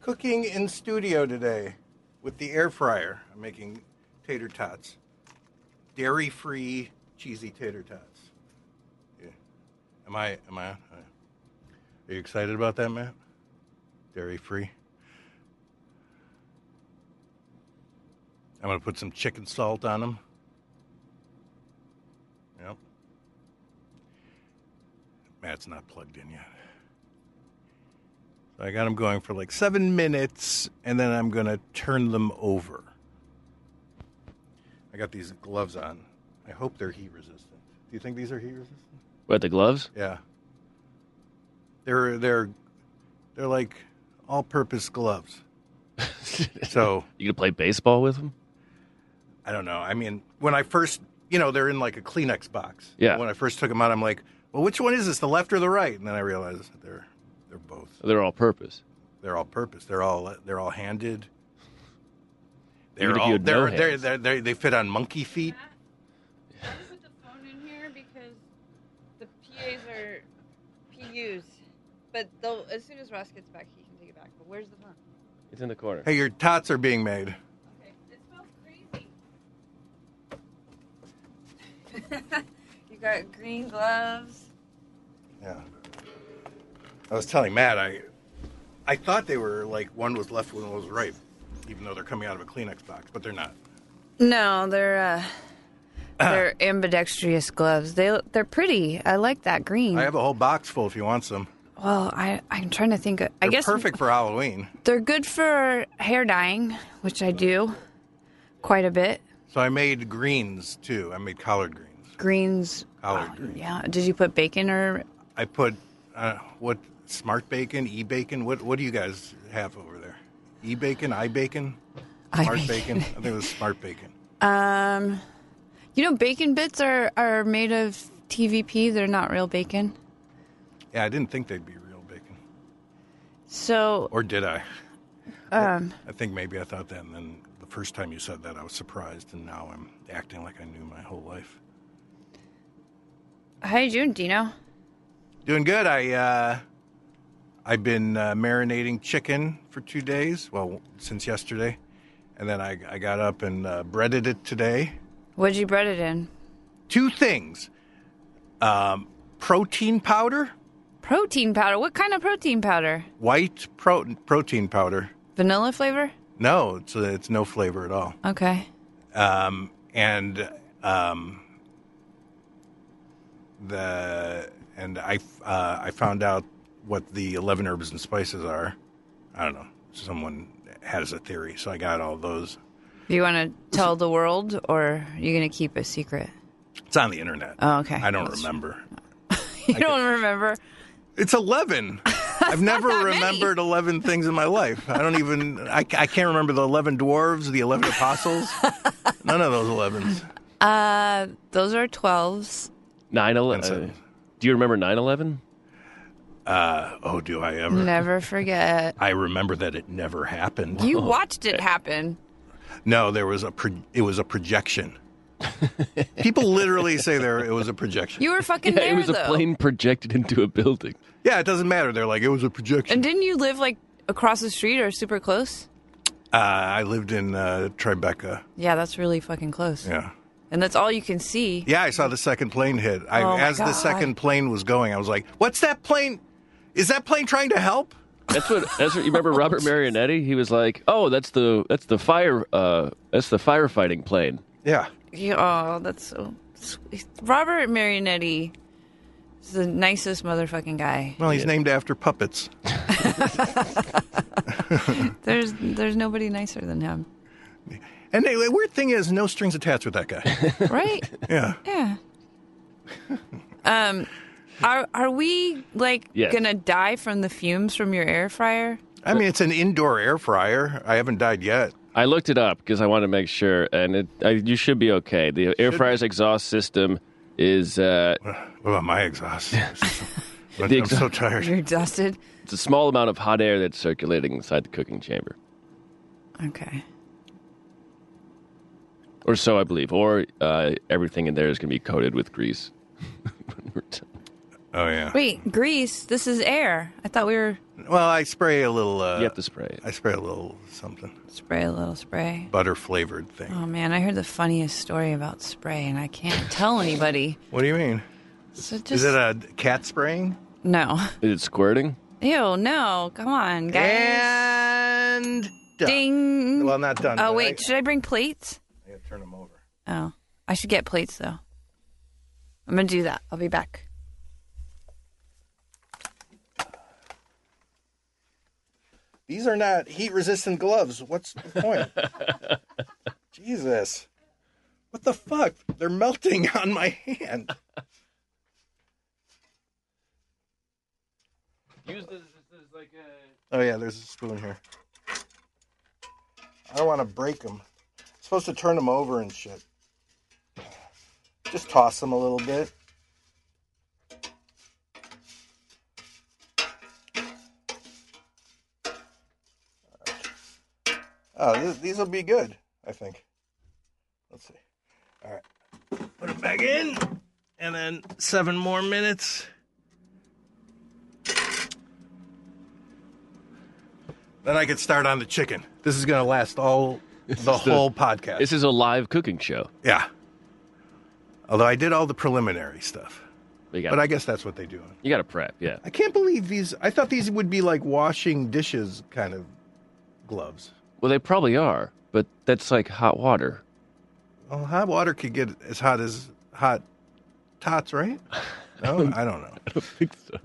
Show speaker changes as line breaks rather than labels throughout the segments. Cooking in studio today with the air fryer. I'm making tater tots, dairy free cheesy tater tots. Yeah. Am I? Am I? on? Are you excited about that, Matt? Dairy free. I'm gonna put some chicken salt on them. Yep. Matt's not plugged in yet. So I got them going for like seven minutes, and then I'm gonna turn them over. I got these gloves on. I hope they're heat resistant. Do you think these are heat resistant?
What the gloves?
Yeah. They're they're they're like all-purpose gloves. So
You gonna play baseball with them?
I don't know. I mean, when I first, you know, they're in like a Kleenex box.
Yeah.
When I first took them out, I'm like, well, which one is this, the left or the right? And then I realized that they're they're both.
They're all purpose.
They're all purpose. They're all they're all handed.
Even
They're
if you
all
had
they're,
no
they're,
hands.
they're, they're, they fit on monkey feet.
Can you put the phone in here because the PAs are PUs. But they'll, as soon as Ross gets back, he can take it back. But where's the phone?
It's in the corner.
Hey, your tots are being made.
Okay. It smells crazy. you got green gloves.
Yeah. I was telling Matt, I I thought they were like one was left, one was right, even though they're coming out of a Kleenex box, but they're not.
No, they're uh,
Ah.
they're ambidextrous gloves. They they're pretty. I like that green.
I have a whole box full if you want some.
well, I I'm trying to think. Of, I
They're
guess
perfect for Halloween.
they're good for hair dyeing, which I do quite a bit.
So I made greens too. I made collard greens.
Greens. Oh,
Collard greens.
Yeah. Did you put bacon or
I put uh, what smart bacon, e bacon. What what do you guys have over there? E bacon, i bacon,
I
smart
bacon.
bacon. I think it was smart bacon.
Um, you know, bacon bits are are made of TVP. They're not real bacon.
Yeah, I didn't think they'd be real bacon,
So
or did I?
um,
I think maybe I thought that, and then the first time you said that, I was surprised, and now I'm acting like I knew my whole life.
how you doing, Dino?
Doing good. I uh, I've been uh, marinating chicken for two days. Well, since yesterday, and then I, I got up and uh, breaded it today.
What'd you bread it in?
Two things: um, protein powder,
Protein powder. What kind of protein powder?
white pro- protein powder.
Vanilla flavor?
No, it's it's no flavor at all.
Okay.
um, and um, the and I uh, I found out what the eleven herbs and spices are. I don't know. Someone has a theory, so I got all those.
Do you want to tell the world, or are you gonna keep a secret?
It's on the internet.
Oh, okay.
I don't
That's-
remember.
You don't remember?
It's eleven. I've never remembered eleven things in my life. I don't even. I, I can't remember the eleven dwarves, the eleven apostles. None of those elevens.
Uh, those are twelves.
Nine
And
eleven.
so-
Do you remember nine eleven?
Oh, do I ever?
Never forget.
I remember that it never happened.
Oh,
You watched it happen.
No, there was a pro- it was a projection. People literally say there it was a projection.
You were fucking
Yeah,
there
it was
though.
a plane projected into a building.
yeah, it doesn't matter. They're like it was a projection.
And didn't you live like across the street or super close?
uh, I lived in uh, Tribeca.
Yeah, that's really fucking close.
Yeah.
And that's all you can see.
Yeah, I saw the second plane hit. I,
Oh, my
as the
God.
second plane was going, I was like, "What's that plane? Is that plane trying to help?"
That's what. That's what. You remember Robert Marionetti? He was like, "Oh, that's the that's the fire uh that's the firefighting plane."
Yeah.
Yeah, Oh, that's so sweet. Robert Marinetti is the nicest motherfucking guy.
Well, he's named after puppets.
There's there's nobody nicer than him.
And the weird thing is, no strings attached with that guy.
Right?
Yeah.
yeah. Um are are we like
Yes.
gonna die from the fumes from your air fryer?
I mean, it's an indoor air fryer. I haven't died yet.
I looked it up because I wanted to make sure, and it, I, you should be okay. The air frier's exhaust system is uh,
What about my exhaust? I'm
The
so tired.
You're dusted.
it's a small amount of hot air that's circulating inside the cooking chamber,
Okay.
or so I believe. Or uh, everything in there is going to be coated with grease. When we're done.
Oh yeah.
Wait, grease, this is air. I thought we were
Well, I spray a little. Uh,
you have to spray it.
I spray a little something
Spray a little spray.
butter flavored thing.
Oh man, I heard the funniest story about spray, and I can't tell anybody.
What do you mean?
So just
Is it a cat spraying?
no.
Is it squirting?
Ew, no. Come on, guys.
And done.
Ding.
Well, not done.
oh
but
wait,
I,
should I bring plates?
I gotta turn them over.
Oh, I should get plates though. I'm gonna do that. I'll be back.
These are not heat resistant gloves. What's the point? Jesus. What the fuck? They're melting on my hand.
Use this as like a.
Oh, yeah, there's a spoon here. I don't want to break them. supposed to turn them over and shit. Just toss them a little bit. Oh, th- these will be good, I think. Let's see. All right. Put them back in. And then seven more minutes. Then I could start on the chicken. This is going to last all the
is the-
whole podcast.
This is a live cooking show.
Yeah. Although I did all the preliminary stuff.
You got
But I guess that's what they do.
you got to prep. Yeah.
I can't believe these. I thought these would be like washing dishes kind of gloves.
Well, they probably are, but that's like hot water.
Well, hot water could get as hot as hot tots, right? No, I don't know.
I don't think so.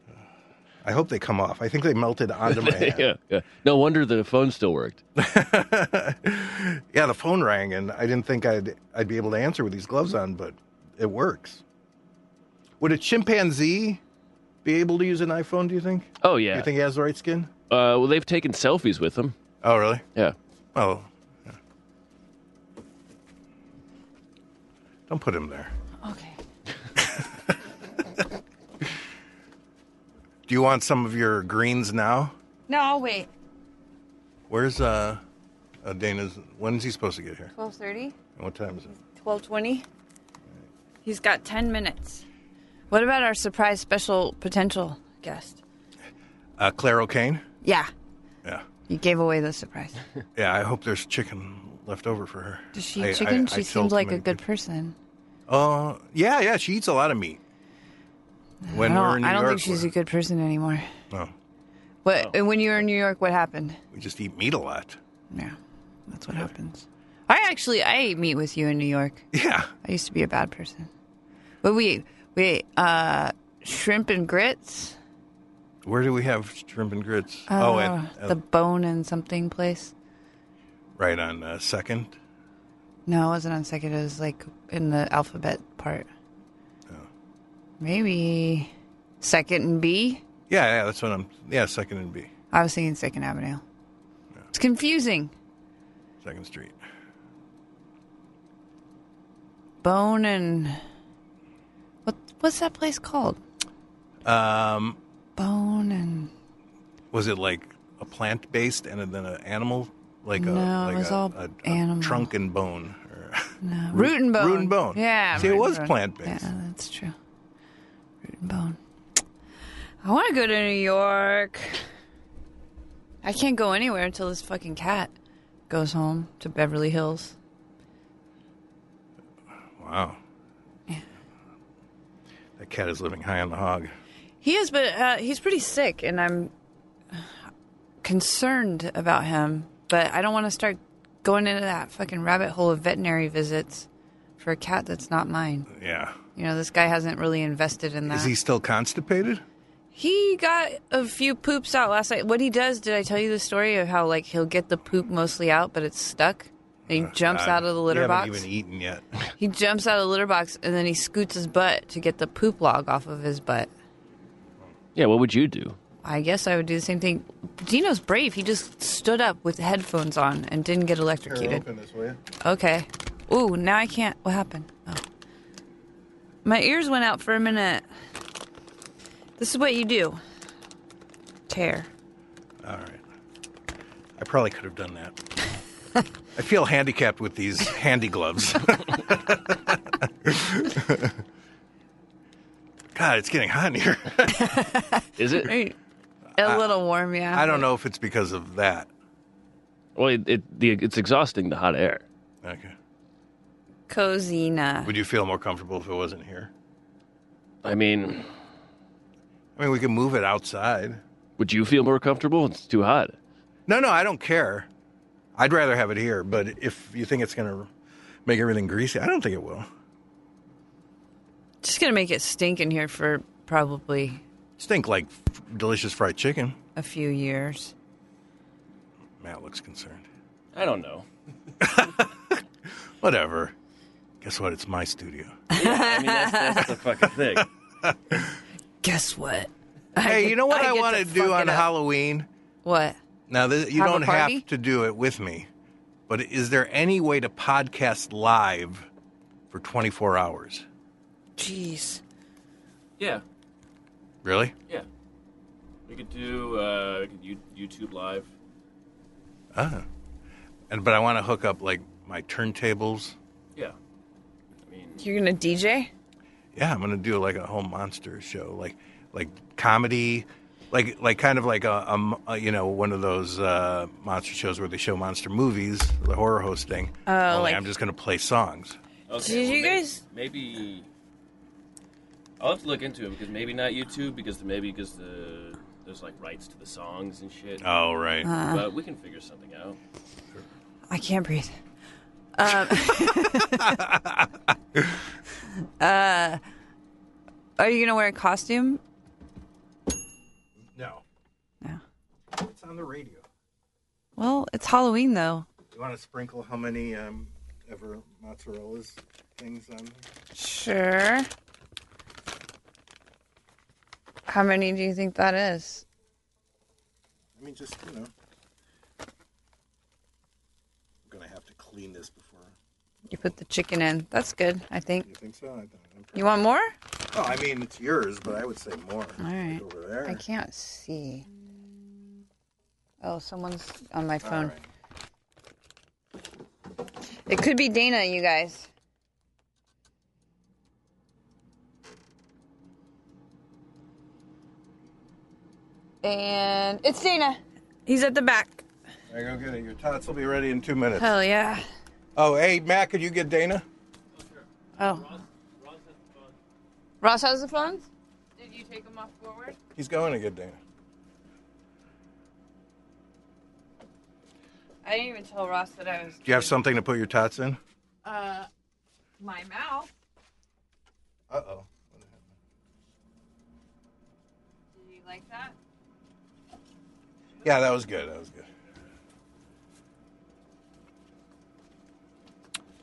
I hope they come off. I think they melted onto my hand.
yeah, yeah. No wonder the phone still worked.
yeah, the phone rang, and I didn't think I'd I'd be able to answer with these gloves on, but it works. Would a chimpanzee be able to use an iPhone? Do you think?
Oh
Do
yeah.
you think he has the right skin?
uh, well, they've taken selfies with them.
Oh, really?
Yeah.
Oh. Don't put him there.
Okay.
Do you want some of your greens now?
No, I'll wait.
Where's uh, uh Dana's? When's he supposed to get here?
Twelve thirty.
And What time is it?
Twelve twenty. He's got ten minutes. What about our surprise special potential guest?
Uh, Claire O'Kane.
Yeah,
Yeah,
you gave away the surprise.
yeah. I hope there's chicken left over for her.
Does she
I- I-
eat chicken?
I
she
killed
seemed like a
many
good
people.
person.
Uh, yeah, yeah. She eats a lot of meat. When
I
we
don't,
were Oh. in New
I don't
York,
think she's
we-
a good person anymore.
no,
What? and When you were in New York, what happened?
we just eat meat a lot.
Yeah, that's what happens. I actually I ate meat with you in New York.
Yeah,
I used to be a bad person, but we we ate uh, shrimp and grits.
where do we have shrimp and grits? oh, at,
Uh,
at-
the bone and something place.
right on uh, second.
No, it wasn't on second. It was like in the alphabet part.
Oh.
Maybe second and B.
Yeah, yeah. That's what I'm. Yeah, second and B.
I was thinking Second Avenue. It's confusing.
Second Street.
Bone and what? What's that place called?
Um,
Bone and
was it like a plant based and then an animal? Like a,
No, it
like
was
a,
all
a,
animal.
a trunk and bone. Or
no, Uh, root and bone.
Root and bone.
Yeah.
See, it
root and
was
bone.
plant-based.
Yeah, that's true. Root and bone. I want to go to New York. I can't go anywhere until this fucking cat goes home to Beverly Hills.
wow. That cat is living high on the hog.
He is, but uh, he's pretty sick, and I'm concerned about him. But I don't want to start going into that fucking rabbit hole of veterinary visits for a cat that's not mine.
Yeah.
You know, this guy hasn't really invested in that.
Is he still constipated?
He got a few poops out last night. What he does, did I tell you the story of how like he'll get the poop mostly out, but it's stuck? And he jumps
God,
out of the
you
litter
Uh, haven't
box.
even eaten yet.
He jumps out of the litter box and then he scoots his butt to get the poop log off of his butt.
Yeah. What would you do?
I guess I would do the same thing. Dino's brave. He just stood up with headphones on and didn't get electrocuted.
this, will you?
Okay. Ooh, now I can't. What happened? Oh. My ears went out for a minute. This is what you do tear.
All right. I probably could have done that. I feel handicapped with these handy gloves. God, it's getting hot in here.
Is it?
Right. A little warm, yeah.
I don't know if it's because of that.
Well, it, it the, it's exhausting the hot air.
Okay.
Cozina.
Would you feel more comfortable if it wasn't here?
I mean,
I mean, we can move it outside.
would you feel more comfortable? It's too hot.
No, no, I don't care. I'd rather have it here, but if you think it's going to make everything greasy, I don't think it will.
Just gonna make it stink in here for probably
Stink like f- delicious fried chicken.
a few years.
Matt looks concerned.
I don't know.
Whatever. Guess what? It's my studio.
I mean, that's, that's the fucking thing.
Guess what?
hey, you know what I,
get
want to do
fuck
on
it up.
Halloween?
What?
Now, th- you
Have a
don't
party?
have to do it with me, but is there any way to podcast live for 24 hours?
Jeez.
Yeah,
Really?
yeah. We could do uh, we could you- YouTube live.
And but I want to hook up like my turntables.
Yeah. I mean,
You're gonna DJ?
Yeah, I'm gonna do like a whole monster show, like like comedy, like like kind of like a, a m- a, you know one of those uh, monster shows where they show monster movies, the horror host thing. Oh,
like-
I'm just gonna play songs.
okay,
Did
well,
you
may-
guys-
Maybe I'll have to look into it because maybe not YouTube because the, maybe because the there's like rights to the songs and shit.
Oh right,
Uh.
Uh-huh.
but we can figure something out.
I can't breathe. Um, uh, are you gonna wear a costume?
no,
No.
it's on the radio.
Well, it's Halloween though.
You want to sprinkle how many um, ever mozzarella's things on? There?
Sure. How many do you think that is?
I mean, just you know, I'm gonna have to clean this before.
You put the chicken in. That's good, I think.
You think so? I don't, I'm
You want more?
Oh, I mean it's yours, but I would say more. All
right.
over there.
I can't see. Oh, someone's on my phone. It could be Dana, you guys. And it's Dana. He's at the back.
There you go, get it. Your tots will be ready in two minutes.
Hell yeah.
Oh, hey, Matt, could you get Dana?
Oh. Ross has the phones? Did you take them off forward?
He's going to get Dana.
I didn't even tell Ross that I was.
Do you have something to put your tots in?
Uh, my mouth.
Uh oh.
Do you like that?
Yeah, that was good. That was good.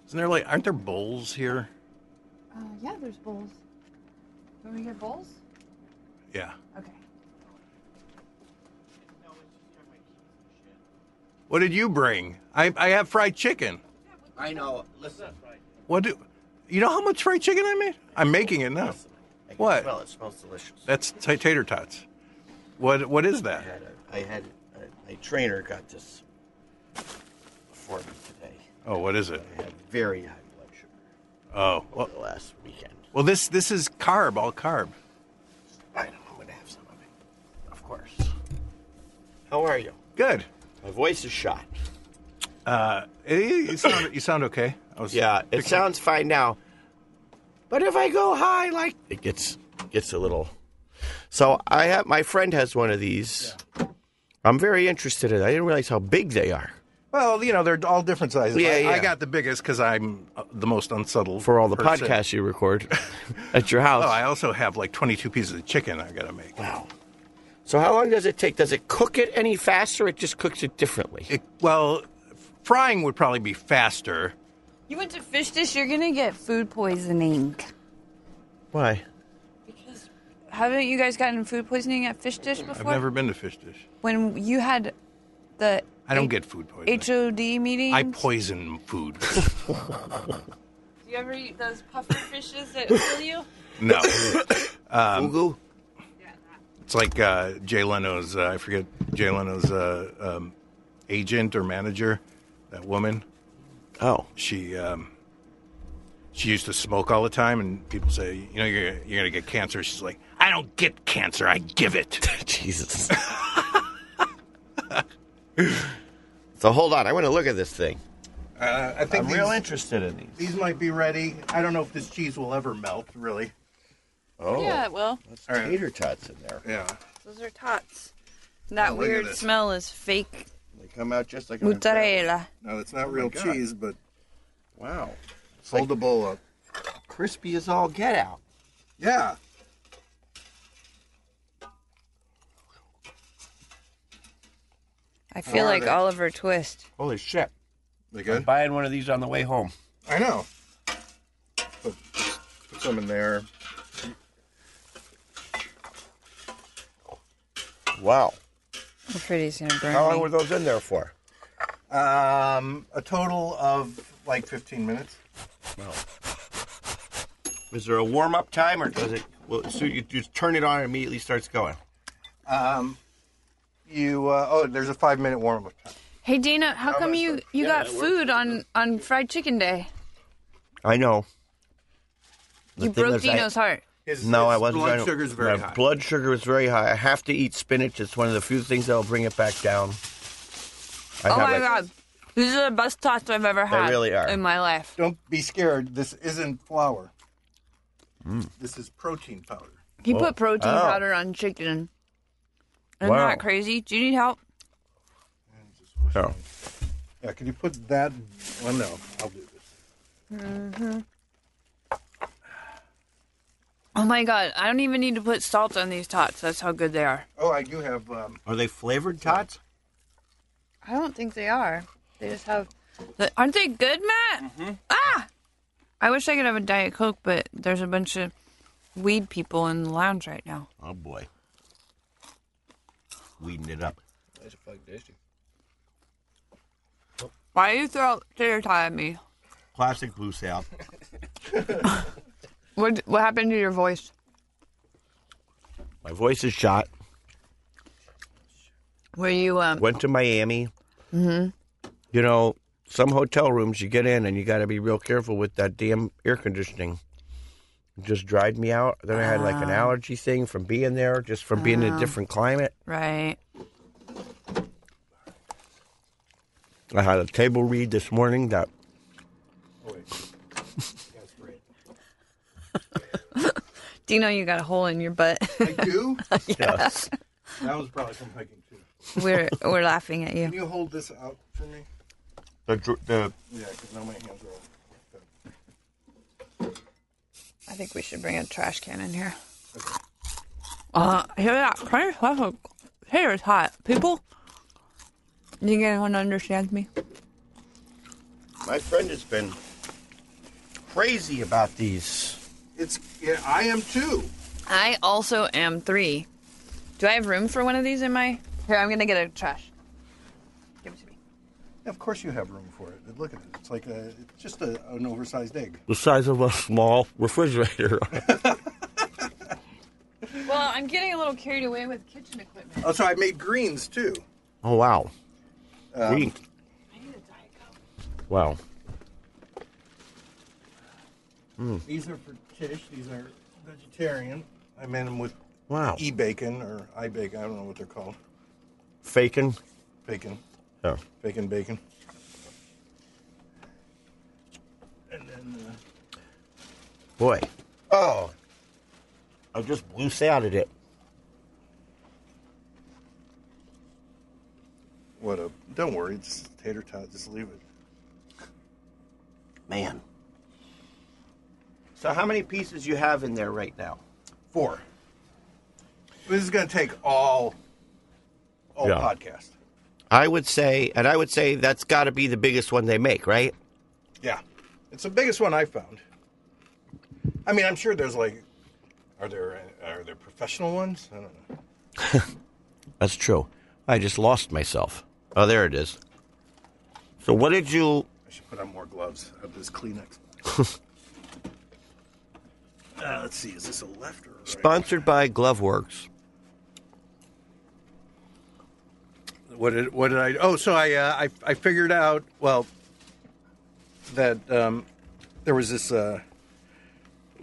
Isn't there like, aren't there bowls here?
Uh, yeah, there's bowls. You want me to get bowls?
Yeah.
Okay.
What did you bring? I, I have fried chicken.
I know. Listen.
What do you know how much fried chicken I made? I'm making it now.
I can
What?
Smell it. Smells delicious.
That's t- tater tots. What what is
I
that?
had, a, I had a, my trainer got this for me today.
Oh, what is it?
I had very high blood sugar
Oh, well,
over the last weekend.
well this this is carb, all carb.
I know. I'm gonna have some of it, of course. How are you?
Good.
My voice is shot.
Uh, eh, you sound you sound okay. I was
Yeah, it sounds fine now. But if I go high, like it gets gets a little. So I have my friend has one of these. I'm very interested in. it. I didn't realize how big they are
Well, you know they're all different sizes.
Yeah,
I, I
yeah.
got the biggest because I'm uh, the most unsettled
for all the
person.
podcasts you record at your house.
Oh, I also have like 22 pieces of chicken I gotta make.
Wow. So how long does it take? Does it cook it any faster? It just cooks it differently.
It, well, frying would probably be faster.
You went to fish dish. You're gonna get food poisoning.
Why?
Because haven't you guys gotten food poisoning at fish dish
I've
before?
never been to fish dish.
When you had the
I don't
H-
get food poisoning.
HOD meeting.
I poison food.
Do you ever eat those puffer fishes that kill you?
no,
Google.
it's like uh, Jay Leno's. Uh, I forget Jay Leno's uh, um, agent or manager. That woman.
Oh,
she um, she used to smoke all the time, and people say, you know, you're, you're going to get cancer. She's like, I don't get cancer. I give it.
Jesus. so hold on, I want to look at this thing.
Uh, I think
I'm real
these-
interested in these.
These might be ready. I don't know if this cheese will ever melt, really.
Oh,
Yeah, well,
that's
All right.
tater tots in there.
Yeah.
those are tots. And that
Oh, look at
weird
this.
smell is fake
They come out just like a
mozzarella.
No, it's not real
God.
cheese, but
Wow,
hold
like-
the bowl up.
crispy as all get out.
Yeah.
I feel
Or
like
they-
Oliver Twist.
Holy shit!
They
I'm
good?
buying one of these on the way home.
I know. Put, put some in there.
Wow,
I'm afraid he's gonna burn
how long
me.
were those in there for?
Um, a total of like 15 minutes.
Is there a warm up time, or does it? Well, so you just turn it on and immediately starts going.
Um, you, uh, oh, there's a five minute warm up time.
Hey Dana, how come
about
you
some-
you
yeah,
got
that works.
food on on Fried Chicken Day?
I know. The
You
thing
broke
is, I-
Dino's heart.
His,
No,
his
I wasn't.
Blood
trying to-
sugar's very
my
high.
Blood sugar was very high. I have to eat spinach. It's one of the few things that'll bring it back down. I
Oh
have,
my
like-
god, these are the best tots I've ever had.
really are.
in my life.
Don't be scared. This isn't flour.
Mm.
This is protein powder.
He put protein
Oh.
powder on chicken. Isn't
Wow.
that crazy? Do you need help?
Oh.
Yeah, can you put that? Well, no, I'll do this.
Oh my god, I don't even need to put salt on these tots. That's how good they are.
Oh, I do have. Um,
Are they flavored tots?
I don't think they are. They just have. The, aren't they good, Matt? Mm-hmm. Ah! I wish I could have a Diet Coke, but there's a bunch of weed people in the lounge right now.
Oh boy, weeding it up.
That's a fucking tasty.
Why you throw tater tot at me?
Classic blue sal.
What what happened to your voice?
My voice is shot.
Were you um?
Went to Miami. Mm-hmm. You know, some hotel rooms you get in and you got to be real careful with that damn air conditioning. It just dried me out. Then I had like an allergy thing from being there, just from being in a different climate.
Right.
I had a table read this morning that
oh wait, that's great.
Dino, you got a hole in your butt.
I do.
Yes.
That was probably from hiking too.
we're we're laughing at
Can
you.
you hold this out for me?
the, dr- the
Yeah, because now my hands are. all fucked up.
I think we should bring a trash can in here. Uh, hear that crunch? That's a tater tot. People, you think anyone understands me?
my friend has been crazy about these.
It's. Yeah, I am too.
I also am three. Do I have room for one of these in my? Here, I'm gonna get a trash. Give it to me.
Yeah, of course you have room for it. Look at it. It's like a. It's just a, an oversized egg.
The size of a small refrigerator.
Well, I'm getting a little carried away with kitchen equipment.
Also, Oh, I made greens too.
oh wow. Um, Green.
I need a diet coke.
Wow.
These are for Tish. These are vegetarian. I made them with
Wow.
e bacon or i bacon. I don't know what they're called.
Faking.
Bacon,
Oh.
bacon, bacon. And then. Uh,
Boy. Oh. I just blew out at it.
What a! Don't worry, it's tater tot. Just leave it.
Man. So how many pieces you have in there right now?
Four. This is going to take all, all
Yeah.
podcast.
I would say, and I would say that's got to be the biggest one they make, right?
Yeah, it's the biggest one I found. I mean, I'm sure there's like, are there are there professional ones? I don't know.
That's true. I just lost myself. Oh, there it is. So what did you?
I should put on more gloves. I have this Kleenex. uh, let's see, is this a left or a right?
Sponsored by Gloveworks.
what did what did I? Oh, so I uh, I I figured out well that um, there was this uh,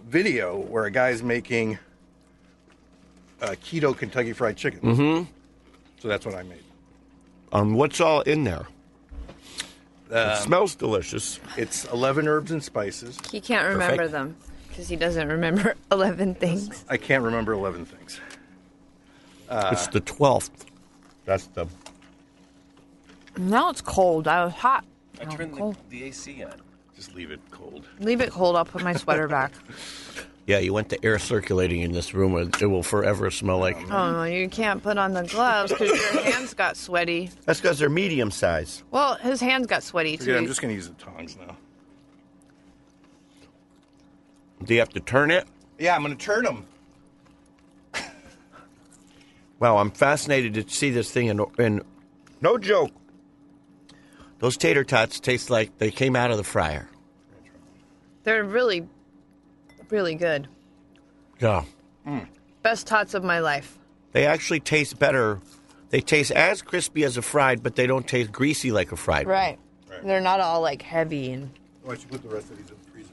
video where a guy's making uh, keto Kentucky Fried Chicken. So that's what I made.
Um, what's all in there? it smells delicious.
It's 11 herbs and spices.
He can't remember
Perfect.
them because he doesn't remember 11 things.
I can't remember 11 things.
it's the twelfth. That's the.
Now it's cold. I was hot.
I
Now
turned
it's
the,
cold.
the AC on.
Just leave it cold.
Leave it cold. I'll put my sweater back.
Yeah, you want the air circulating in this room, or it will forever smell like.
Oh, no, you can't put on the gloves because your hands got sweaty.
That's because they're medium size.
Well, his hands got sweaty too.
Forget, it, I'm just going to use the tongs now.
Do you have to turn it?
Yeah, I'm going to turn them.
Wow, I'm fascinated to see this thing in. in no joke. Those tater tots taste like they came out of the fryer.
They're really, really good.
Yeah.
Best tots of my life.
They actually taste better. They taste as crispy as a fried, but they don't taste greasy like a fried. one.
Right. They're not all like heavy and
Oh, I should put the rest of these in the freezer.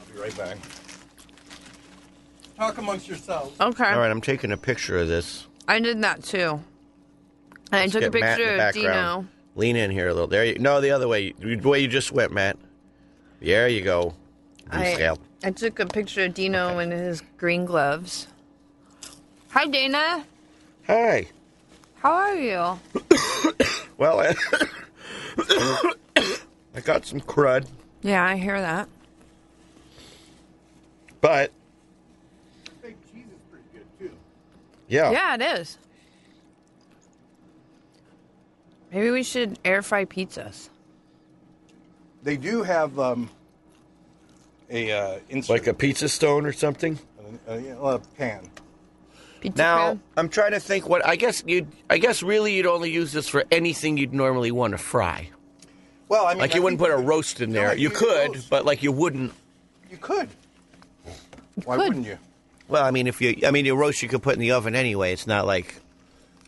I'll be right back. Talk amongst yourselves.
okay.
All right, I'm taking a picture of this.
I did that too. And I took a
Get Matt in
picture
the
of Dino.
background. Lean in here a little. There you No, the other way. The way you just went, Matt. There you go.
I,
Lucille.
I took a picture of Dino
Okay.
in his green gloves. Hi, Dana.
Hey.
How are you?
Well, I, I got some crud,
Yeah, I hear that.
but
Fake cheese is pretty good, too.
yeah.
Yeah, it is. Maybe we should air fry pizzas.
They do have um, a uh, insert.
Like a pizza stone or something.
uh, yeah, well, a pan.
Pizza
Now
pan?
I'm trying to think what I guess you would I guess really you'd only use this for anything you'd normally want to fry.
Well, I mean,
Like
I
you wouldn't
think
put a roast in
No,
there.
like
You
you
could,
roast.
but like you wouldn't.
You could. Why
could.
wouldn't you?
Well, I mean, if you I mean, a roast you could put in the oven anyway. It's not like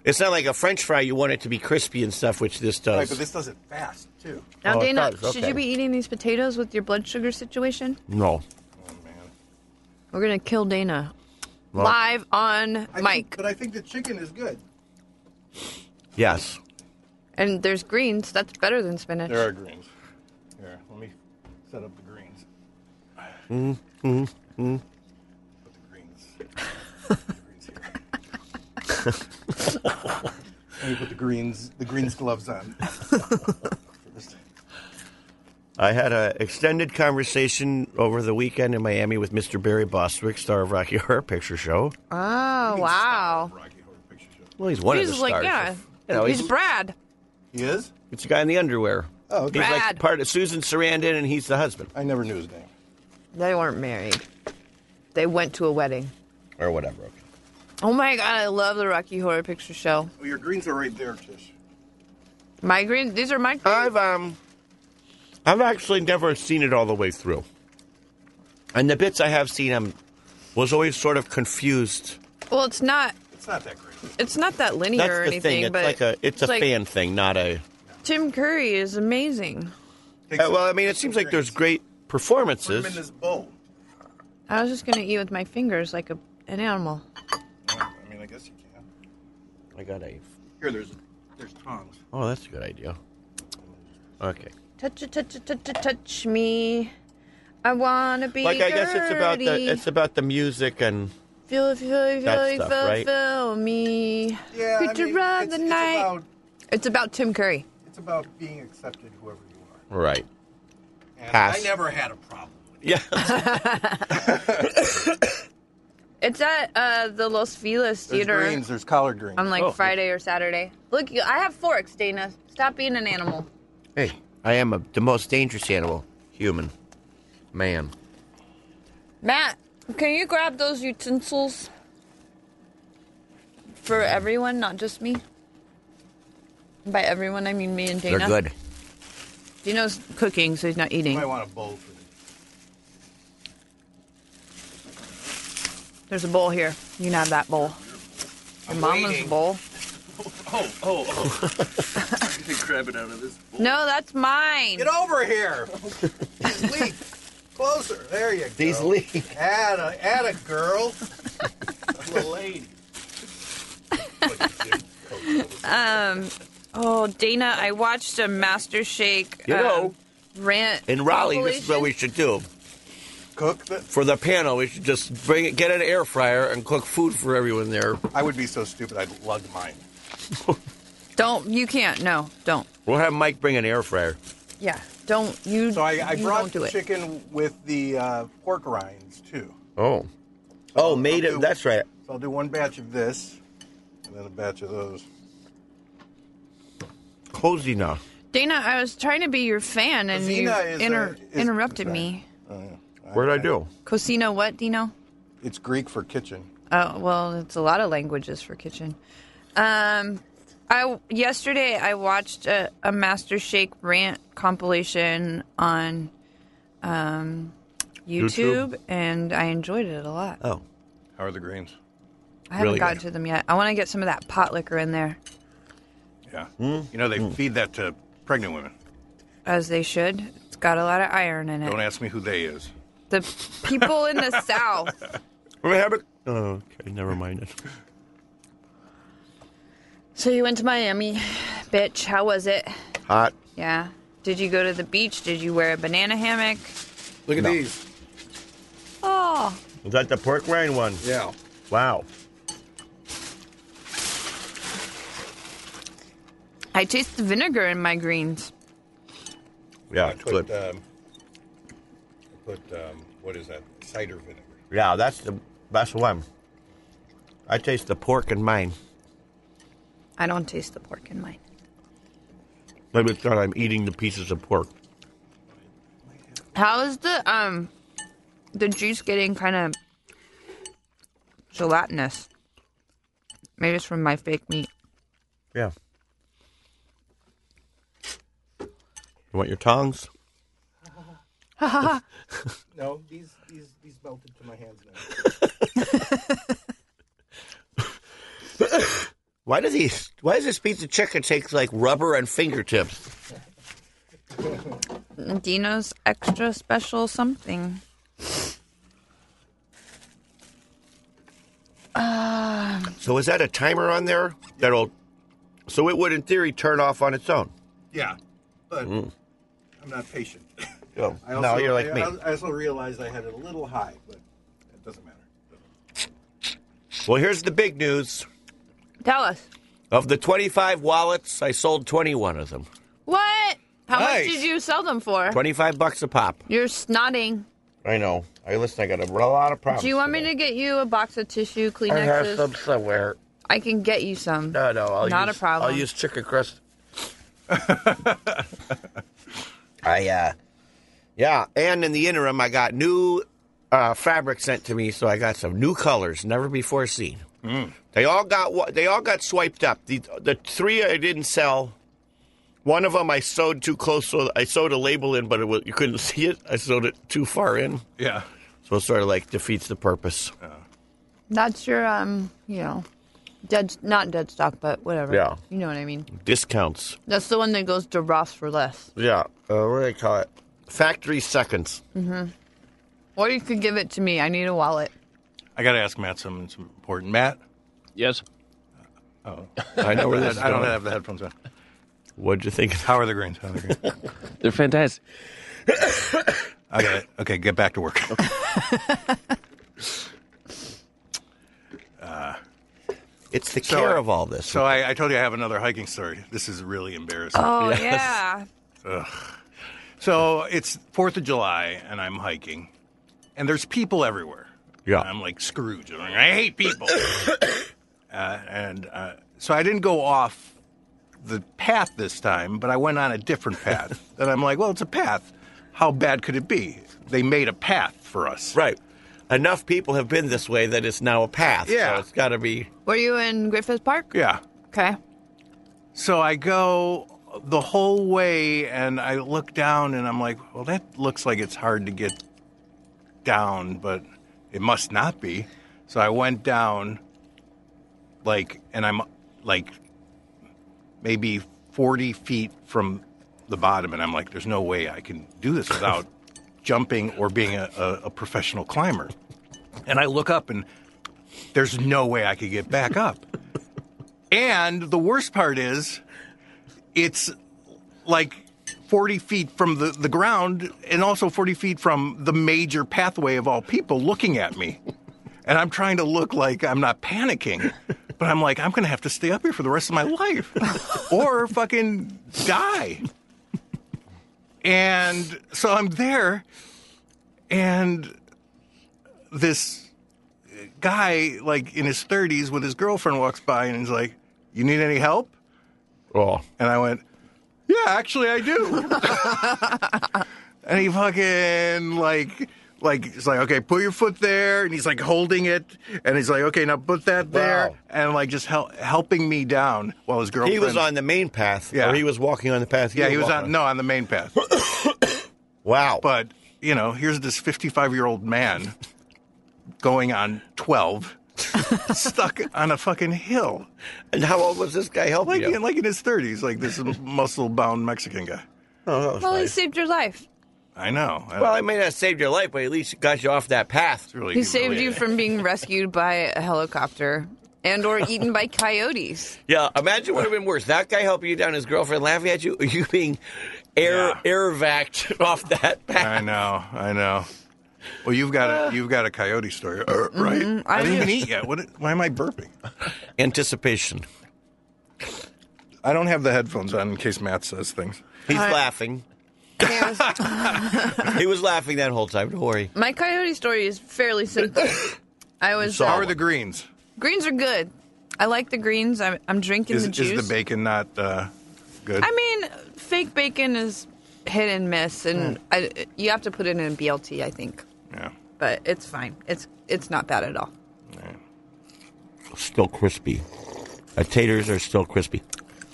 it's not like a French fry. You want it to be crispy and stuff, which this does.
Right, but this does it fast too.
Now,
Oh, it
Dana,
does,
should
okay.
you be eating these potatoes with your blood sugar situation?
no.
Oh man.
We're gonna kill Dana live on
I
mic.
Think, but I think the chicken is good.
Yes.
And there's greens. That's better than spinach.
There are greens. Here, let me set up the greens.
Mm-hmm.
Put the greens. the greens here. let me put the greens the greens gloves on. First.
I had an extended conversation over the weekend in Miami with Mr. Barry Bostwick, star of Rocky Horror Picture Show.
Oh wow!
Rocky Horror Picture Show.
Well, he's one of
He's
the
like
stars.
yeah.
You know,
he's,
he's-
Brad.
He is?
It's a guy in the underwear.
Oh, okay.
He's like
Brad.
part of Susan Sarandon, and he's the husband
I never knew his name.
They weren't married. They went to a wedding.
or whatever. Okay.
Oh my god! I love the Rocky Horror Picture Show.
Oh, your greens are right there, Tish.
My greens. These are my. greens.
I've um, I've actually never seen it all the way through, and the bits I have seen, I was always sort of confused.
well, it's not.
It's not that great.
It's not that linear
That's
or
the
anything.
thing. It's
but
like a it's, a
like
fan thing, not a.
Tim Curry is amazing.
Take
Uh,
some-
well, I mean,
take
it
some
seems like
greens.
there's
Put
great
'em in
performances.
this bowl.
I was just gonna eat with my fingers like a, an animal.
I mean, I guess you can.
I got a.
Here, there's there's tongs.
Oh, that's a good idea. Okay.
Touch it, touch it, touch it, touch me. I wanna be
Like I guess it's about
dirty.
the it's about the music and
Feel, feel,
That
feel, feel,
stuff, right?
feel me. Creature of the night.
About,
It's about Tim Curry.
it's about being accepted, whoever you are.
right.
And
Pass.
I never had a problem. with it.
Yeah.
It's at uh, the Los
There's
Feliz Theater
greens. There's collard greens.
on like
Oh.
Friday or Saturday. Look, you- I have forks, Dana. Stop being an animal.
hey, I am a, the most dangerous animal, human, man.
Matt, can you grab those utensils for everyone, not just me? By everyone, I mean me and Dana.
They're good.
Dino's cooking, so he's not
you
eating.
might want a bowl for this.
There's a bowl here. You can have that bowl. Your mama's
waiting.
bowl.
Oh, oh, oh. I can grab it out of this bowl.
No, that's mine.
Get over here. Please, Closer. There you go.
These leaves.
Add a, add a girl. a little lady.
Oh, Dana, I watched a Master Shake.
You know,
um, rant
In Raleigh, this is what we
compilation.
should do.
Cook the.
For the panel, we should just bring it, get an air fryer and cook food for everyone there.
I would be so stupid. I'd lug mine.
Don't you can't no don't
We'll have Mike bring an air fryer.
yeah don't you.
So I, I
you
brought
don't do it.
chicken with the uh, pork rinds too.
Oh. Oh, made it. That's right.
So I'll do one batch of this, and then a batch of those.
Cozy now.
Dana, I was trying to be your fan and
Cosina
you
is
inter-
a- is-
interrupted
sorry.
me.
What did I do?
Cosina, what Dino?
It's Greek for kitchen.
Oh well, it's a lot of languages for kitchen. Um, I yesterday I watched a, a Master Shake rant compilation on um, YouTube, and I enjoyed it a lot.
Oh.
How are the greens?
I haven't
really
gotten
good.
to them yet. I want to get some of that pot liquor in there,
Yeah.
Hmm?
You know they feed that to pregnant women.
as they should. It's got a lot of iron in it.
Don't ask me who they is.
The people in the South.
We're gonna have it. Oh, okay. Never mind it.
So you went to Miami, bitch. How was it?
Hot.
Yeah. Did you go to the beach? Did you wear a banana hammock?
Look at
No.
these.
Oh,
Is that the pork rind one?
Yeah.
Wow.
I taste the vinegar in my greens.
Yeah,
I
it's
put,
good.
um, I put um, what is that? Cider vinegar.
yeah, that's the best one. I taste the pork in mine.
I don't taste the pork in mine.
Maybe it's not I'm eating the pieces of pork.
How is the um the juice getting kind of gelatinous? Maybe it's from my fake meat.
Yeah. You want your tongs?
No, these these these melted to my hands now.
Why does he? Why does this piece of chicken take like rubber and fingertips?
Dino's extra special something.
So is that a timer on there that'll? So it would, in theory, turn off on its own.
Yeah, but I'm not patient.
Oh,
I also,
no, you're like
I,
me.
I also realized I had it a little high, but it doesn't matter.
Well, here's the big news:
Tell us
of the 25 wallets, I sold 21 of them.
what? How
Nice.
much did you sell them for?
25 bucks a pop.
You're snotting.
I know. I listen. I got a lot of problems.
Do you want me to get you a box of tissue,
I have
Kleenexes?
some somewhere.
I can get you some.
No, no. I'll
Not
use-
a problem.
I'll use chicken crust. I, uh, yeah. And in the interim, I got new uh, fabric sent to me, so I got some new colors, never before seen. They all got wa- they all got swiped up. The the three I didn't sell. One of them I sewed too close, so I sewed a label in, but it was, you couldn't see it. I sewed it too far in,
Yeah.
so it sort of like defeats the purpose.
That's your um, you know, dead not dead stock, but whatever.
Yeah.
You know what I mean.
Discounts.
That's the one that goes to Ross for less.
Yeah. Uh, what do they call it? Factory seconds.
Or you could give it to me. I need a wallet.
I got to ask Matt something some important. Matt,
Yes.
I know where
Oh. I,
this is
I don't
going.
have the headphones on.
What'd you think?
How are the greens? How are the greens?
They're fantastic.
I got it. Okay, get back to work.
It's the
So
care
I-
of all this.
So I, I told you I have another hiking story. This is really embarrassing.
Oh
Yes.
yeah.
So it's Fourth of July, and I'm hiking, and there's people everywhere.
Yeah.
And I'm like Scrooge. I'm like, I hate people. uh, and uh, so I didn't go off the path this time, but I went on a different path. and I'm like, well, it's a path. How bad could it be? They made a path for us.
right. Enough people have been this way that it's now a path.
Yeah.
So it's got to be.
Were you in Griffith Park?
Yeah.
Okay.
So I go the whole way, and I look down, and I'm like, well, that looks like it's hard to get down, but it must not be. So I went down, like, and I'm like maybe 40 feet from the bottom, and I'm like, there's no way I can do this without jumping or being a, a, a professional climber. And I look up and there's no way I could get back up. and the worst part is it's like 40 feet from the, the ground and also 40 feet from the major pathway of all people looking at me. And I'm trying to look like I'm not panicking, but I'm like, I'm going to have to stay up here for the rest of my life or fucking die. And so I'm there, and this guy, like in his 30s, with his girlfriend walks by and he's like, You need any help?
Oh,
And I went, Yeah, actually, I do. and he fucking like. Like he's like, okay, put your foot there, and he's like holding it, and he's like, okay, now put that there,
Wow.
and like just hel- helping me down while his girlfriend.
he was on the main path,
Yeah.
or he was walking on the path.
Yeah, he was
walking
on. No, on the main path.
Wow.
But you know, here's this 55 year old man going on 12, stuck on a fucking hill,
and how old was this guy helping
like
you?
like in his 30s, like this muscle bound Mexican guy.
oh, that was
Well, he
nice.
saved your life.
I know. I-
Well, it may not have saved your life, but at least it got you off that path.
it's really
He saved you from being rescued by a helicopter and or eaten by coyotes.
Yeah, imagine what would have been worse. That guy helping you down, his girlfriend laughing at you, or you being air
Yeah.
air vacked off that
I
path.
know. I know. Well, you've got a you've got a coyote story, uh, right? I,
Uh. Mm-hmm. I
didn't
do.
even eat yet. What? Why am I burping?
Anticipation.
I don't have the headphones on in case Matt says things.
He's
right.
laughing.
Okay, I was-
He was laughing that whole time. Don't worry.
My coyote story is fairly simple. I was
saw
How
uh,
are the greens?
greens are good. I like the greens. I'm, I'm drinking
Is
the juice.
is the bacon not uh, good?
I mean, fake bacon is hit and miss, and I, you have to put it in BLT, I think.
yeah.
But it's fine. It's it's not bad at all.
Still crispy. The taters are still crispy.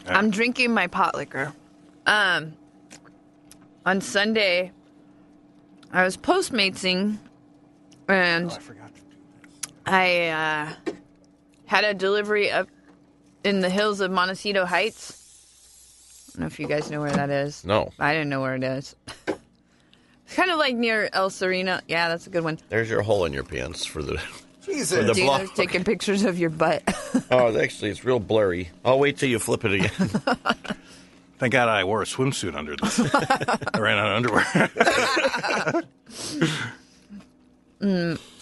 I'm drinking my pot liquor. Um, on Sunday, I was postmatesing, and
I forgot. to do
I uh, had a delivery up in the hills of Montecito Heights. I don't know if you guys know where that is.
No.
I didn't know where it is. It's kind of like near El Sereno. Yeah, that's a good one.
There's your hole in your pants for the.
that. Jesus.
the-
Dana's
block.
taking pictures of your butt.
Oh, actually, it's real blurry. I'll wait till you flip it again.
Thank God I wore a swimsuit under this. I ran out of underwear.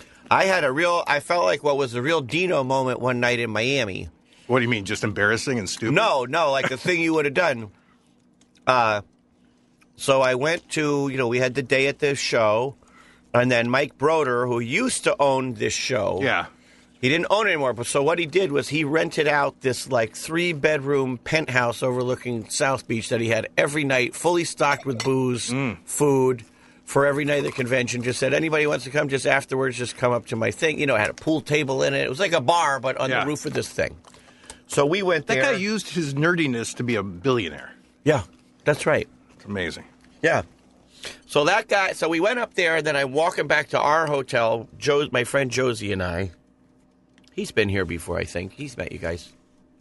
I had a real. I felt like what was a real Dino moment one night in Miami.
what do you mean? Just embarrassing and stupid?
No, no, like the thing you would have done. Uh, so I went to, you know, we had the day at this show, and then Mike Broder, who used to own this show,
Yeah.
he didn't own it anymore. But so what he did was he rented out this like three bedroom penthouse overlooking South Beach that he had every night, fully stocked with booze,
Mm.
food. For every night of the convention, just said anybody wants to come, just afterwards, just come up to my thing. You know, it had a pool table in it. It was like a bar, but on
Yeah.
the roof of this thing. So we went
That
there.
guy used his nerdiness to be a billionaire.
Yeah, that's right.
It's amazing.
Yeah. So that guy. So we went up there, and then I'm walking back to our hotel. Joe, my friend Josie, and I. He's been here before, I think. He's met you guys.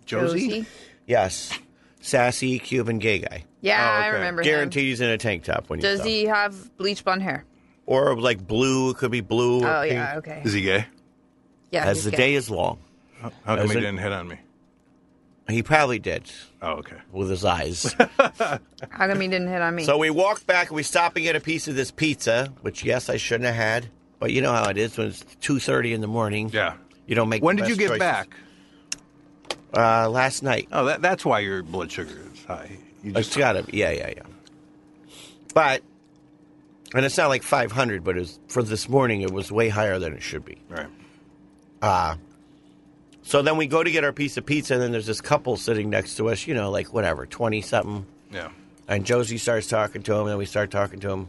Josie?
Yes, sassy Cuban gay guy.
Oh,
Yeah,
okay.
I remember him.
Guaranteed he's in a tank top when you
Does
saw him.
he have bleach blonde hair?
Or like blue. It could be blue. Or
Oh
pink.
yeah, okay.
Is he gay?
Yeah,
As
he's
the
gay.
day is long,
How come
Is
he
it-
didn't hit on me?
he probably did
Oh, okay.
with his eyes.
How come he didn't hit on me?
So we walk back and we stop and get a piece of this pizza, which yes, I shouldn't have had, but you know how it is when it's two thirty in the morning.
Yeah.
you don't make.
When
the
did you get
best choices.
back?
Uh, last night.
Oh, that, that's why your blood sugar is high. You
It's
just
got to. Yeah, yeah, yeah. But, and it's not like five hundred, but it's for this morning. It was way higher than it should be.
right.
So then we go to get our piece of pizza, and then there's this couple sitting next to us. You know, like whatever, twenty something.
Yeah.
And Josie starts talking to him, and we start talking to him.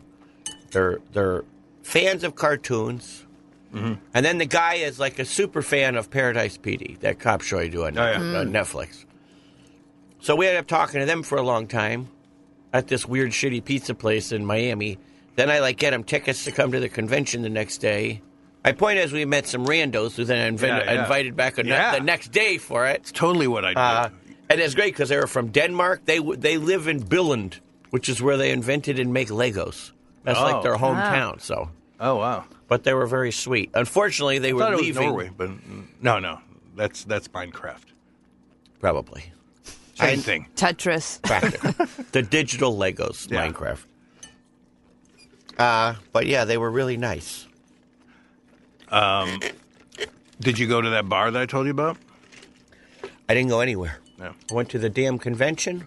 They're they're fans of cartoons,
Mm-hmm.
and then the guy is like a super fan of Paradise PD, that cop show you do on,
Oh, yeah.
on Netflix. So we ended up talking to them for a long time at this weird shitty pizza place in Miami. Then I like get him tickets to come to the convention the next day. I point as we met some randos who then invin-
Yeah, yeah.
invited back a ne-
Yeah.
the next day for it.
It's totally what I do.
Uh, and it's great because they were from Denmark. They w- they live in Billund, which is where they invented and make Legos. That's
Oh.
like their hometown. So,
Oh wow.
but they were very sweet. Unfortunately, they
I
were
thought it was
leaving.
Norway, but no, no, that's that's Minecraft.
Probably.
Same thing.
Tetris.
Practical. the digital Legos,
Yeah.
Minecraft. Uh, but yeah, they were really nice.
Did you go to that bar that I told you about?
I didn't go anywhere.
No.
I went to the damn convention.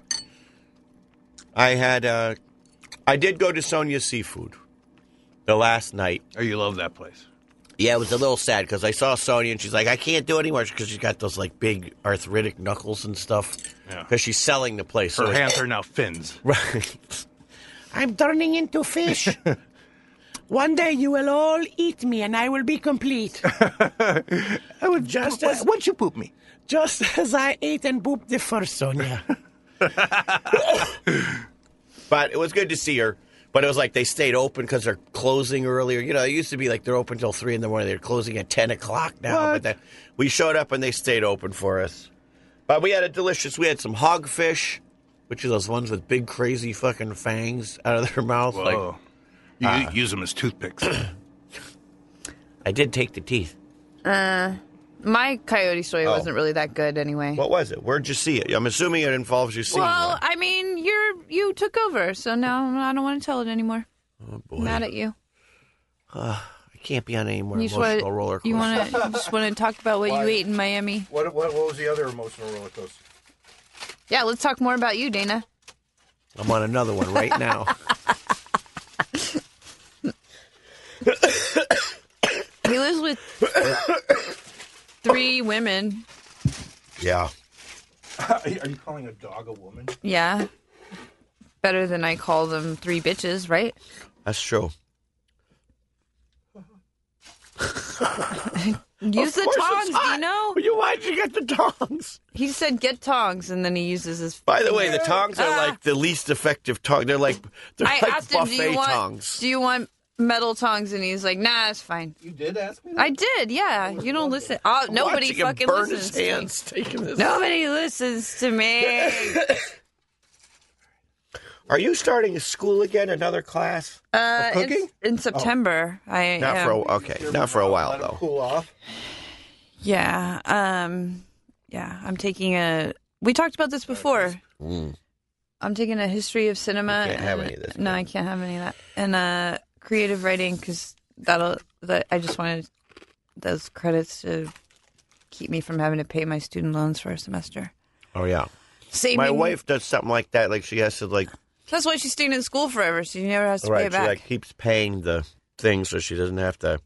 I had, uh, I did go to Sonia Seafood the last night.
Oh, you love that place.
Yeah, it was a little sad because I saw Sonia and she's like, I can't do it anymore because she's got those like big arthritic knuckles and stuff.
Yeah.
Because she's selling the place.
Her
so-
hands are now fins.
Right. I'm turning into fish. One day you will all eat me and I will be complete.
I would
just as-
Why'd you poop me?
Just as I ate and booped the first Sonia. but it was good to see her. But it was like they stayed open because they're closing earlier. You know, it used to be like they're open till three in the morning. They're closing at ten o'clock now.
What?
But then we showed up and they stayed open for us. But we had a delicious. We had some hogfish, which are those ones with big crazy fucking fangs out of their mouth.
Whoa.
Like
you use them as toothpicks.
I did take the teeth.
My coyote
Oh.
story wasn't really that good anyway.
What was it? Where'd you see it? I'm assuming it involves you seeing
Well,
one.
I mean, you're you took over, so now I don't want to tell it anymore.
Oh,
Boy,
Mad at you.
I can't be on any more
You just
emotional
want
roller coaster.
you want to just want to talk about what you ate in Miami.
what, what what was the other emotional roller coaster?
Yeah, let's talk more about you, Dana.
I'm on another one right now.
He lives with three women.
yeah.
Are you calling a dog a woman?
Yeah. Better than I call them three bitches, right?
That's true.
Use the tongs, Dino.
You, why'd you get the tongs?
He said get tongs, and then he uses his.
By the way, the tongs are
Ah.
like the least effective tongue. They're like they're
I
like
asked him,
buffet
"Do you want
tongs.
do you want metal tongs?" And he's like, "Nah, it's fine."
You did ask me.
I did, yeah. You don't listen. Oh, nobody
Watching him
fucking
burn
listens.
his hands taking this.
To me. Nobody listens to me.
Are you starting a school again? Another class?
Uh, in-
cooking?
in, September. I
Oh. Not
am-
for a, okay. Not for a while though.
Cool off.
Yeah. Um yeah, I'm taking a we talked about this before. I'm taking a history of cinema.
Mm. You can't have
and-
any of this,
No, I can't have any of that. And uh creative writing cuz that'll that I just wanted those credits to keep me from having to pay my student loans for a semester.
Oh yeah.
Saving,
My wife does something like that. Like she has to like
That's why she's staying in school forever. She never has to pay
right.
it
She
back.
like keeps paying the thing so she doesn't have to,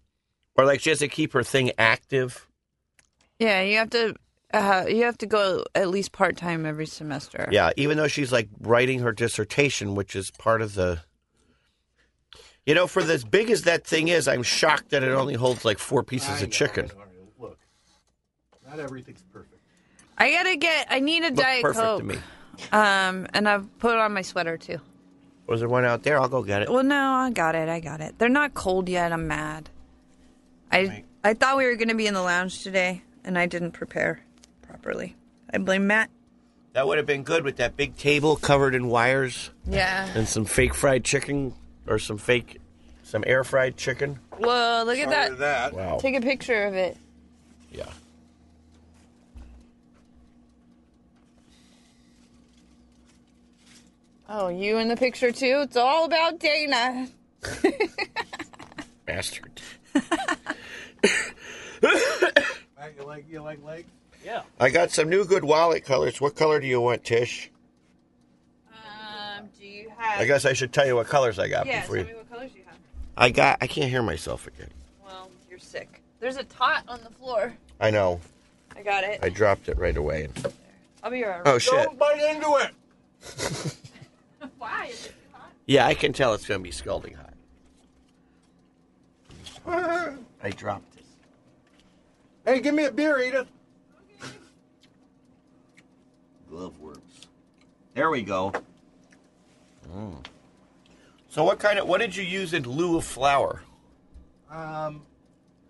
or like she has to keep her thing active.
yeah, you have to uh, you have to go at least part time every semester.
Yeah, even though she's like writing her dissertation, which is part of the. You know, for as big as that thing is, I'm shocked that it only holds like four pieces of chicken.
Look, not everything's perfect.
I gotta get. I need a
Looked
diet
perfect
coke.
to me.
Um, and I've put on my sweater too.
Was there one out there? I'll go get it.
Well, no, I got it. I got it. They're not cold yet. I'm mad. I I thought we were gonna be in the lounge today, and I didn't prepare properly. I blame Matt.
That would have been good with that big table covered in wires
Yeah.
and some fake fried chicken or some fake, some air fried chicken.
Whoa! Look at that.
that.
Wow.
Take a picture of it.
Yeah.
Oh, you in the picture too? It's all about Dana.
Bastard.
You like you like legs?
Yeah.
I got some new good wallet colors. What color do you want, Tish?
Um, do you have?
I guess I should tell you what colors I got
Yeah. Tell
before
me
you.
what colors you have.
I got. I can't hear myself again.
Well, you're sick. There's a tot on the floor.
I know.
I got it.
I dropped it right away.
I'll be right.
Oh shit!
bite into it.
Why is it hot?
Yeah, I can tell it's gonna be scalding hot. I dropped it.
Hey, give me a beer, Edith.
Glove worms. There we go. So what kind of what did you use in lieu of flour?
Um,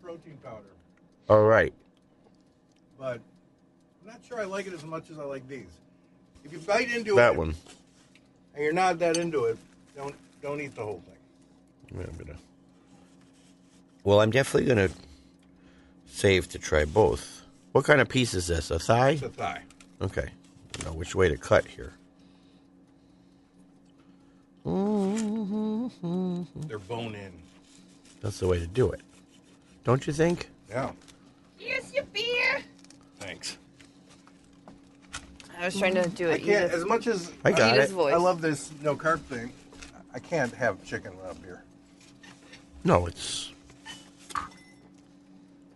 protein powder,
All right.
but I'm not sure I like it as much as I like these. If you bite into it,
That one.
and you're not that into it, don't don't eat the whole thing.
Yeah, I'm gonna. Well, I'm definitely gonna save to try both. What kind of piece is this? A thigh?
It's a thigh.
Okay. I know which way to cut here.
They're bone in.
That's the way to do it. Don't you think?
Yeah.
Here's your beer.
Thanks.
I was trying to do
I
it.
can't.
Edith.
As much as
I got
Edith's
I
it.
voice.
love this no carb thing, I can't have chicken without beer.
No, it's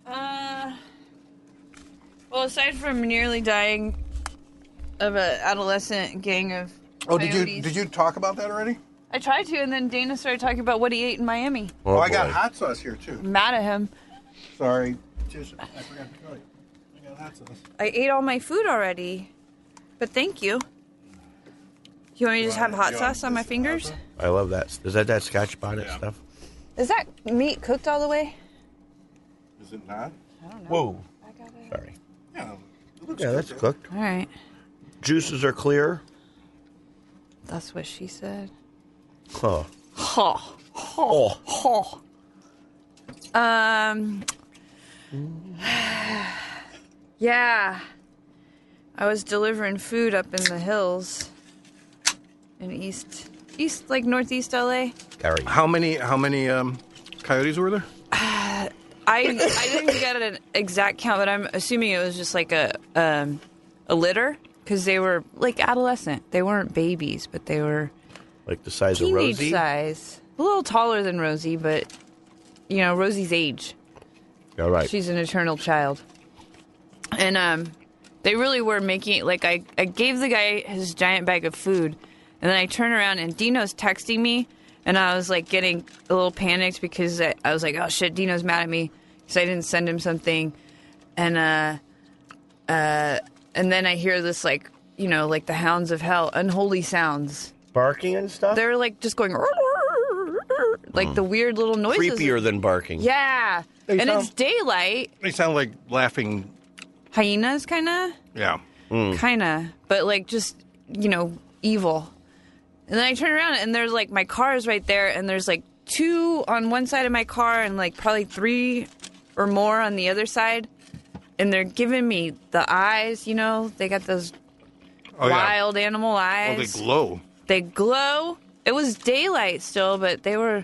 Uh, well, aside from nearly dying of an adolescent gang of
Oh, did you
coyotes-
did you talk about that already?
I tried to, and then Dana started talking about what he ate in Miami.
Oh, I got
boy.
hot sauce here too.
Mad at him.
Sorry, Tish, I forgot to tell you. I got hot sauce.
I ate all my food already, but thank you. You want me to just have
wanna-
hot
you wanna
sauce on my
just have hot
fingers?
sauce?
I love that. Is that that Scotch bonnet
Yeah.
stuff?
Is that meat cooked all the way?
Is it not?
Whoa.
I got it.
Sorry.
Yeah. It looks
Yeah,
good,
that's
though.
cooked.
All right.
Juices are clear.
That's what she said.
Huh.
Ha.
Oh.
Ha. Um. Yeah. I was delivering food up in the hills in East, East, like Northeast LA.
Gary.
How many how many um, coyotes were there?
I I didn't get an exact count, but I'm assuming it was just like a um, a litter because they were like adolescent. They weren't babies, but they were
Like the size of
teenage
Rosie.
size, a little taller than Rosie, but you know Rosie's age.
All right.
She's an eternal child, and um, they really were making like I I gave the guy his giant bag of food, and then I turn around and Dino's texting me, and I was like getting a little panicked because I, I was like oh shit Dino's mad at me because I didn't send him something, and uh, uh, and then I hear this like you know like the hounds of hell unholy sounds.
barking and stuff.
They're like just going like the weird little noises.
creepier than barking.
Yeah.
They
and
sound-
it's daylight.
They sound like laughing.
Hyenas kind of?
Yeah. Mm.
Kind of. But like just, you know, evil. And then I turn around and there's like my car is right there and there's like two on one side of my car and like probably three or more on the other side. And they're giving me the eyes, you know, they got those
Oh yeah.
wild animal eyes.
Well, they glow.
they glow. It was daylight still, but they were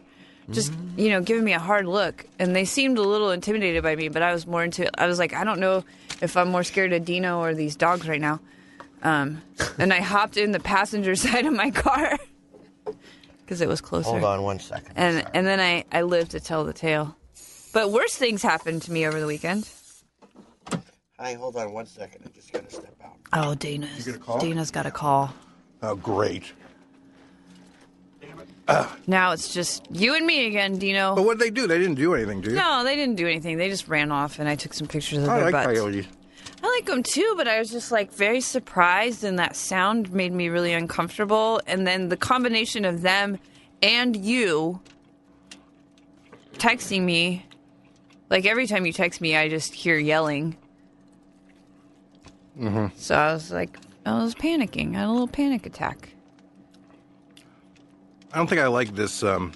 just, you know, giving me a hard look. And they seemed a little intimidated by me, but I was more into it. I was like, I don't know if I'm more scared of Dino or these dogs right now. Um, and I hopped in the passenger side of my car because it was closer.
Hold on one second.
And, and then I, I lived to tell the tale. But worse things happened to me over the weekend.
Hi, hold on one second. I just gotta step out.
Oh, Dana's.
get a call?
Dana's got a call.
Oh great.
Now it's just you and me again, Dino.
But what would they do? They didn't do anything, dude.
No, they didn't do anything. They just ran off, and I took some pictures of
I
their
like
butts.
coyotes.
I like them too, but I was just like very surprised, and that sound made me really uncomfortable. And then the combination of them and you texting me, like every time you text me, I just hear yelling. Mm-hmm. So I was like, I was panicking. I had a little panic attack.
I don't think I like this um,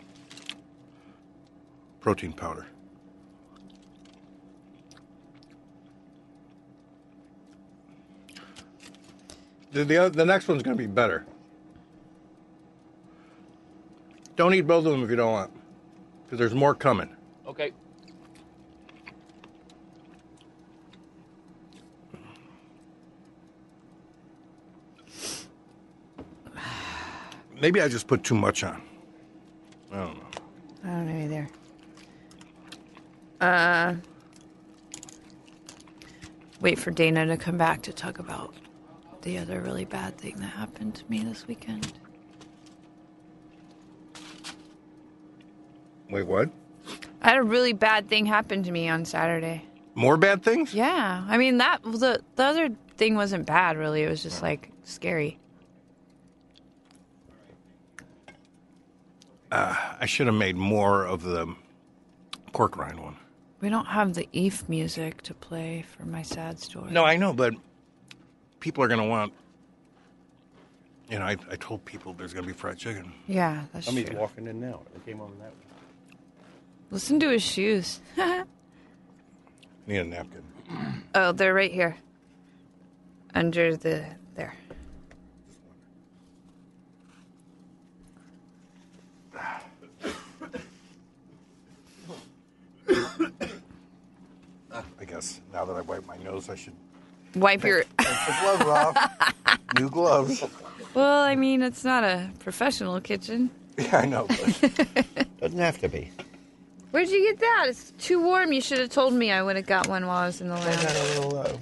protein powder. The, the, oth- the next one's going to be better. Don't eat both of them if you don't want, because there's more coming.
Okay.
Maybe I just put too much on. I don't know.
I don't know either. Uh, wait for Dana to come back to talk about the other really bad thing that happened to me this weekend.
Wait, what?
I had a really bad thing happen to me on Saturday.
More bad things?
Yeah, I mean that the the other thing wasn't bad really. It was just like scary.
I should have made more of the pork rind one.
We don't have the Eve music to play for my sad story.
No, I know, but people are going to want. You know, I, I told people there's going to be fried chicken.
Yeah, that's true.
walking in now. They came over that way.
Listen to his shoes.
Need a napkin.
Oh, they're right here. Under the there.
I guess now that I wiped my nose, I should
Wipe your.
take the gloves off. New gloves.
Well, I mean, it's not a professional kitchen.
Yeah, I know. But
Doesn't have to be.
Where'd you get that? It's too warm. You should have told me. I would have got one while I was in the
Got
lounge.
a little, uh,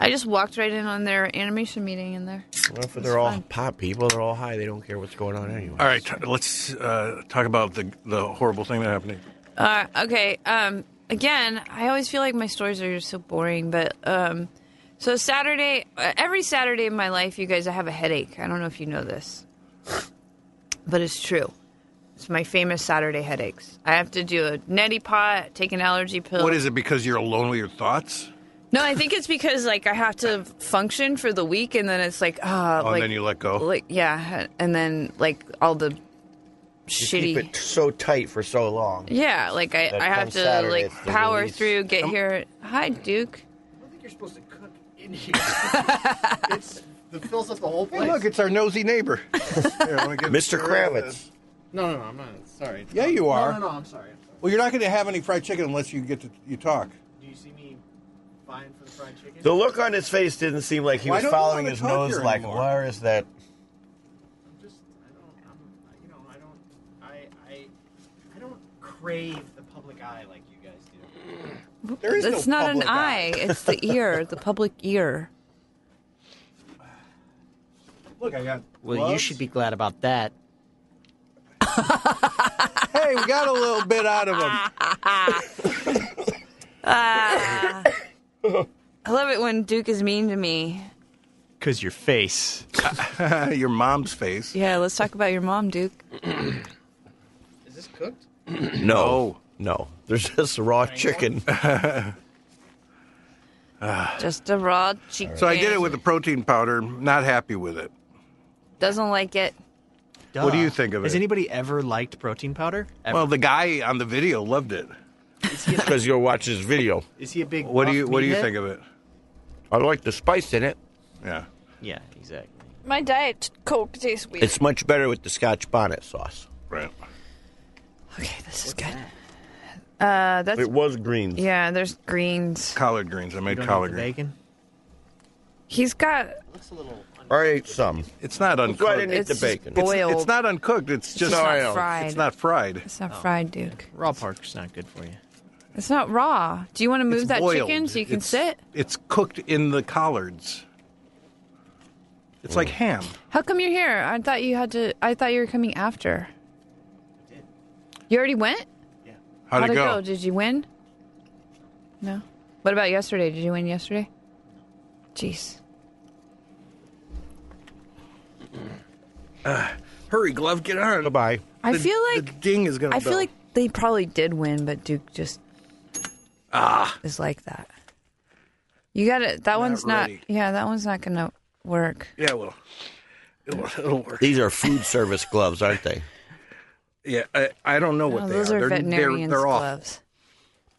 I just walked right in on their animation meeting in there.
well, if they're all pop people, they're all high. They don't care what's going on anyway.
all right, t- let's uh, talk about the the horrible thing that happened.
Uh, okay. Um, again, I always feel like my stories are just so boring, but um, so Saturday, uh, every Saturday in my life, you guys, I have a headache. I don't know if you know this, but it's true. It's my famous Saturday headaches. I have to do a neti pot, take an allergy pill.
What is it? Because you're alone with your thoughts,
No, I think it's because like I have to function for the week, and then it's like ah,
oh,
like
and then you let go.
like yeah, and then like all the
You
shitty.
keep it so tight for so long.
Yeah, like I,
That
I have
comes
to
Saturday,
like
it's the
power
release.
through, get here. Hi, Duke.
I don't think you're supposed to cook in here. it's, it fills up the whole place.
Hey, look, it's our nosy neighbor, Here, let me get-
Mr. Kravitz.
no, no, no, I'm not. Sorry.
Yeah, you are.
No, no, no, I'm sorry. I'm sorry.
Well, you're not going to have any fried chicken unless you get to you talk.
Do you see me fine for the fried chicken?
The look on his face didn't seem like he
Why
was
don't you
following
wanna
his
talk
nose
here
like,
anymore?
where is that?
I'm just, I don't, I'm, I- you know, I don't, I, I, I don't crave the public eye like you guys do.
There is
It's
no
not an
public
eye. It's the ear, the public ear.
Look, I got.
Well, you
gloves.
should be glad about that.
Hey, we got a little bit out of him.
I love it when Duke is mean to me.
Cause your face.
your mom's face.
Yeah, let's talk about your mom, Duke.
Is this cooked?
No.
No, there's just raw chicken.
Just a raw cheek.
So I did it with the protein powder. Not happy with it.
Doesn't like it.
What
Duh.
do you think of
Has
it?
anybody ever liked protein powder? Ever?
well, the guy on the video loved it.
is, he a,
Because you'll watch this video.
is Oh, he a big?
What do you
buff
What do you
meathead?
think of it?
I like the spice in it.
Yeah.
Yeah, exactly.
My diet Coke tastes weird.
It's much better with the Scotch bonnet sauce.
Right.
okay, this is good. Uh, that's
It was green.
yeah. There's greens.
Collard greens. I
You
made
don't
collard
need the
greens.
bacon.
He's got
I ate some.
It's not
That's why I
uncooked.
didn't
It's,
eat
It's
the
just
bacon.
boiled.
it's not uncooked. It's just
not
I know.
fried.
It's not fried.
it's not fried, Duke.
Raw pork's not good for you.
It's not raw. Do you want to move
It's
that
boiled.
chicken so you can
It's-
sit?
It's cooked in the collards. It's like ham.
How come you're here? I thought you had to. I thought you were coming after. You already went.
How'd,
How'd
it
it
go?
Did you win? No. What about yesterday? Did you win yesterday? Jeez.
Uh, Hurry, glove, get on.
Goodbye.
I
The-
feel
the
like
ding is gonna.
I feel
bell.
like they probably did win, but Duke just
Ah.
is like that. You got it. That one's
ready.
not. Yeah, that one's not gonna work.
yeah, well, it'll, it'll work.
These are food service gloves, aren't they?
Yeah, I, I don't know what
Oh,
they
those
are.
are,
They're- they're-
veterinarians'
they're awful.
gloves.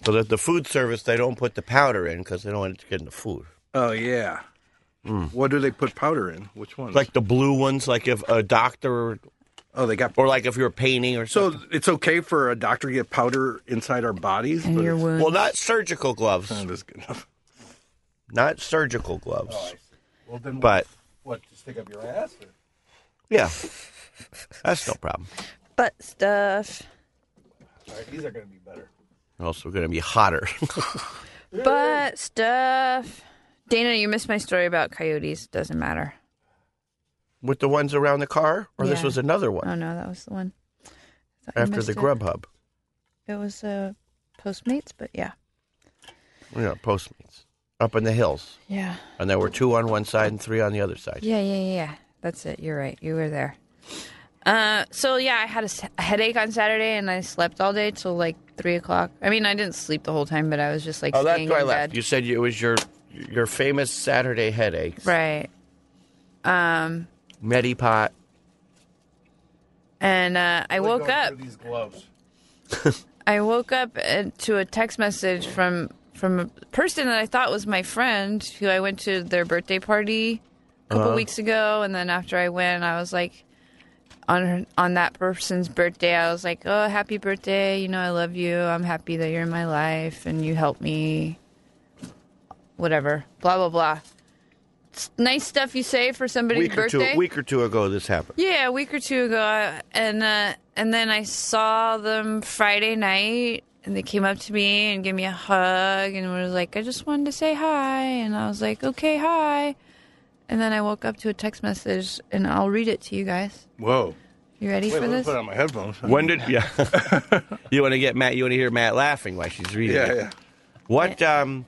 So that the food service, they don't put the powder in because they don't want it to get in the food.
Oh yeah. What do they put powder in? Which ones?
Like the blue ones, like if a doctor or,
oh, they got.
or like if you're painting or something.
So it's okay for a doctor to get powder inside our bodies,
And
but
your
it's
wound.
Well, not surgical gloves.
not as good enough.
Not surgical gloves.
Oh, Well, then what?
But
what to stick up your ass? Or?
yeah, that's no problem.
butt stuff.
All right, these are going to be better.
Also, going to be hotter.
Butt stuff. Dana, you missed my story about coyotes. Doesn't matter.
With the ones around the car? Or this
Yeah.
was another one
Oh no, that was the one. I thought you
after
missed
the
it.
Grubhub?
It was uh, Postmates, but yeah.
Yeah, Postmates. Up in the hills.
Yeah.
And there were two on one side and three on the other side.
Yeah, yeah, yeah, yeah. That's it. You're right. You were there. Uh, so yeah, I had a, s- a headache on Saturday, and I slept all day till like three o'clock. I mean, I didn't sleep the whole time, but I was just like
Oh, that's
staying
why I
in
left.
bed.
You said it was your your famous Saturday headaches.
Right. Um,
Medipot.
and uh, I woke up.
These gloves.
I woke up uh, to a text message from from a person that I thought was my friend, who I went to their birthday party a
Uh-huh.
couple weeks ago, and then after I went, I was like, on her, on that person's birthday, I was like, oh, happy birthday! You know, I love you. I'm happy that you're in my life and you helped me. Whatever, blah blah blah. It's nice stuff you say for somebody's
week or two
birthday.
week or two ago this happened.
Yeah, a week or two ago, I- and uh, and then I saw them Friday night, and they came up to me and gave me a hug, and was like, "I just wanted to say hi," and I was like, "Okay, hi," and then I woke up to a text message, and I'll read it to you guys.
Whoa.
You ready
Wait,
for
let me
this?
put on my headphones.
When did yeah? you want to get Matt? You want to hear Matt laughing while she's reading?
Yeah,
it.
yeah.
What? Um,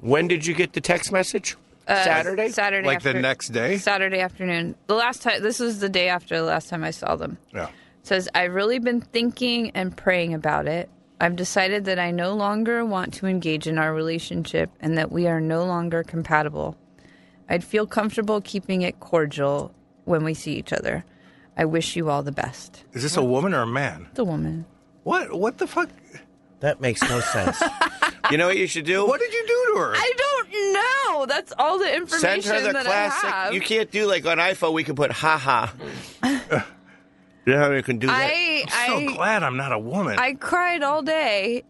when did you get the text message? Saturday.
Uh, Saturday,
Like the
after-
next day?
Saturday afternoon. The last time, this is the day after the last time I saw them.
Yeah.
says, I've really been thinking and praying about it. I've decided that I no longer want to engage in our relationship and that we are no longer compatible. I'd feel comfortable keeping it cordial when we see each other. I wish you all the best.
Is this a woman or a man?
The woman.
What? What the fuck?
That makes no sense. you know what you should do?
What did you do to her?
I don't know. That's all the information
Send her the
that I have.
classic. You can't do like on iPhone. We can put haha. you know how you can do that?
I,
I'm so
I,
glad I'm not a woman.
I cried all day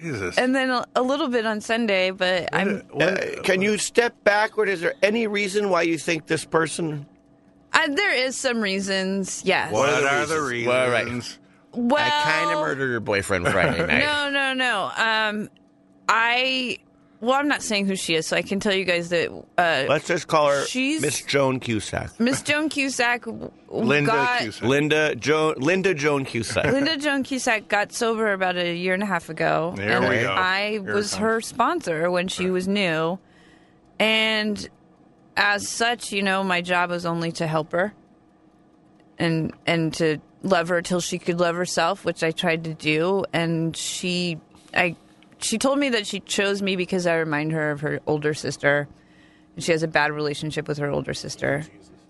Jesus.
and then a, a little bit on Sunday, but I'm
Uh, can you step backward? Is there any reason why you think this person?
I, there is some reasons. Yes.
What,
are the
are the reasons?
reasons? Well, right.
Well,
I kind of murdered your boyfriend Friday night.
No, no, no. Um, I. Well, I'm not saying who she is, so I can tell you guys that uh,
Let's just call her
She's-
Miss Joan Cusack.
Miss Joan Cusack, w-
Linda
got,
Cusack.
Linda Joan Linda Joan Cusack.
Linda Joan Cusack got sober about a year and a half ago,
There
and
we go.
I
Here it
was her sponsor when she was new, and as such, you know, my job was only to help her, and and to love her till she could love herself, which I tried to do, and she, I, she told me that she chose me because I remind her of her older sister, and she has a bad relationship with her older sister,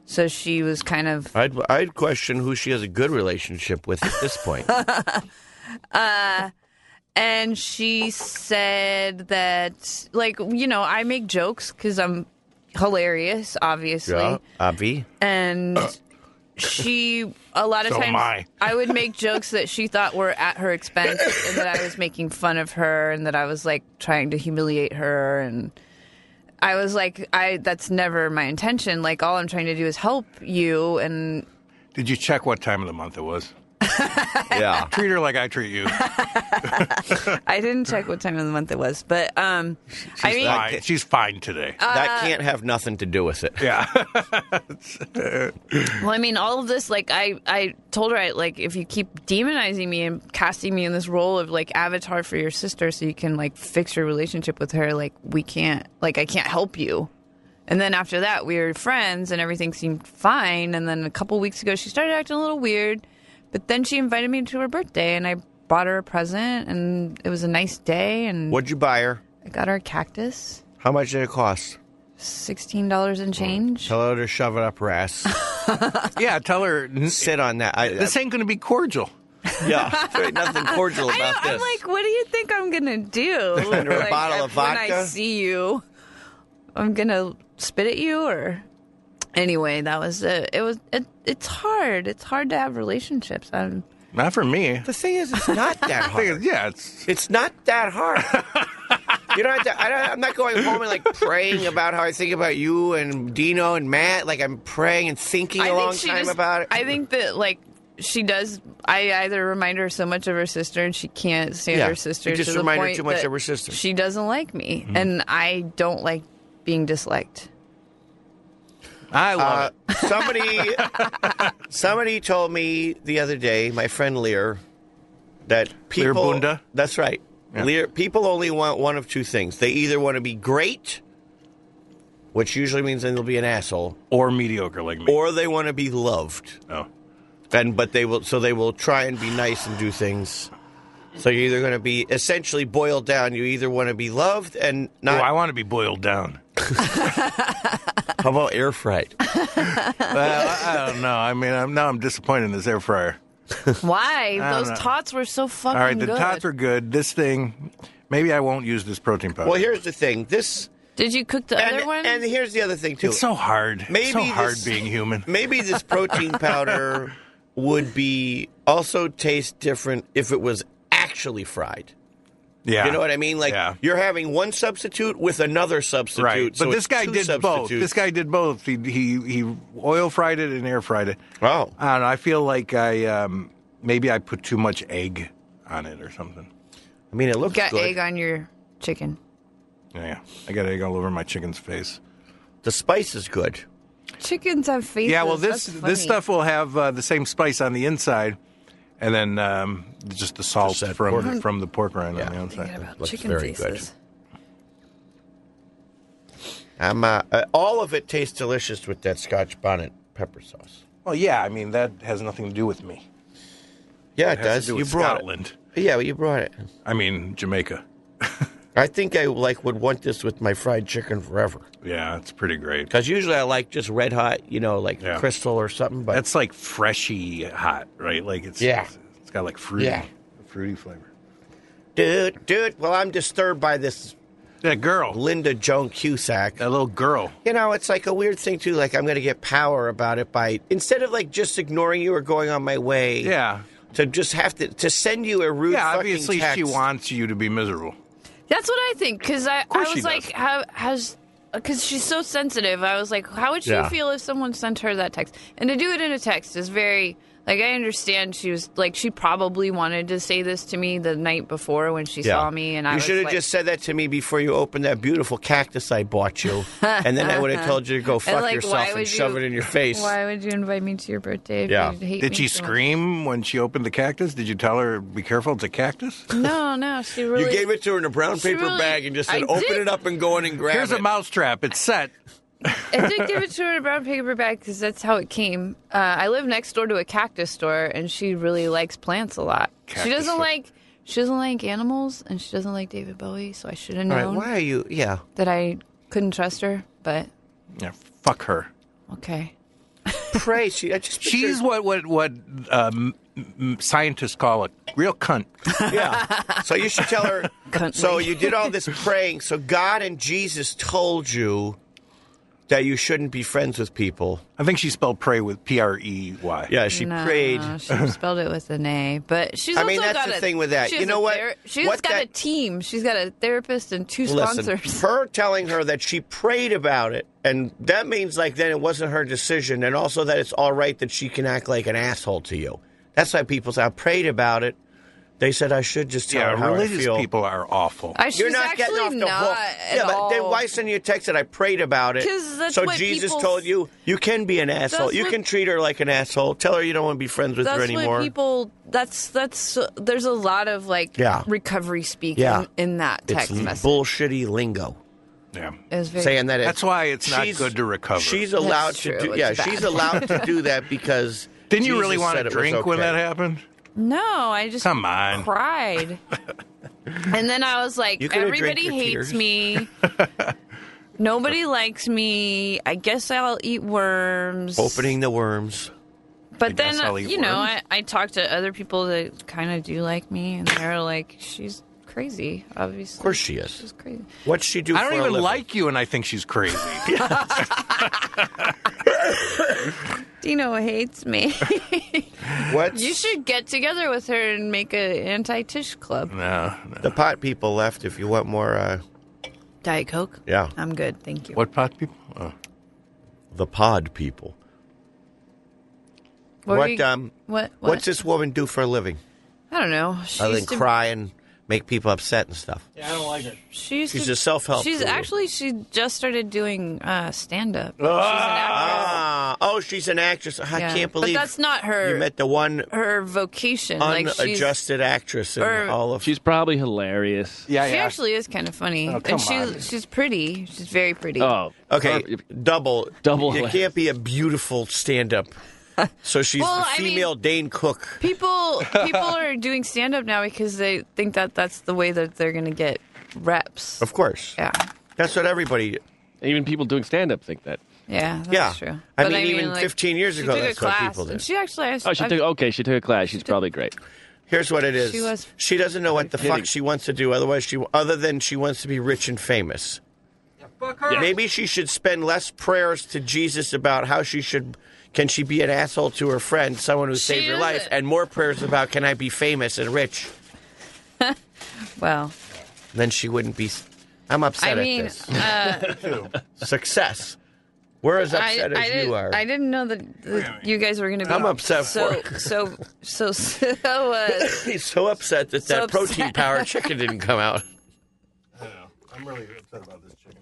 so she was kind of
I'd I'd question who she has a good relationship with at this point.
and she said that like you know i make jokes because i'm hilarious obviously
yeah, Avi.
and she a lot of
So am
times
I.
would make jokes that she thought were at her expense and that i was making fun of her and that i was like trying to humiliate her and i was like i that's never my intention like all i'm trying to do is help you and
Did you check what time of the month it was?
Yeah.
Treat her like I treat you.
i didn't check what time of the month it was but um i mean
Fine. She's fine today.
Uh,
that can't have nothing to do with it.
yeah.
Well, I mean, all of this, like, I, I told her, I, like, if you keep demonizing me and casting me in this role of, like, avatar for your sister so you can, like, fix your relationship with her, like, we can't, like, I can't help you. And then after that, we were friends and everything seemed fine. And then a couple weeks ago, she started acting a little weird. But then she invited me to her birthday and I bought her a present and it was a nice day. And
What'd you buy her?
I got her a cactus,
How much did it cost?
$16 and change.
Tell her to shove it up her ass.
yeah. Tell her "N-
Sit on that. I,
this ain't going to be cordial.
yeah, there ain't nothing cordial
I know,
about
I'm
this.
like, what do you think I'm gonna do?
Under a
Like,
bottle of
when I
vodka?
see you, I'm gonna spit at you, or anyway, that was it. It was it, it's hard. It's hard to have relationships. I'm,
Not for me.
the thing is, it's not that
I think
hard.
it's- yeah. It's
It's not that hard. You know, I don't, I'm not going home and like praying about how I think about you and Dino and Matt. Like I'm praying and thinking
I
a long
think she
time
just,
about it.
I think that like she does. I either remind her so much of her sister, and she can't stand
Yeah,
her sister.
you just
to the
remind her
point
too much
that
of her sister. Mm-hmm.
She doesn't like me, and I don't like being disliked.
I love
Uh, somebody, somebody told me the other day, my friend Lear, that
Lear
people.
Bunda?
That's right.
Yeah.
Lear, people only want one of two things. They either want to be great, which usually means then they'll be an asshole,
or mediocre like me.
or they want to be loved.
oh.
And but they will, so they will try and be nice and do things. So you're either going to be essentially boiled down. You either want to be loved and
Oh,
not.
I want to be boiled down.
how about air fried?
Well, I, I don't know. I mean, I'm, now I'm disappointed in this air fryer. I
Why?
don't
Those
know.
tots were so fucking
All right, the
Oh, good.
tots are good. This thing, maybe I won't use this protein powder.
Well, here's the thing. This
Did you cook the
and,
other one?
and here's the other thing too.
it's so hard. Maybe it's so
Maybe
hard
this-
being human.
Maybe this protein powder would be also taste different if it was actually fried.
Yeah,
You know what I mean? Like
Yeah.
you're having one substitute with another substitute.
Right,
so
but
it's
this guy
two
did both.
substitutes.
This guy did both. He he he oil fried it and air fried it.
Oh,
I don't know. I feel like I um, maybe I put too much egg on it or something.
I mean, it looks
Got
good.
egg on your chicken.
Yeah, I got egg all over my chicken's face.
The spice is good.
Chickens have faces.
yeah, well, this
That's
this
funny.
stuff will have uh, the same spice on the inside, and then um, just the salt
Just that
from
pork.
from the pork rind on the
Thinking
outside.
about
looks
chicken
very good.
faces.
I'm uh, uh, all of it tastes delicious with that Scotch bonnet pepper sauce.
Well, yeah, I mean that has nothing to do with me.
Yeah,
It
it,
has
does.
to do
you
with
brought
Scotland.
it. Yeah, well, you brought it.
I mean Jamaica.
I think I like would want this with my fried chicken forever.
Yeah, it's pretty great.
Because usually I like just red hot, you know, like
Yeah.
crystal or something. But
That's like freshy hot, right? Like it's
Yeah.
it's- it's got like fruity
Yeah.
fruity flavor.
dude, dude. Well, I'm disturbed by this
That girl,
Linda Joan Cusack.
Um,
that little girl.
You know, it's like a weird thing too. Like I'm going to get power about it by instead of like just ignoring you or going on my way.
Yeah,
To just have to to send you a rude.
yeah.
fucking
Obviously, she
text.
wants you to be miserable.
That's what I think because I, I
course she
was
does.
like, how has because she's so sensitive. I was like, how would she
Yeah.
feel if someone sent her that text? And to do it in a text is very like I understand she was like she probably wanted to say this to me the night before when she saw me, and I
you
was
should have
like,
just said that to me before you opened that beautiful cactus I bought you, and then I would have told you to go fuck
like, why
yourself and
would
shove
you-
it in your face.
Why would you invite me to your birthday? If
Yeah.
you hate
Did
me
she
so much?"
scream when she opened the cactus? Did you tell her, "Be careful, it's a cactus"?
No, no, she really.
You gave it to her in a brown
She
paper
really-
bag and just said,
I
"Open
did.
it up and go in and grab
Here's
it."
a mousetrap. It's set.
I did give it to her in a brown paper bag because that's how it came. Uh, I live next door to a cactus store, and she really likes plants a lot. she
Cactus
doesn't
store.
like she doesn't like animals, and she doesn't like David Bowie. So I should have
All right,
known
why are you? Yeah,
that I couldn't trust her. But
Yeah, fuck her.
okay,
pray. She, I just
She's
pictured-
what what what um, m- m- scientists call a real cunt.
yeah. So you should tell her.
Cunt
so
me.
you did all this praying. So God and Jesus told you that you shouldn't be friends with people.
I think she spelled pray with P R E Y.
Yeah, she
no,
prayed.
She spelled it with an A, but she's.
I mean,
also
that's
got
the
a-
thing with that.
she
You
has
know
a
what?
Ther- she's
What
got a
that-
team. She's got a therapist and two
Listen,
sponsors.
her telling her that she prayed about it, and that means like then it wasn't her decision, and also that it's all right that she can act like an asshole to you. That's why people say I prayed about it. They said I should just tell
Yeah,
her Oh, how I
religious
feel.
people are awful.
I, she's
You're not
actually
getting off the
not
hook.
at
yeah, but then
all.
why send you a text that I prayed about it?
'Cause that's
so
what
Jesus
people-
told you you can be an asshole.
That's
You
what-
can treat her like an asshole. Tell her you don't want to be friends with
that's
her anymore.
what people that's that's there's a lot of like
Yeah.
recovery speak
Yeah.
in, in that
it's
text message
bullshitty lingo.
yeah.
It was very-
saying that it's,
That's why it's not
she's-
good to recover.
She's allowed
true,
to do
it's
yeah,
bad.
she's allowed to do that because
Didn't you really
Jesus
want
said
to
it was
drink when
okay.
that happened?
no i just
Come on.
cried and then i was like
You could've drank
everybody
your
hates
tears."
me nobody likes me i guess i'll eat worms
Opening the worms.
I
but then uh,
guess I'll eat
you know
worms.
I, I talked to other people that kind of do like me and they're like she's crazy obviously of
course she is.
she's crazy
What'd she do
I don't
for a
even
living?
like you, and I think she's crazy.
dino hates me
What's
You should get together with her and make an anti-Tish club.
no, no.
the pot people left if you want more uh
Diet Coke.
yeah.
I'm good, thank you. What,
What pot people? Oh.
The pod people.
were
what,
you-
um,
what? What?
What's this woman do for a living?
I don't know. She
Other than
used to,
cry and make people upset and stuff.
Yeah, I don't like her.
She used
She's
to,
a self-help
She's
guru.
actually she just started doing uh, stand-up.
Ah, oh, she's an actress. I
Yeah.
can't believe
But that's not her
you met the one
her vocation. like she's
unadjusted actress in
or-
all of
She's probably hilarious.
Yeah,
she
yeah. Oh,
actually is kind of funny,
come
and she's
on.
she's pretty. She's very pretty.
Oh,
Okay,
Or-
double.
Double.
You can't be a beautiful stand-up. So she's
Well,
the
I mean-
female Dane Cook.
People people are doing stand-up now because they think that that's the way that they're gonna get reps.
Of course.
Yeah,
That's what everybody.
even people doing stand up think that.
Yeah, that's
yeah,
true.
I
But
mean, even
like,
15 years
she
ago,
took a
that's what
class,
people did.
and She actually, I,
Oh, she
I-
took okay. She took a class. She's probably great.
Here's what it is. She,
She was-
doesn't know what the
kidding.
fuck she wants to do. Otherwise, she other than she wants to be rich and famous.
Fuck her.
Maybe she should spend less prayers to Jesus about how she should. Can she be an asshole to her friend, someone who saved her
is
life,
it.
and more prayers about can I be famous and rich?
well,
Then she wouldn't be. I'm upset
I mean,
at this.
uh,
Success. We're as
I, I,
upset as
didn't,
you are.
I didn't know that, that you guys were going to be.
I'm upset
So,
for
so, so, so, uh,
He's so upset that
So
that protein
upset.
powered chicken didn't come out.
I don't know. I'm really upset about this chicken.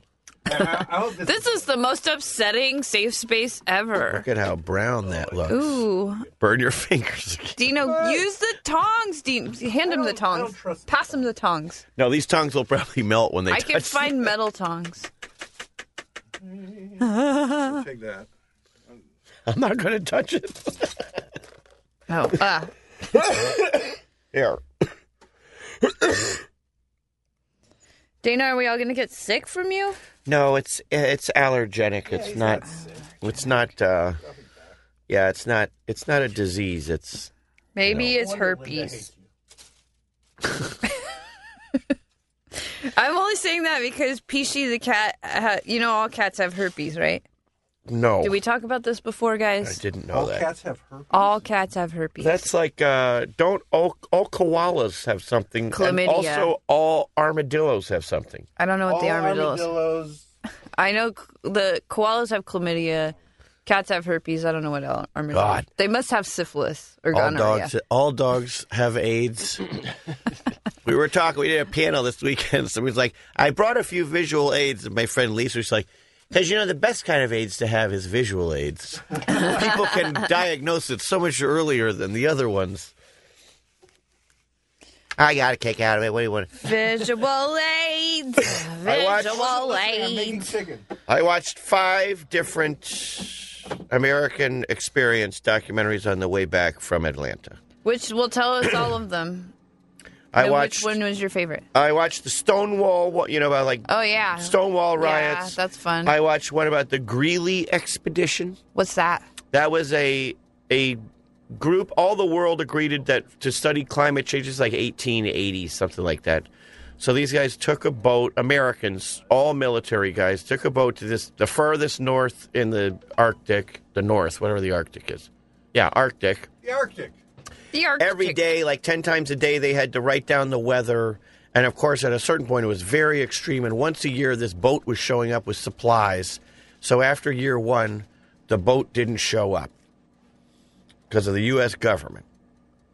I, I, I hope this,
this is the most upsetting safe space ever.
Look at how brown that looks.
Ooh.
Burn your fingers. again.
Dino, use the tongs. Dino, hand him the
don't- I don't
tongs.
trust the
Pass him the tongs.
No, these tongues will probably melt when they
I
touch.
can find metal tongs.
take that.
I'm not going to touch it.
Oh, ah.
Here.
Dana, are we all gonna get sick from you?
No, it's it's allergenic. it's not. It's not. uh Yeah, it's not. It's not a disease. It's
Maybe it's herpes. I'm only saying that because Pishi the cat, ha- you know, all cats have herpes, right?
no.
Did we talk about this before,
I
guys?
didn't know
All
that.
cats have herpes.
All cats have herpes.
That's like uh don't all, all koalas have something? And
Chlamydia.
also, all armadillos have something.
I don't know what
All
the armadillos.
armadillos.
I know c- the koalas have chlamydia. Cats have herpes. I don't know what el- armadillos.
God.
They must have syphilis or
All
gonorrhea.
dogs. All dogs have AIDS. we were talking. We did a panel this weekend. So we was like, I brought a few visual aids. And my friend Lisa was like, because you know the best kind of AIDS to have is visual aids. People can diagnose it so much earlier than the other ones. I got a kick out of it. What do you want?
Visual aids.
I watched-
Visual
I'm making
aids.
chicken.
I watched five different American experience documentaries on the way back from Atlanta.
Which will tell us all of them.
I
And
watched.
Which one was your favorite?
I watched the Stonewall. wa- You know about like
Oh yeah.
Stonewall riots.
Yeah, that's fun.
I watched one about the Greeley expedition.
What's that?
That was a a group. All the world agreed that to study climate change is like 1880, something like that. So these guys took a boat. Americans, all military guys, took a boat to this the furthest north in the Arctic, the north, whatever the Arctic is. Yeah, Arctic.
The Arctic.
The Arctic.
Every day, like 10 times a day, they had to write down the weather. And of course, at a certain point, it was very extreme. And once a year, this boat was showing up with supplies. So after year one, the boat didn't show up because of the U.S. government.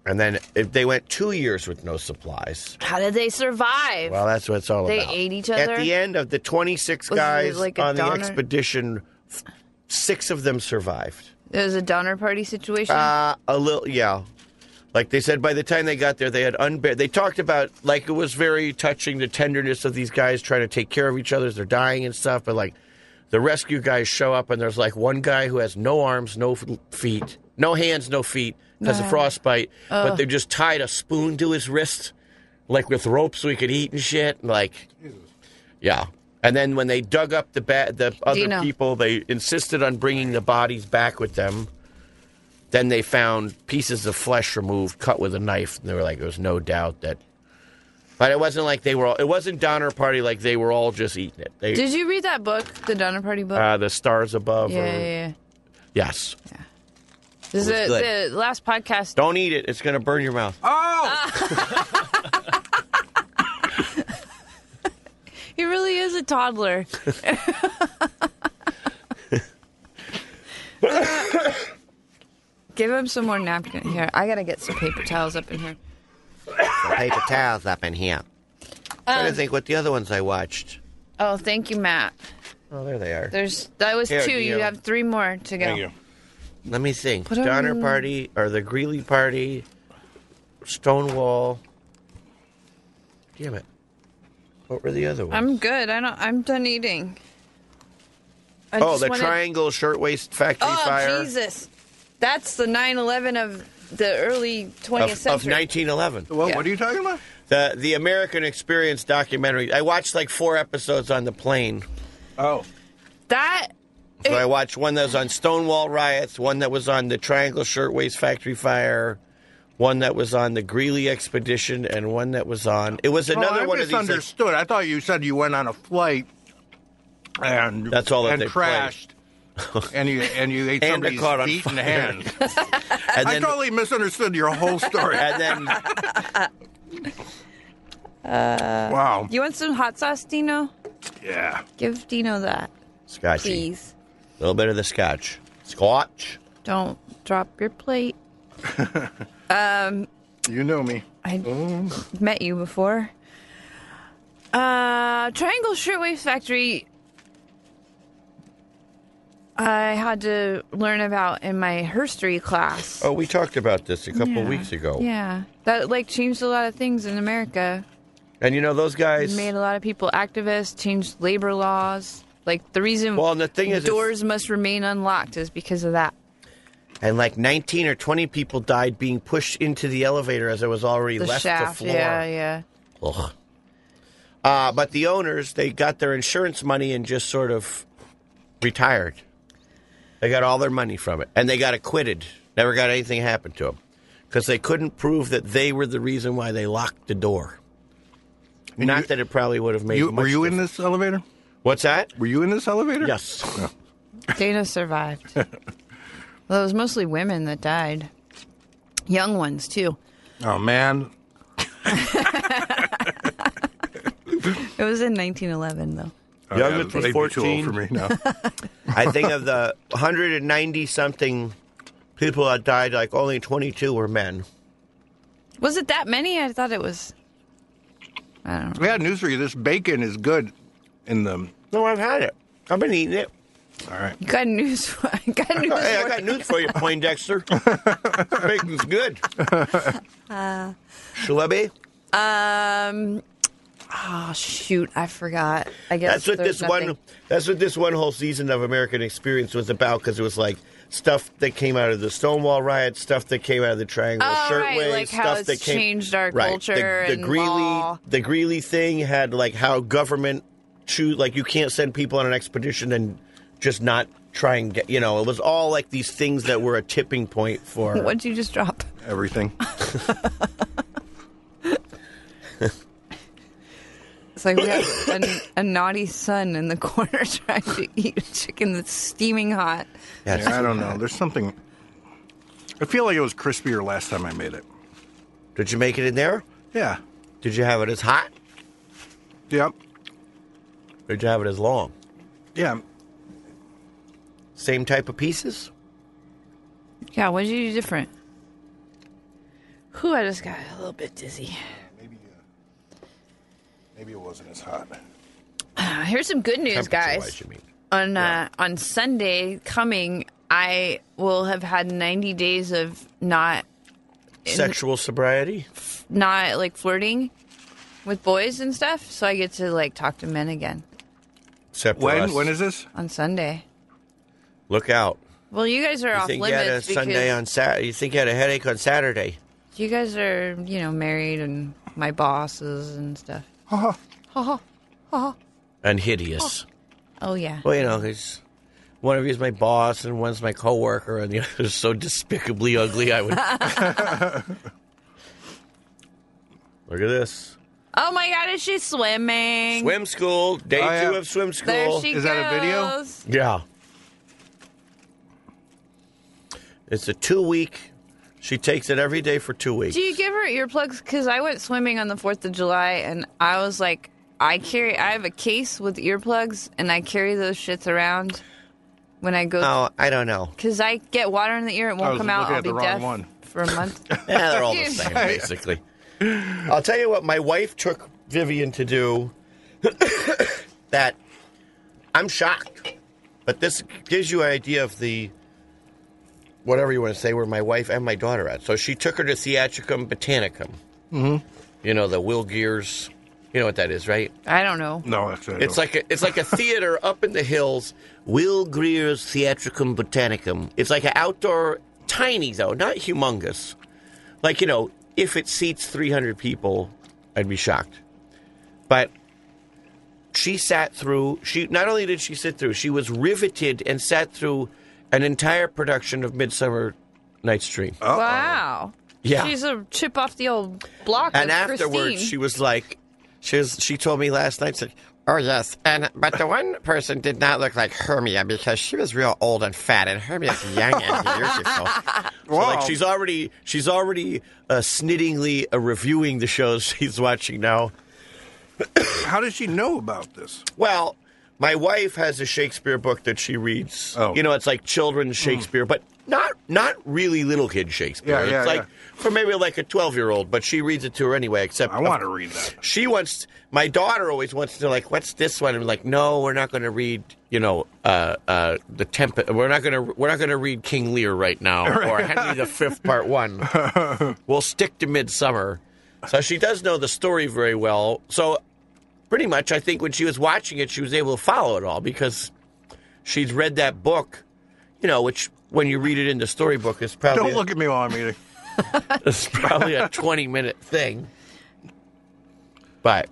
And then if they went two years with no supplies.
How did they survive?
Well, that's what it's all
They
about.
ate each
At
other?
the end of the 26
Was it
guys
like a
on the
Donner-
expedition, f- six of them survived.
it was a Donner Party situation.
Uh, a little, yeah. Like they said, by the time they got there, they had unbear. They talked about like it was very touching the tenderness of these guys trying to take care of each other as they're dying and stuff. But like the rescue guys show up and there's like one guy who has no arms, no f- feet, no hands, no feet because of frostbite. But they just tied a spoon to his wrist, like with rope, so he could eat and shit. and, Like, yeah. And then when they dug up the ba- the other
Dino.
people, they insisted on bringing the bodies back with them. Then they found pieces of flesh removed, cut with a knife, and they were like, "There was no doubt that." But it wasn't like they were all. It wasn't Donner Party like they were all just eating it. They,
did you read that book, the Donner Party book?
uh, the stars above.
yeah,
or-
yeah, yeah.
Yes.
This is
was
the, the last podcast.
Don't eat it. It's gonna burn your mouth.
Oh!
He really is a toddler. Give him some more napkin here. I gotta get some paper towels up in here.
Paper towels up in here.
Um,
trying to think what the other ones I watched.
Oh, thank you, Matt.
Oh, there they are.
There's that was
Here,
two. You
Dio.
have three more to go.
Thank you.
Let me think.
on-
Donner Party or the Greeley Party, Stonewall. Damn it. What were the other ones?
I'm good. I don't. I'm done eating. I
oh,
just
the
wanted-
Triangle Shirtwaist Factory
Oh
Fire
Jesus, that's the 9/11 of the early 20th
of, of
century.
1911.
Well,
Yeah.
What are you talking about?
The the American Experience documentary. I watched like four episodes on the plane.
Oh.
that
So I watched one that was on Stonewall riots, one that was on the Triangle Shirtwaist Factory fire, one that was on the Greeley expedition, and one that was on. It was another
oh, I
one of these. like-
misunderstood. I thought you said you went on a flight and
That's all that
and
they played.
crashed. and you and you ate
And it
somebody's
caught on
feet and
fire.
hands.
and
I
then,
totally misunderstood your whole story.
and then
wow.
You want some hot sauce, Dino?
Yeah.
Give Dino that,
Scotchy,
please.
a little bit of the Scotch, Scotch.
Don't drop your plate. Um,
You know me.
I
Mm.
met you before. Uh, Triangle Shirtwaist Factory. I had to learn about in my history class.
Oh, we talked about this a couple
Yeah.
weeks ago,
Yeah, that like changed a lot of things in America.
and you know those guys.
Made a lot of people activists. Changed labor laws. Like the reason
Well, and the thing is, it's-
doors must remain unlocked is because of that.
and like 19 or 20 people died being pushed into the elevator as I was already
The
left
shaft.
the floor.
yeah, yeah.
Ugh. Uh, but the owners, they got their insurance money and just sort of retired. They got all their money from it, and they got acquitted. Never got anything happen to them because they couldn't prove that they were the reason why they locked the door. Not
you-
that it probably would have made.
You,
much
were you in
difference.
this elevator?
What's that?
Were you in this elevator?
Yes.
Dana survived. well, it was mostly women that died, young ones too.
Oh man.
It was in 1911, though.
Oh,
Youngest
yeah,
was
they'd be too old
14.
for me now.
I think of the 190 something people that died, like only 22 were men.
Was it that many? I thought it was. I don't know.
yeah, news for you. This bacon is good in the.
No, I've had it. I've been eating it.
All right.
You got news. For, I got news.
Hey, I
for
got
you.
news for you, Poindexter. Bacon's good. Shalebi,
Um. Oh shoot! I forgot. I guess
that's what
there's
this one.
nothing.
That's what this one whole season of American Experience was about because it was like stuff that came out of the Stonewall riots, stuff that came out of the Triangle
Oh, right,
Shirtwaist,
like how
stuff
it's
that came,
changed our
right, the-
culture
The,
and
Greeley,
law.
the Greeley thing had like how government choose like you can't send people on an expedition and just not try and get you know it was all like these things that were a tipping point for
What'd you just drop?
Everything.
It's like we have a, a naughty son in the corner trying to eat a chicken that's steaming hot.
Yes.
Yeah, I don't know. There's something. I feel like it was crispier last time I made it.
Did you make it in there?
Yeah.
Did you have it as hot?
Yep.
Or did you have it as long?
Yeah.
Same type of pieces?
Yeah, what'd you do different? Whew, I just got a little bit dizzy.
Maybe. Uh, maybe it wasn't as hot.
Uh, here's some good news,
Temperature-wise,
guys.
you mean.
On uh, on Sunday coming, I will have had 90 days of not
Sexual sobriety?
not like flirting with boys and stuff, so I get to like talk to men again
Except for
When?
us.
When is this?
on Sunday.
Look out.
Well, you guys are
You
off
think you had a
limits because
Sunday on Saturday? You think you had a headache on Saturday?
you guys are you know married and my bosses and stuff.
And hideous.
Oh yeah.
Well, you know, it's, one of you is my boss and one's my coworker and the other is so despicably ugly I would... Look at this.
Oh my God, is she swimming?
Swim school. Day
Oh, yeah.
two of swim school.
There she
Is that a video?
goes.
Yeah. It's a two week. She takes it every day for two weeks.
Do you give her earplugs? Because I went swimming on the 4th of July and I was like, I carry, I have a case with earplugs and I carry those shits around when I go.
oh, I don't know.
Because I get water in the ear, it
I
won't
was
come out.
looking
I'll
at the
be
wrong
deaf
one.
for a month.
Yeah, they're all the same, basically. I'll tell you what my wife took Vivian to do that I'm shocked. But this gives you an idea of the whatever you want to say where my wife and my daughter are at. So she took her to Theatricum Botanicum. Mm-hmm. You know, the Will Gears. You know what that is, right?
I don't know.
No, that's it.
It's like a, it's like a theater up in the hills. Will Greer's Theatricum Botanicum. It's like an outdoor, tiny though, not humongous. Like you know, if it seats three hundred people, I'd be shocked. But she sat through she not only did she sit through she was riveted and sat through an entire production of midsummer night's dream
Wow.
Yeah.
She's a chip off the old block.
and
of
afterwards
Christine.
she was like she was she told me last night said oh yes and but the one person did not look like hermia because she was real old and fat and hermia's young and beautiful so like she's already she's already uh, snittingly uh, reviewing the shows she's watching now
How does she know about this?
Well, my wife has a Shakespeare book that she reads.
Oh. Hmm.
You know, it's like children's Shakespeare, but not not really little kid Shakespeare.
Yeah, yeah,
it's like
yeah.
for maybe like a 12-year-old, but she reads it to her anyway, except
I want to read that.
She wants my daughter always wants to like what's this one? I'm like, "No, we're not going to read, you know, uh uh the Temp we're not going to we're not going to read King Lear right now or Henry V part 1. we'll stick to Midsummer." So she does know the story very well. So pretty much i think when she was watching it she was able to follow it all because she's read that book you know which when you read it in the storybook is probably
Don't look at me while I'm eating.
it's probably a 20 minute thing but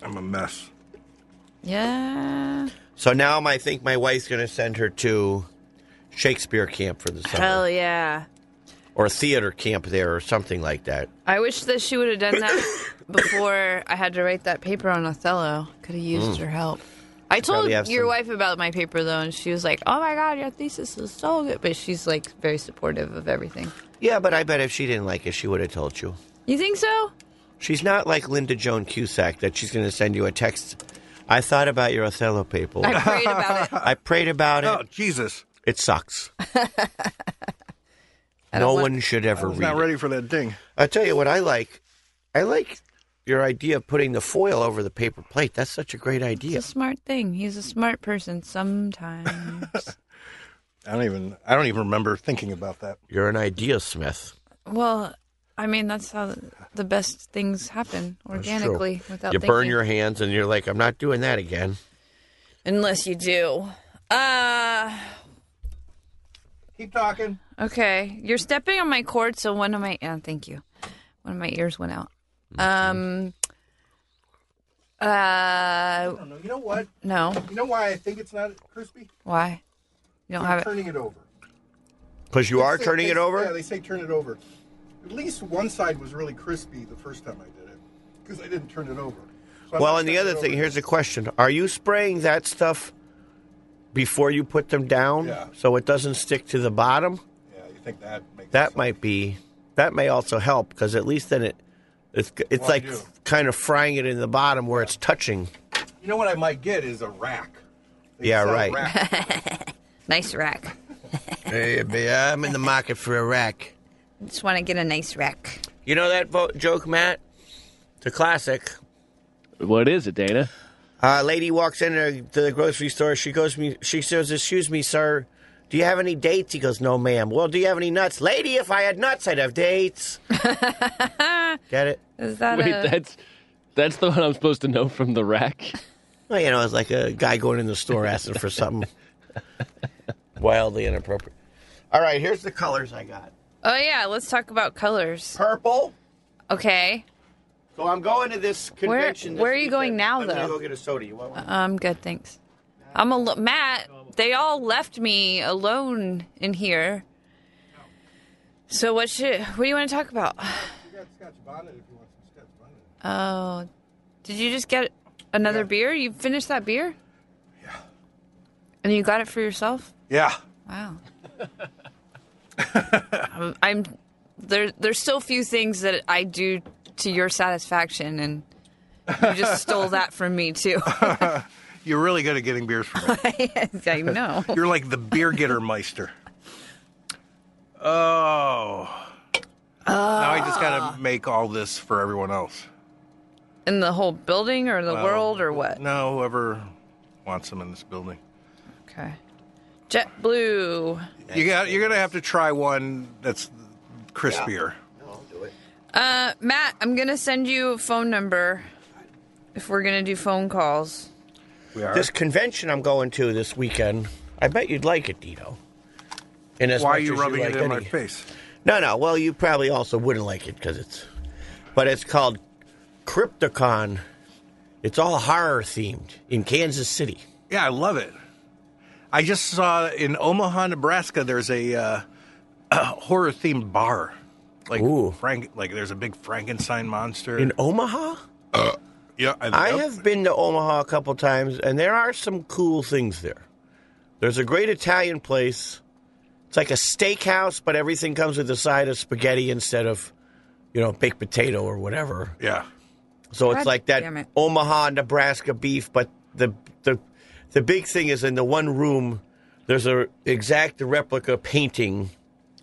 I'm a mess.
Yeah.
so now my- i think my wife's going to send her to shakespeare camp for the summer
Hell yeah.
or a theater camp there or something like that
I wish that she would have done that before I had to write that paper on Othello. Could have used her help. I told
Mm. Probably
your
have some-
wife about my paper though, and she was like, "Oh my god, your thesis is so good." But she's like very supportive of everything.
yeah but i bet if she didn't like it she would have told you
You think so?
she's not like linda joan cusack that she's going to send you a text i thought about your othello paper
I prayed about it.
I prayed about it
Oh Jesus!
It sucks.
I
no
don't want-
one should ever
I was
read.
not
it.
ready for that ding.
I tell you what I like. I like your idea of putting the foil over the paper plate. That's such a great idea.
It's a smart thing. He's a smart person. Sometimes.
I don't even. I don't even remember thinking about that.
You're an idea smith.
well, I mean, that's how the best things happen
It's true.
organically without
you burn
thinking.
your hands and you're like, I'm not doing that again.
Unless you do. Uh
Keep talking.
okay. You're stepping on my cord, so one of my uh, thank you. One of my ears went out. Um uh
I don't know. You know what?
no.
You know why I think it's not crispy?
Why? You don't
I'm
have it.
turning it over.
Because you are
They say-
turning
they-
it over?
Yeah, they say turn it over. At least one side was really crispy the first time I did it because I didn't turn it over. So I'm
well,
not
and the
turning
other
it
thing,
over.
here's the question Are you spraying that stuff before you put them down
Yeah.
so it doesn't stick to the bottom?
Yeah, you think that makes
that
sense.
might be that may also help because at least then it it's it's
Well, I
like
do.
kind of frying it in the bottom where it's touching.
You know what I might get is a rack. They
Yeah,
sell
right.
racks.
Nice rack.
Hey, man, I'm in the market for a rack.
Just want to get a nice rack.
You know that vo- joke, Matt? It's a classic.
What is it, Dana?
Uh, lady walks into the grocery store. She goes, me. She says, "Excuse me, sir. Do you have any dates?" He goes, "No, ma'am." Well, do you have any nuts, lady? If I had nuts, I'd have dates. Get it?
Is that
Wait,
a
that's that's the one I'm supposed to know from the rack.
Well, you know, it's like a guy going in the store asking for something wildly inappropriate. All right, here's the colors I got.
Oh yeah, let's talk about colors.
Purple.
Okay.
So I'm going to this convention. this
where are you
weekend.
going now,
I'm gonna
though?
go get a soda. You want one?
Um, good, thanks. I'm a lo- Matt. They all left me alone in here. So what should what do you want to talk about?
You got Scotch bonnet if you want some Scotch bonnet.
Oh, did you just get another beer? You finished that beer? Yeah. And you got it for yourself?
Yeah.
Wow. I'm, I'm there. There's so few things that I do to your satisfaction, and you just stole that from me too.
You're really good at getting beers from me.
I know.
You're like the beer getter meister. Oh. now I just got to make all this for everyone else.
In the whole building or the
Well,
world or what?
No, whoever wants them in this building.
Okay. JetBlue.
You got you're going to have to try one that's crispier.
Uh, Matt, I'm going to send you a phone number if we're going to do phone calls.
We are.
This convention I'm going to this weekend. I bet you'd like it, Dito. And as
Why are
much
you
as
rubbing
like
it in my
any-
face?
No, no. Well, you probably also wouldn't like it because it's, but it's called Crypticon. It's all horror themed in Kansas City.
Yeah, I love it. I just saw in Omaha, Nebraska, there's a uh, horror themed bar. Like
Ooh.
Frank, like there's a big Frankenstein monster.
In Omaha?
yeah,
I
yep.
have been to Omaha a couple times, and there are some cool things there. There's a great Italian place. It's like a steakhouse, but everything comes with a side of spaghetti instead of, you know, baked potato or whatever.
Yeah,
So it's
God
like
damn
that
it.
Omaha, Nebraska beef, but the the the big thing is in the one room there's a exact replica painting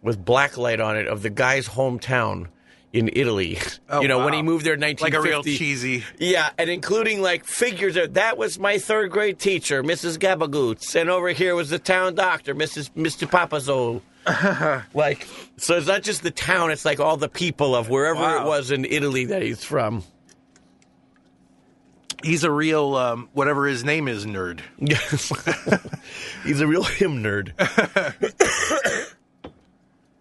with black light on it of the guy's hometown in Italy.
Oh,
you know, when
wow.
he moved there in
like
1950.
a real cheesy.
Yeah, and including like figures that that was my third grade teacher, Mrs. Gabagoots, and over here was the town doctor, Mrs. Mr. Papazo. like so it's not just the town, it's like all the people of wherever it
Wow.
was in Italy that he's from.
He's a real um, whatever his name is nerd.
Yes. He's a real hymn nerd.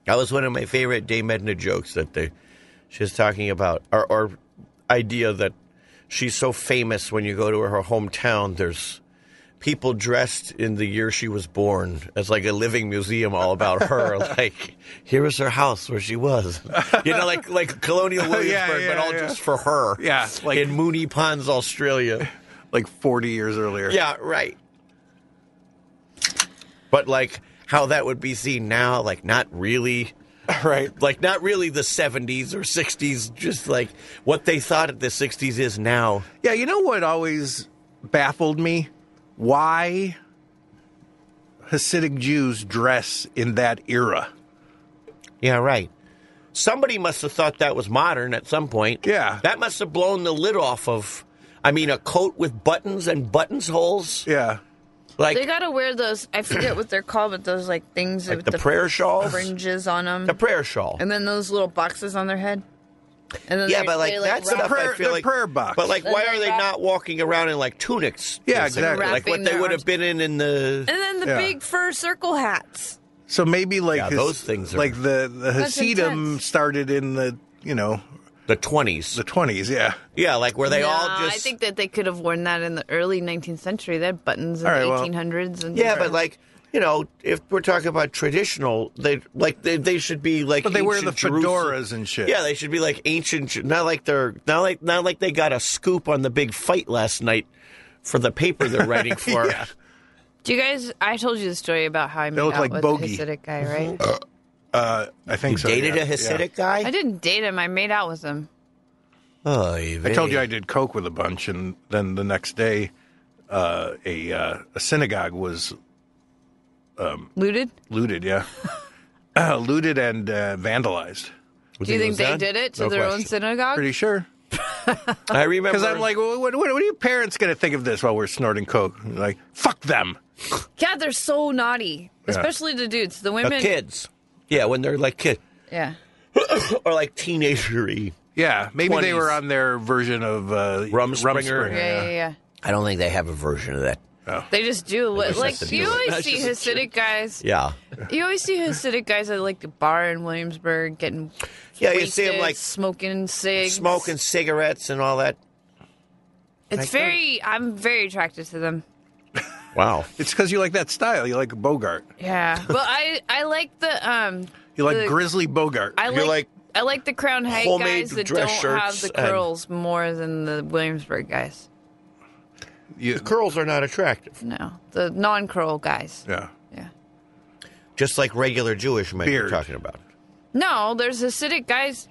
that was one of my favorite Dame Edna jokes that they she was talking about or, or idea that she's so famous when you go to her hometown there's people dressed in the year she was born as like a living museum all about her like here is her house where she was you know like like colonial williamsburg but
yeah,
all
yeah.
just for her
Yeah,
like
like-
in mooney ponds australia
Like 40 years earlier.
yeah, right. But like how that would be seen now, like not really,
right.
like not really the 70s or 60s, just like what they thought of the 60s is now.
Yeah, you know what always baffled me? Why Hasidic Jews dress in that era.
Yeah, right. Somebody must have thought that was modern at some point.
Yeah.
That must have blown the lid off of, I mean, a coat with buttons and buttons holes.
Yeah.
Like,
They gotta wear those. I forget what they're called, but those like things
like
with
the, prayer shawl.
fringes on them,
The prayer shawl.
and then those little boxes on their head. And then
Yeah,
they-
but like
they,
that
wrap-
stuff, I
Prayer-
feel
the
like
prayer box.
But like,
Then
why
they
are they
wrap-
not walking around in like tunics?
Yeah,
It's like-
exactly.
Like what
Wrapping
they
their
would
arms.
have been in in the
And then the
Yeah.
big fur circle hats.
So maybe like
Yeah,
Has-
those things are-
like the the
That's
Hasidim
intense.
started in the you know
the twenties.
the twenties. Yeah.
Yeah, like where they
no,
all just.
I think that they could have worn that in the early 19th century. They had buttons in
All right,
the
well-
1800s. And
yeah, but like you know, if we're talking about traditional, they like they, they should be like.
But they wear the
ancient Jerusalem-
fedoras and shit.
Yeah, they should be like ancient. Ju- Not like they're not like not like they got a scoop on the big fight last night for the paper they're writing for.
do you guys? I told you the story about how I made
look
out
like
with
bogey.
a Hasidic guy, right?
Uh-huh.
uh, I think so.
Dated
yeah,
a
yeah.
Hasidic
I
guy.
didn't date him. I made out with him.
Oh,
I told you I did coke with a bunch, and then the next day, uh, a uh, a synagogue was
Looted?
looted. Yeah, uh, looted and uh, vandalized.
Do you think they did it to
No
their own
question.
synagogue?
Pretty sure.
I remember.
Because I'm like, well, what, what, what are your parents going to think of this while we're snorting coke? Like, fuck them.
yeah, they're so naughty, especially the dudes. The
Uh,
women,
kids. Yeah, when they're like kid
yeah.
or like teenagery.
Yeah, maybe they
20s.
were on their version of uh,
Rumspringer.
Yeah, yeah, yeah,
I don't think they have a version of that.
They just do what,
just
like
have to
you
do it.
always
That's
see
just
Hasidic guys.
Yeah.
You always see Hasidic guys at like the bar in Williamsburg getting
Yeah, you
wasted,
see them like
smoking cigs,
smoking cigarettes and all that.
It's very. I'm very attracted to them.
Wow.
It's because you like that style. You like Bogart.
Yeah, but I I like the um
You like
The-
Grizzly Bogart.
I
You
like,
like
I like the Crown Height
homemade
guys that don't
dress
have
shirts
the
and-
curls more than the Williamsburg guys.
You-
Curls are not attractive.
No, the non curl guys.
yeah.
Yeah.
Just like regular Jewish men you're
Beard.
talking about.
No, there's Hasidic guys.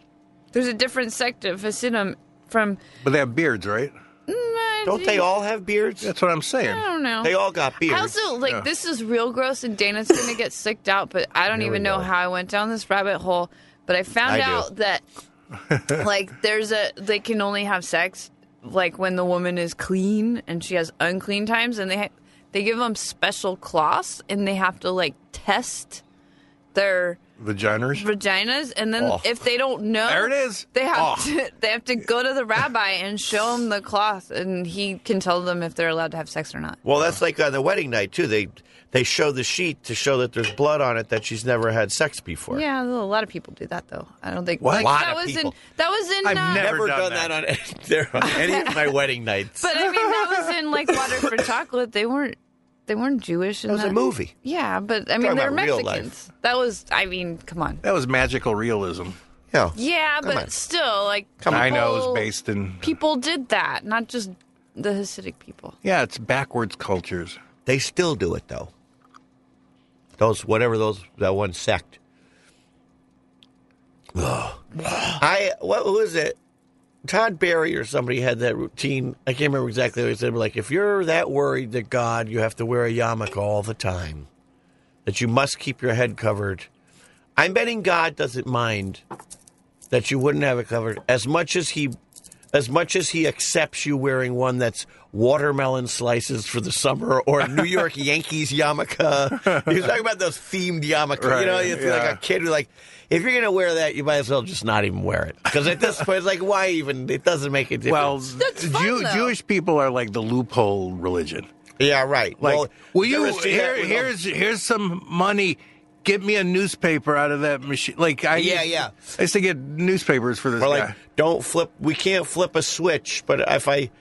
There's a different sect of Hasidim from.
But they have beards, right?
Mm,
Don't they all have beards?
That's what I'm saying.
I don't know.
They all got beards.
I also like
Yeah.
this is real gross, and Dana's gonna get sicked out. But I don't even know how I went down this rabbit hole. But I found
I do.
out that like there's a they can only have sex like when the woman is clean and she has unclean times, and they ha- they give them special cloths, and they have to like test their
Vaginas.
vaginas, and then
Oh.
if they don't know,
There it is.
They have
Oh.
to they have to go to the rabbi and show him the cloth, and he can tell them if they're allowed to have sex or not.
Well, that's like on the wedding night too. They they show the sheet to show that there's blood on it that she's never had sex before.
Yeah, a lot of people do that though. I don't think
What?
like,
Lot
that
of
was
people.
in that was in.
I've
uh,
never
Never
done
done,
that.
that, on, any, there on any of my wedding nights.
But I mean, that was in like Water for Chocolate. They weren't they weren't Jewish. In
That was a movie.
Yeah, but I mean,
Talking
they're
about real life.
Mexicans. That was. I mean, come on.
That was magical realism.
Yeah.
Yeah,
Come
but
on.
still, like
Come on.
I know it's
people-
based in.
People did that, not just the Hasidic people.
Yeah, it's backwards cultures.
They still do it though. Those whatever those that one sect. Ugh. I what was it? Todd Barry or somebody had that routine. I can't remember exactly what he said, but like if you're that worried that God, you have to wear a yarmulke all the time, that you must keep your head covered. I'm betting God doesn't mind that you wouldn't have it covered as much as he as much as he accepts you wearing one that's watermelon slices for the summer or a New York Yankees yarmulke. He was talking about those themed yarmulke. you
Right,
know, it's
yeah.
like a kid who like if you're gonna wear that, you might as well just not even wear it because at this point, it's like why even? It doesn't make a
Well,
difference.
That's fun,
Jew-
though.
Jewish people are like the loophole religion.
yeah, right.
Like,
well,
will you
there is-
here,
yeah,
here's here's some money. Get me a newspaper out of that machine. Like I
Yeah,
used,
yeah.
I used to get newspapers for this guy.
Or like, don't flip. We can't flip a switch. But if I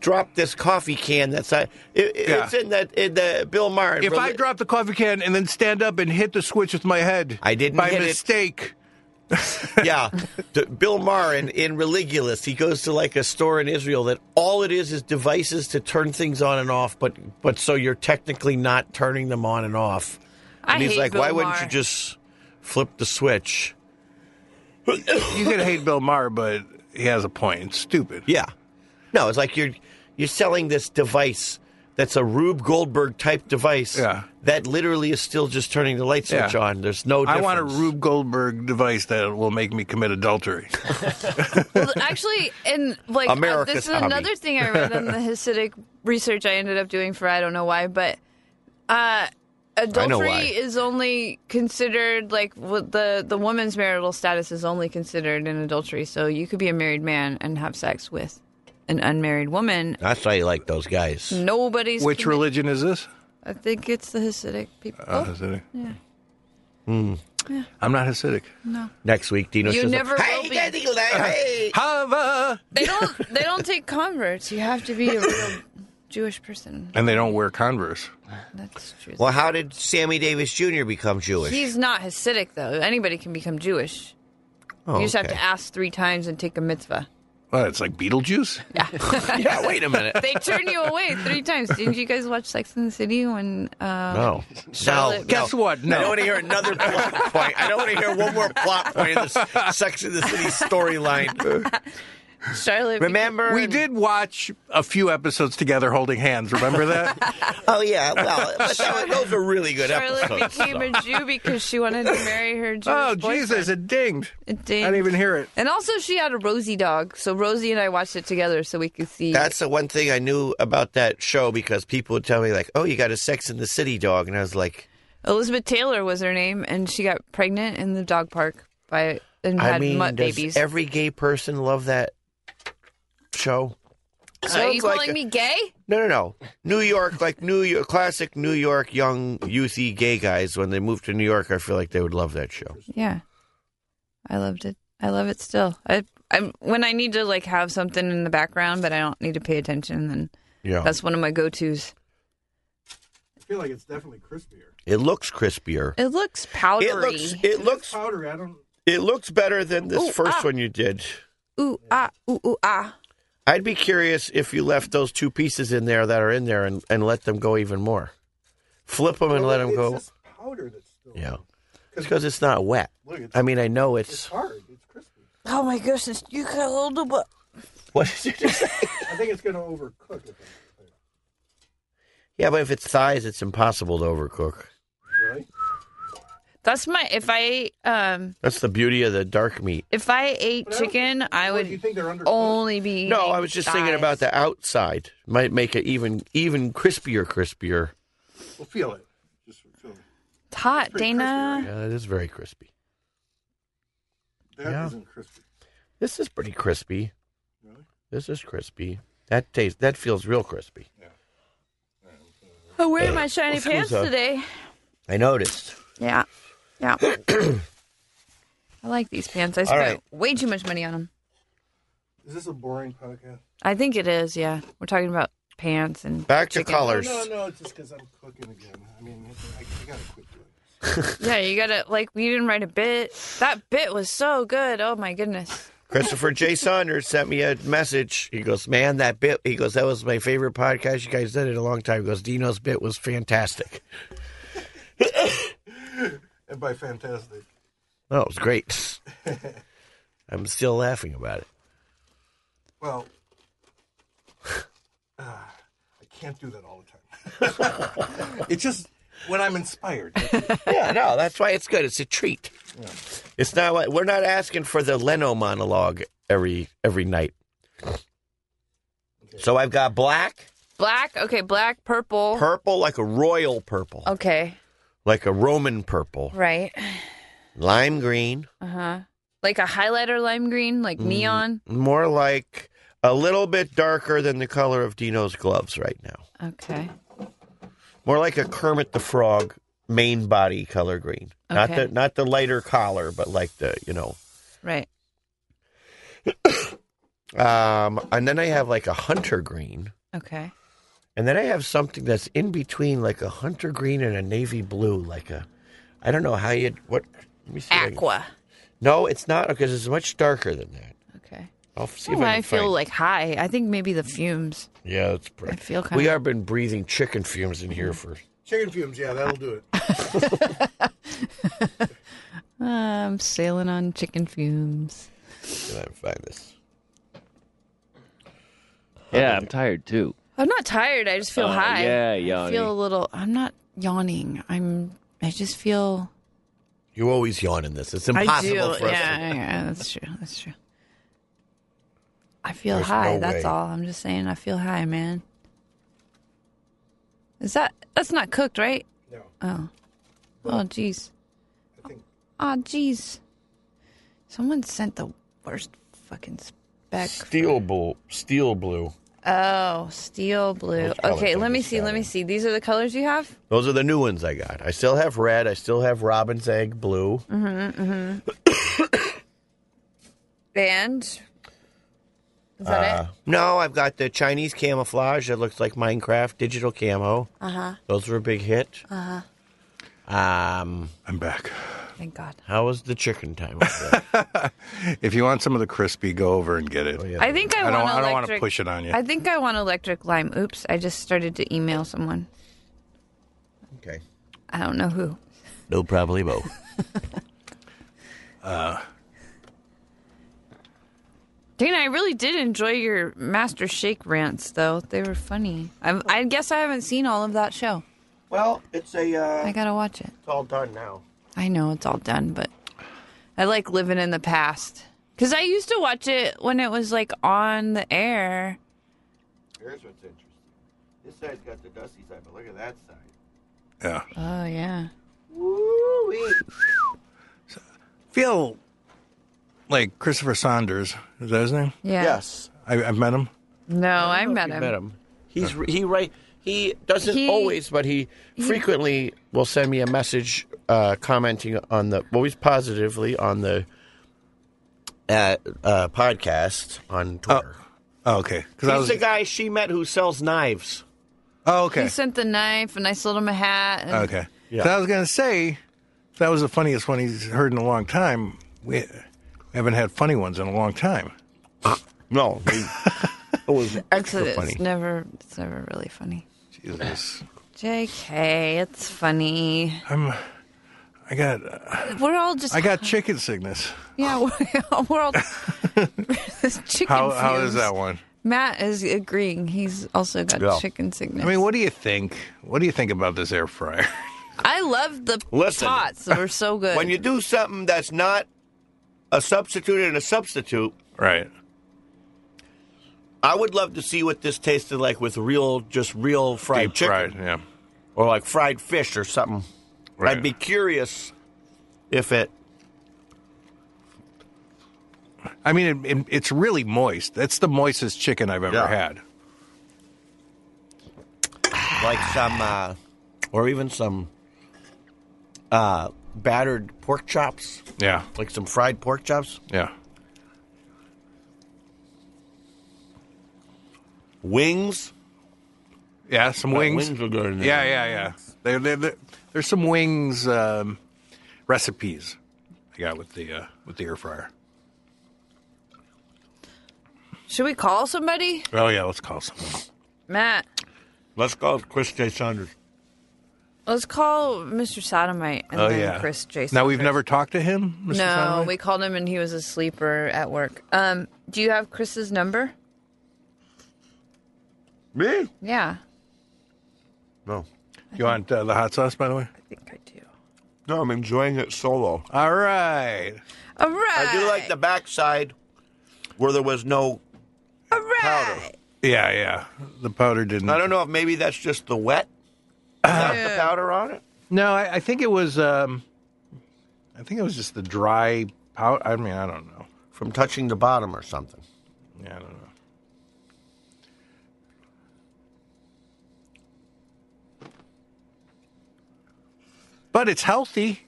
drop this coffee can, that's not, it, it-
Yeah.
it's in that in the Bill Maher.
If I drop the coffee can and then stand up and hit the switch with my head,
I didn't
by
hit it.
mistake.
yeah, D- Bill Maher in, in Religulous, he goes to like a store in Israel that all it is is devices to turn things on and off. But but so you're technically not turning them on and off.
I
and he's
hate
like,
Bill
why wouldn't
Maher."
you just flip the switch?
You can hate Bill Maher, but he has a point. It's stupid.
Yeah. No, it's like you're you're selling this device that's a Rube Goldberg type device
Yeah.
that literally is still just turning the light switch
Yeah.
on. There's no
I
difference.
want a Rube Goldberg device that will make me commit adultery.
Well, actually, and like uh,
America's
this is
hobby.
another thing I read in the Hasidic research I ended up doing for I don't know why, but uh,
know why.
adultery is only considered like w- the the woman's marital status is only considered in adultery. So you could be a married man and have sex with an unmarried woman.
That's why you like those guys.
Mm. Nobody's.
Which
commi-
religion is this?
I think it's the Hasidic people.
Oh,
uh,
Hasidic. Hmm. I'm not Hasidic.
Next week, Dino
You
shows
never
up. Hey,
will be.
guys, you like- hey.
Hava!
They don't. They don't take converts. You have to be a real Jewish person.
And they don't wear Converse.
That's true.
Well, how did Sammy Davis Jr. become Jewish?
He's not Hasidic, though. Anybody can become Jewish.
Oh,
you just have
okay.
to ask three times and take a mitzvah.
Well, it's like Beetlejuice.
yeah, wait a minute.
They turn you away three times. Didn't you guys watch Sex in the City when? Uh,
No. No.
Charlotte-
Guess what? No.
I don't want to hear another plot point. I don't want to hear one more plot point in this Sex in the City storyline.
Charlotte.
Remember?
We did watch a few episodes together holding hands. Remember that?
Oh yeah, well, but that, those are really good
Charlotte
episodes.
became a Jew because she wanted to marry her Jewish
oh,
boyfriend.
Jesus, it dinged.
It
I
did.
didn't even hear it.
And also, she had a Rosie dog, so Rosie and I watched it together, so we could see.
That's the one thing I knew about that show because people would tell me like, "Oh, you got a Sex in the City dog," and I was like,
Elizabeth Taylor was her name, and she got pregnant in the dog park by and
"I
had
mean, does
mutt babies.
every gay person love that show?"
so are you
Sounds like
calling
a-
me gay?
No, no, no. New York, like New York, classic New York young youthy gay guys. When they move to New York, I feel like they would love that show.
Yeah, I loved it. I love it still. I I'm when I need to like have something in the background, but I don't need to pay attention. Then
Yeah,
that's one of my go tos.
I feel like it's definitely crispier.
it looks crispier.
It looks
It
powdery.
looks, it looks,
Powdery. I don't.
it looks better than this
Ooh,
first
ah.
one you did.
ooh ah ooh ooh ah.
I'd be curious if you left those two pieces in there that are in there and, and let them go even more. Flip them and let them
it's
go.
just powder that's still.
Yeah. It's because it's not wet.
Look, it's,
I mean, I know
it's
it's.
hard. It's crispy.
Oh my goodness, you got a little bit.
What did you just say?
I think it's going to overcook. If I-
Yeah, but if it's thighs, it's impossible to overcook.
Really?
That's my if I um
That's the beauty of the dark meat.
if I ate
But I don't
chicken, I
Well,
would
you think they're undercooked?
only be.
No,
eating
I was just thinking
thighs.
about the outside. Might make it even even crispier, crispier.
Well, feel it. Just feel it.
hot,
pretty
Dana.
Yeah, it is very crispy.
That
Yeah.
isn't crispy.
This is pretty crispy.
Really?
This is crispy. That tastes. That feels real crispy.
I'm wearing Oh, my shiny
Excuse
pants
us.
today.
I noticed.
Yeah, yeah. I like these pants. I spent
right.
way too much money on them.
Is this a boring podcast?
I think it is. Yeah, we're talking about pants and
Back to
chicken.
colors.
No, no, it's just because I'm cooking again. I mean, I, I gotta quit doing this.
Yeah, you gotta like. We didn't write a bit. That bit was so good. Oh my goodness.
Christopher J. Saunders sent me a message. He goes, Man, that bit. He goes, That was my favorite podcast. You guys did it a long time. He goes, Dino's bit was fantastic.
And by fantastic,
Oh, it was great. I'm still laughing about it.
well, ah, I can't do that all the time. it's just when I'm inspired.
Yeah, no, that's why it's good. It's a treat. It's not like we're not asking for the Leno monologue every every night. So I've got black,
Black. Okay, black, purple.
purple, like a royal purple,
okay,
like a Roman purple,
right.
lime green,
Uh huh. Like a highlighter lime green, like
Mm-hmm.
neon.
more like a little bit darker than the color of Dino's gloves right now.
Okay.
More like a Kermit the Frog main body color green. Not
Okay.
the not the lighter collar, but like the you know.
Right.
Um, and then I have like a hunter green,
Okay.
and then I have something that's in between, like a hunter green and a navy blue, like a I don't know how you what. Let me see. if I can-
Aqua.
No, it's not because it's much darker than that.
Okay.
I'll see if
When Oh,
I,
I
can
feel
find-
like high, I think maybe the fumes.
Yeah, it's pretty.
I feel kind
We
of.
have been breathing chicken fumes in here for
Chicken fumes, yeah, that'll do it.
I'm um, sailing on chicken fumes.
Can I find this?
Yeah, I'm tired too.
I'm not tired. I just feel
Oh,
high.
yeah,
I
yawny.
feel a little. I'm not yawning. I'm. I just feel.
You always yawn in this. It's impossible
I do.
for us.
yeah,
to-
yeah, yeah, that's true. That's true. I feel
There's
high.
no
that's
way.
all. I'm just saying. I feel high, man. Is that that's not cooked, right?
No,
Oh, oh, jeez.
I think
Oh, jeez. Someone sent the worst fucking spec.
Steel blue. Steel blue.
Oh, steel blue.
Those colors
Okay,
I
let me
just
see.
got
Let me
in.
see. These are the colors you have.
Those are the new ones I got. I still have red. I still have robin's egg blue.
Mm. And is that
Uh, no, I've got the Chinese camouflage that looks like Minecraft digital camo. Uh
Uh-huh.
huh. Those were a big hit. Uh huh. Um,
I'm back.
it? Thank God.
how was the chicken time? over there?
If you want some of the crispy, go over and get it.
yeah.
I think I,
I don't.
want
I don't want to
electric-
push it on you.
I think I want electric lime. Oops, I just started to email someone.
okay.
I don't know who.
No problemo.
Dana, I really did enjoy your Master Shake rants, though. They were funny. I, I guess I haven't seen all of that show.
well, it's a. Uh,
I gotta watch it.
it's all done now.
I know it's all done, but I like living in the past. Because I used to watch it when it was like on the air.
Here's what's interesting. This side's got the dusty side, but look at that side.
yeah.
Oh, yeah.
Woo-wee.
Feel like Christopher Saunders. Is that his name?
Yeah.
Yes.
I, I've met him.
No, I, met
You
him.
met him. He's re- he right. He doesn't
He-
always, but he, frequently will send me a message uh, commenting on the always positively on the uh, uh, podcast on Twitter.
Oh, okay. Because I
He's
was.
the guy she met who sells knives.
Oh, okay.
He sent the knife, and I sold him a hat. And
Okay.
Yeah.
So I was going to say, that was the funniest one he's heard in a long time. We haven't had funny ones in a long time.
No, he- it was
It's,
extra
it's
funny.
never, it's never really funny.
Jesus.
JK, it's funny.
I'm. I got.
We're all just
I got chicken sickness.
yeah. We're, we're all this chicken.
How how is
fumes.
that one?
Matt is agreeing. He's also got
Yeah.
chicken sickness.
I mean, what do you think? What do you think about this air fryer?
I love the
Listen.
tots. They were so good.
When you do something that's not a substitute and a substitute,
right.
I would love to see what this tasted like with real, just real fried
Deep
chicken
fried. Yeah.
or like fried fish or something. I'd be curious if it.
I mean, it, it, it's really moist. That's the moistest chicken I've ever
Yeah.
had.
like some, uh, or even some uh, battered pork chops,
Yeah,
like some fried pork chops
yeah.
wings.
Yeah, some wings.
wings are good. In there.
Yeah, yeah, yeah. They, they, they, there's some wings um, recipes I got with the uh, with the air fryer.
Should we call somebody?
Oh yeah, let's call someone.
Matt,
Let's go with Chris J. Saunders.
let's call Mr. Sodomite and
oh
then
yeah,
Chris Jason.
Now we've
Chris.
never talked to him. Mr.
No,
Sonovan?
we called him and he was a sleeper at work. Um, do you have Chris's number?
Me?
Yeah,
No.
You want uh, the hot sauce, by the way?
I think I do.
No, I'm enjoying it solo.
All right.
All right.
I do like the backside where there was no.
All right.
powder.
Yeah, yeah. The powder didn't.
I don't know if maybe that's just the wet. the powder on it.
No, I, I think it was. Um, I think it was just the dry powder. I mean, I don't know.
from touching the bottom or something.
Yeah, I don't know. But it's healthy.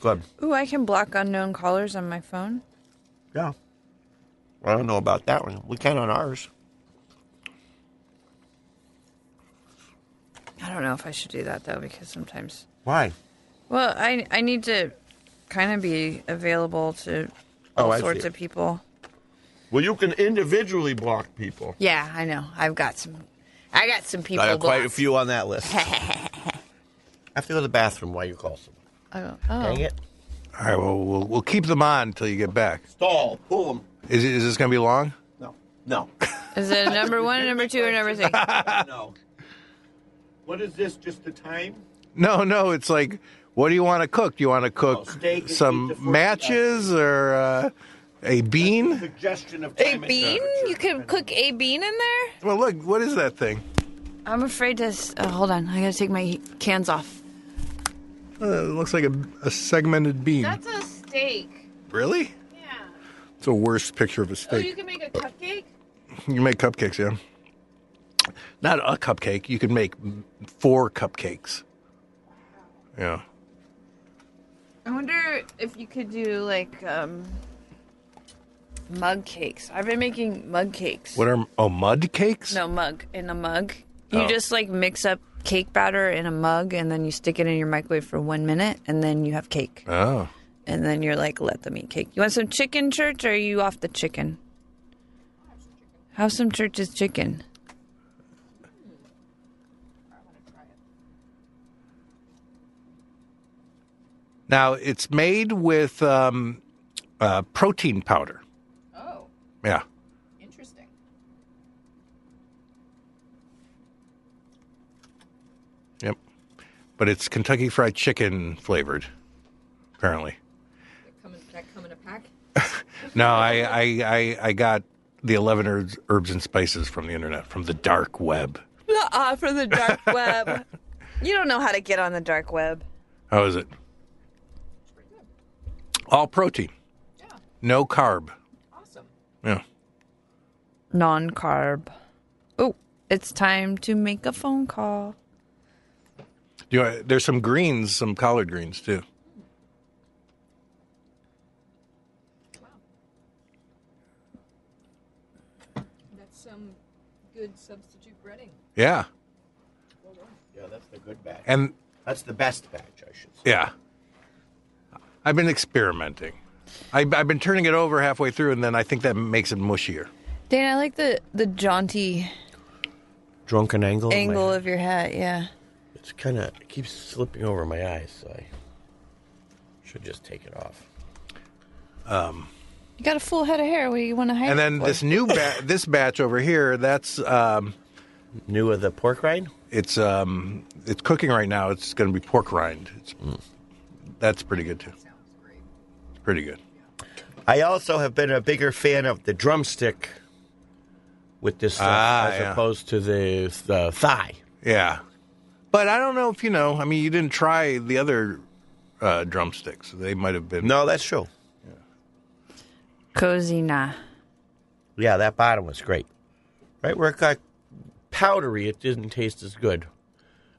Good.
Ooh, I can block unknown callers on my phone.
Yeah. I don't know about that one. We can on ours.
I don't know if I should do that though because sometimes.
Why?
Well, I I need to kind of be available to all
Oh, I see.
sorts of people.
Well, you can individually block people.
Yeah, I know. I've got some. I got some people.
I got quite a
blocked.
few on that list. I have to go to the bathroom while you call someone.
Oh, oh.
Dang it.
All right, well, we'll we'll keep them on until you get back.
Stall. Pull them.
Is it- is this going to be long?
No. No.
Is it number one, number two, or number three?
no. What is this? Just the time?
No, no. It's like, what do you want to cook? Do you want to cook
steak and
some
pizza for-
matches or uh, a bean?
Suggestion of
A bean? You could cook a bean in there?
Well, look, what is that thing?
I'm afraid to. s- Uh, hold on, I gotta take my cans off.
Uh, it looks like a, a segmented bean.
a steak.
Really?
Yeah.
It's a worse picture of a steak.
Oh, can make a cupcake.
you-, make cupcakes, yeah. Not a cupcake. You could make four cupcakes. Yeah.
I wonder if you could do like um, mug cakes. I've been making mug cakes.
What are oh mud cakes?
No mug in a mug. You
Oh.
just like mix up cake batter in a mug, and then you stick it in your microwave for one minute, and then you have cake.
Oh.
And then you're like, let them eat cake. You want some chicken, church, or are you off the chicken? Have some church's chicken.
Now it's made with um, uh, protein powder.
Oh,
Yeah.
interesting.
Yep. But it's Kentucky Fried Chicken flavored, apparently.
That come in, that come in a pack?
No, I, I, I, I got the 11 herbs, herbs and spices from the internet, from the dark web.
Uh, from the dark web. You don't know how to get on the dark web.
How is it? All protein,
Yeah,
no carb.
awesome.
Yeah.
Non carb. Oh, it's time to make a phone call.
You know, there's some greens, some collard greens too.
That's some good substitute breading.
Yeah.
Yeah, that's the good batch.
And
That's the best batch, I should say.
yeah, I've been experimenting. I, I've been turning it over halfway through, and then I think that makes it mushier.
Dana, I like the, the jaunty
Drunken
Oh,
angle. in my
angle
head.
of your hat. Yeah.
It's kind of it keeps slipping over my eyes, so I should just take it off.
You got a full head of hair. What do you want to hide?
And then this new ba- this batch over here, that's um,
New of the pork rind?
it's um, it's cooking right now. It's going to be pork rind. It's,
Mm.
That's pretty good too. It's pretty good.
I also have been a bigger fan of the drumstick with this stuff
Ah,
as
yeah.
opposed to the, the thigh.
Yeah. But I don't know if you know. I mean, you didn't try the other uh, drumsticks. They might have been.
No, that's true.
Cozina.
Yeah, that bottom was great. Right where it got powdery, it didn't taste as good.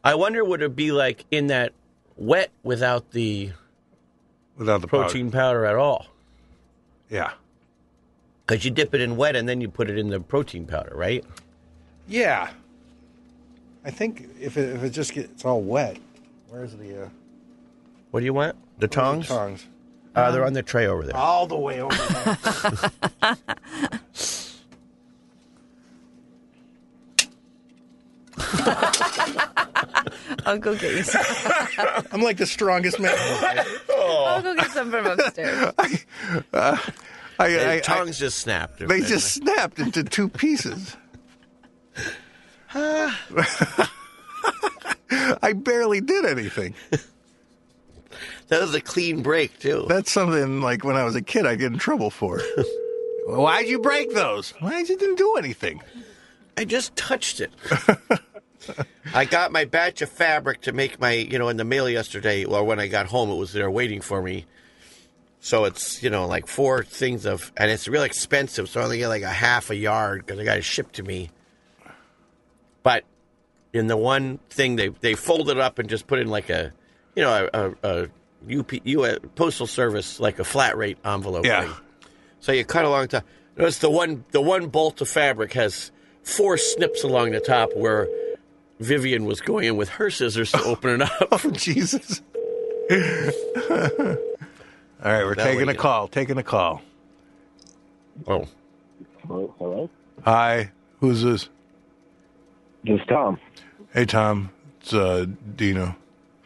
I wonder what it'd be like in that wet without the
without the powder.
protein powder at all.
Yeah,
Because you dip it in wet and then you put it in the protein powder, right?
yeah. I think if it, if it just gets all wet, where's the uh,
What do you want? The tongs?
tongs?
Uh, they're on the tray over there.
all the way over there.
I'll go get you some.
I'm like the strongest man. alive.
I'll go get some from upstairs.
I,
The
I, I,
tongs just snapped.
they just snapped into two pieces. I barely did anything.
That was a clean break, too.
That's something like when I was a kid, I get in trouble for. Why'd you break those? Why you didn't do anything?
I just touched it. I got my batch of fabric to make my, you know, in the mail yesterday. Well, when I got home, it was there waiting for me. So it's, you know, like four things of, and it's real expensive. So I only get like a half a yard because I got it shipped to me. But in the one thing, they, they fold it up and just put in like a, you know, a, a, a UP, US, Postal Service, like a flat rate envelope.
Yeah.
Thing. So you cut along the. Notice the one the one bolt of fabric has four snips along the top where Vivian was going in with her scissors to open it up.
Oh, Jesus. All right, we're
That
taking
way
a
you-
call. Taking a call.
oh,
Hello, hello.
Hi, who's this?
This is Tom.
Hey, Tom. It's uh, Dino.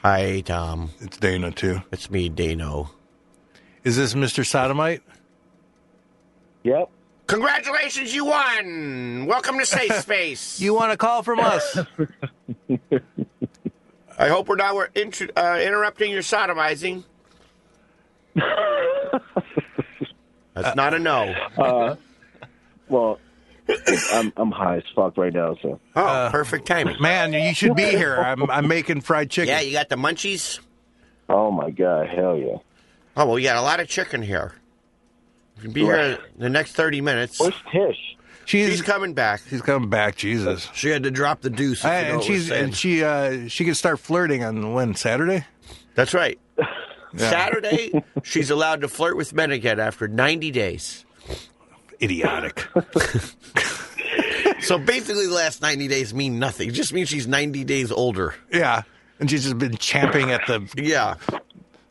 hi Tom,
It's Dana too.
it's me Dano.
Is this Mr. Sodomite?
Yep.
Congratulations, you won! Welcome to Safe Space.
You want a call from us?
I hope we're not we're intru- uh, interrupting your sodomizing. That's not a no.
Well, I'm I'm high as fuck right now, so
Oh, perfect timing.
Man, you should be here. I'm I'm making fried chicken.
Yeah, you got the munchies.
oh my god, hell yeah.
Oh well, you got a lot of chicken here. You can be here the next thirty minutes.
Where's Tish?
she's
She's coming back.
she's coming back. Jesus.
She had to drop the deuce. if
I-
you know
and
what we're
she's
saying.
and she uh she can start flirting on when Saturday.
That's right.
Yeah.
Saturday, she's allowed to flirt with men again after 90 days.
Idiotic.
So basically, the last 90 days mean nothing. It just means she's 90 days older.
yeah, and she's just been champing at the
Yeah.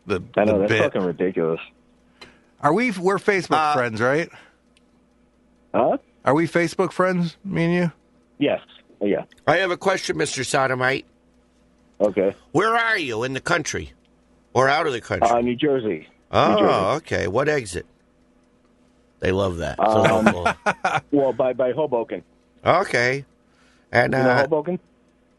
the,
I know
the
that's
bit.
fucking ridiculous.
Are we we're Facebook
Uh,
friends, right?
Huh?
Are we Facebook friends, me and you?
Yes. Yeah.
I have a question, Mr. Sodomite.
Okay.
Where are you in the country or out of the country?
Uh, New Jersey. Uh, New
oh,
Jersey.
okay. What exit? They love that. So
Um,
helpful.
Well, by by Hoboken.
okay. And
You know
uh,
Hoboken?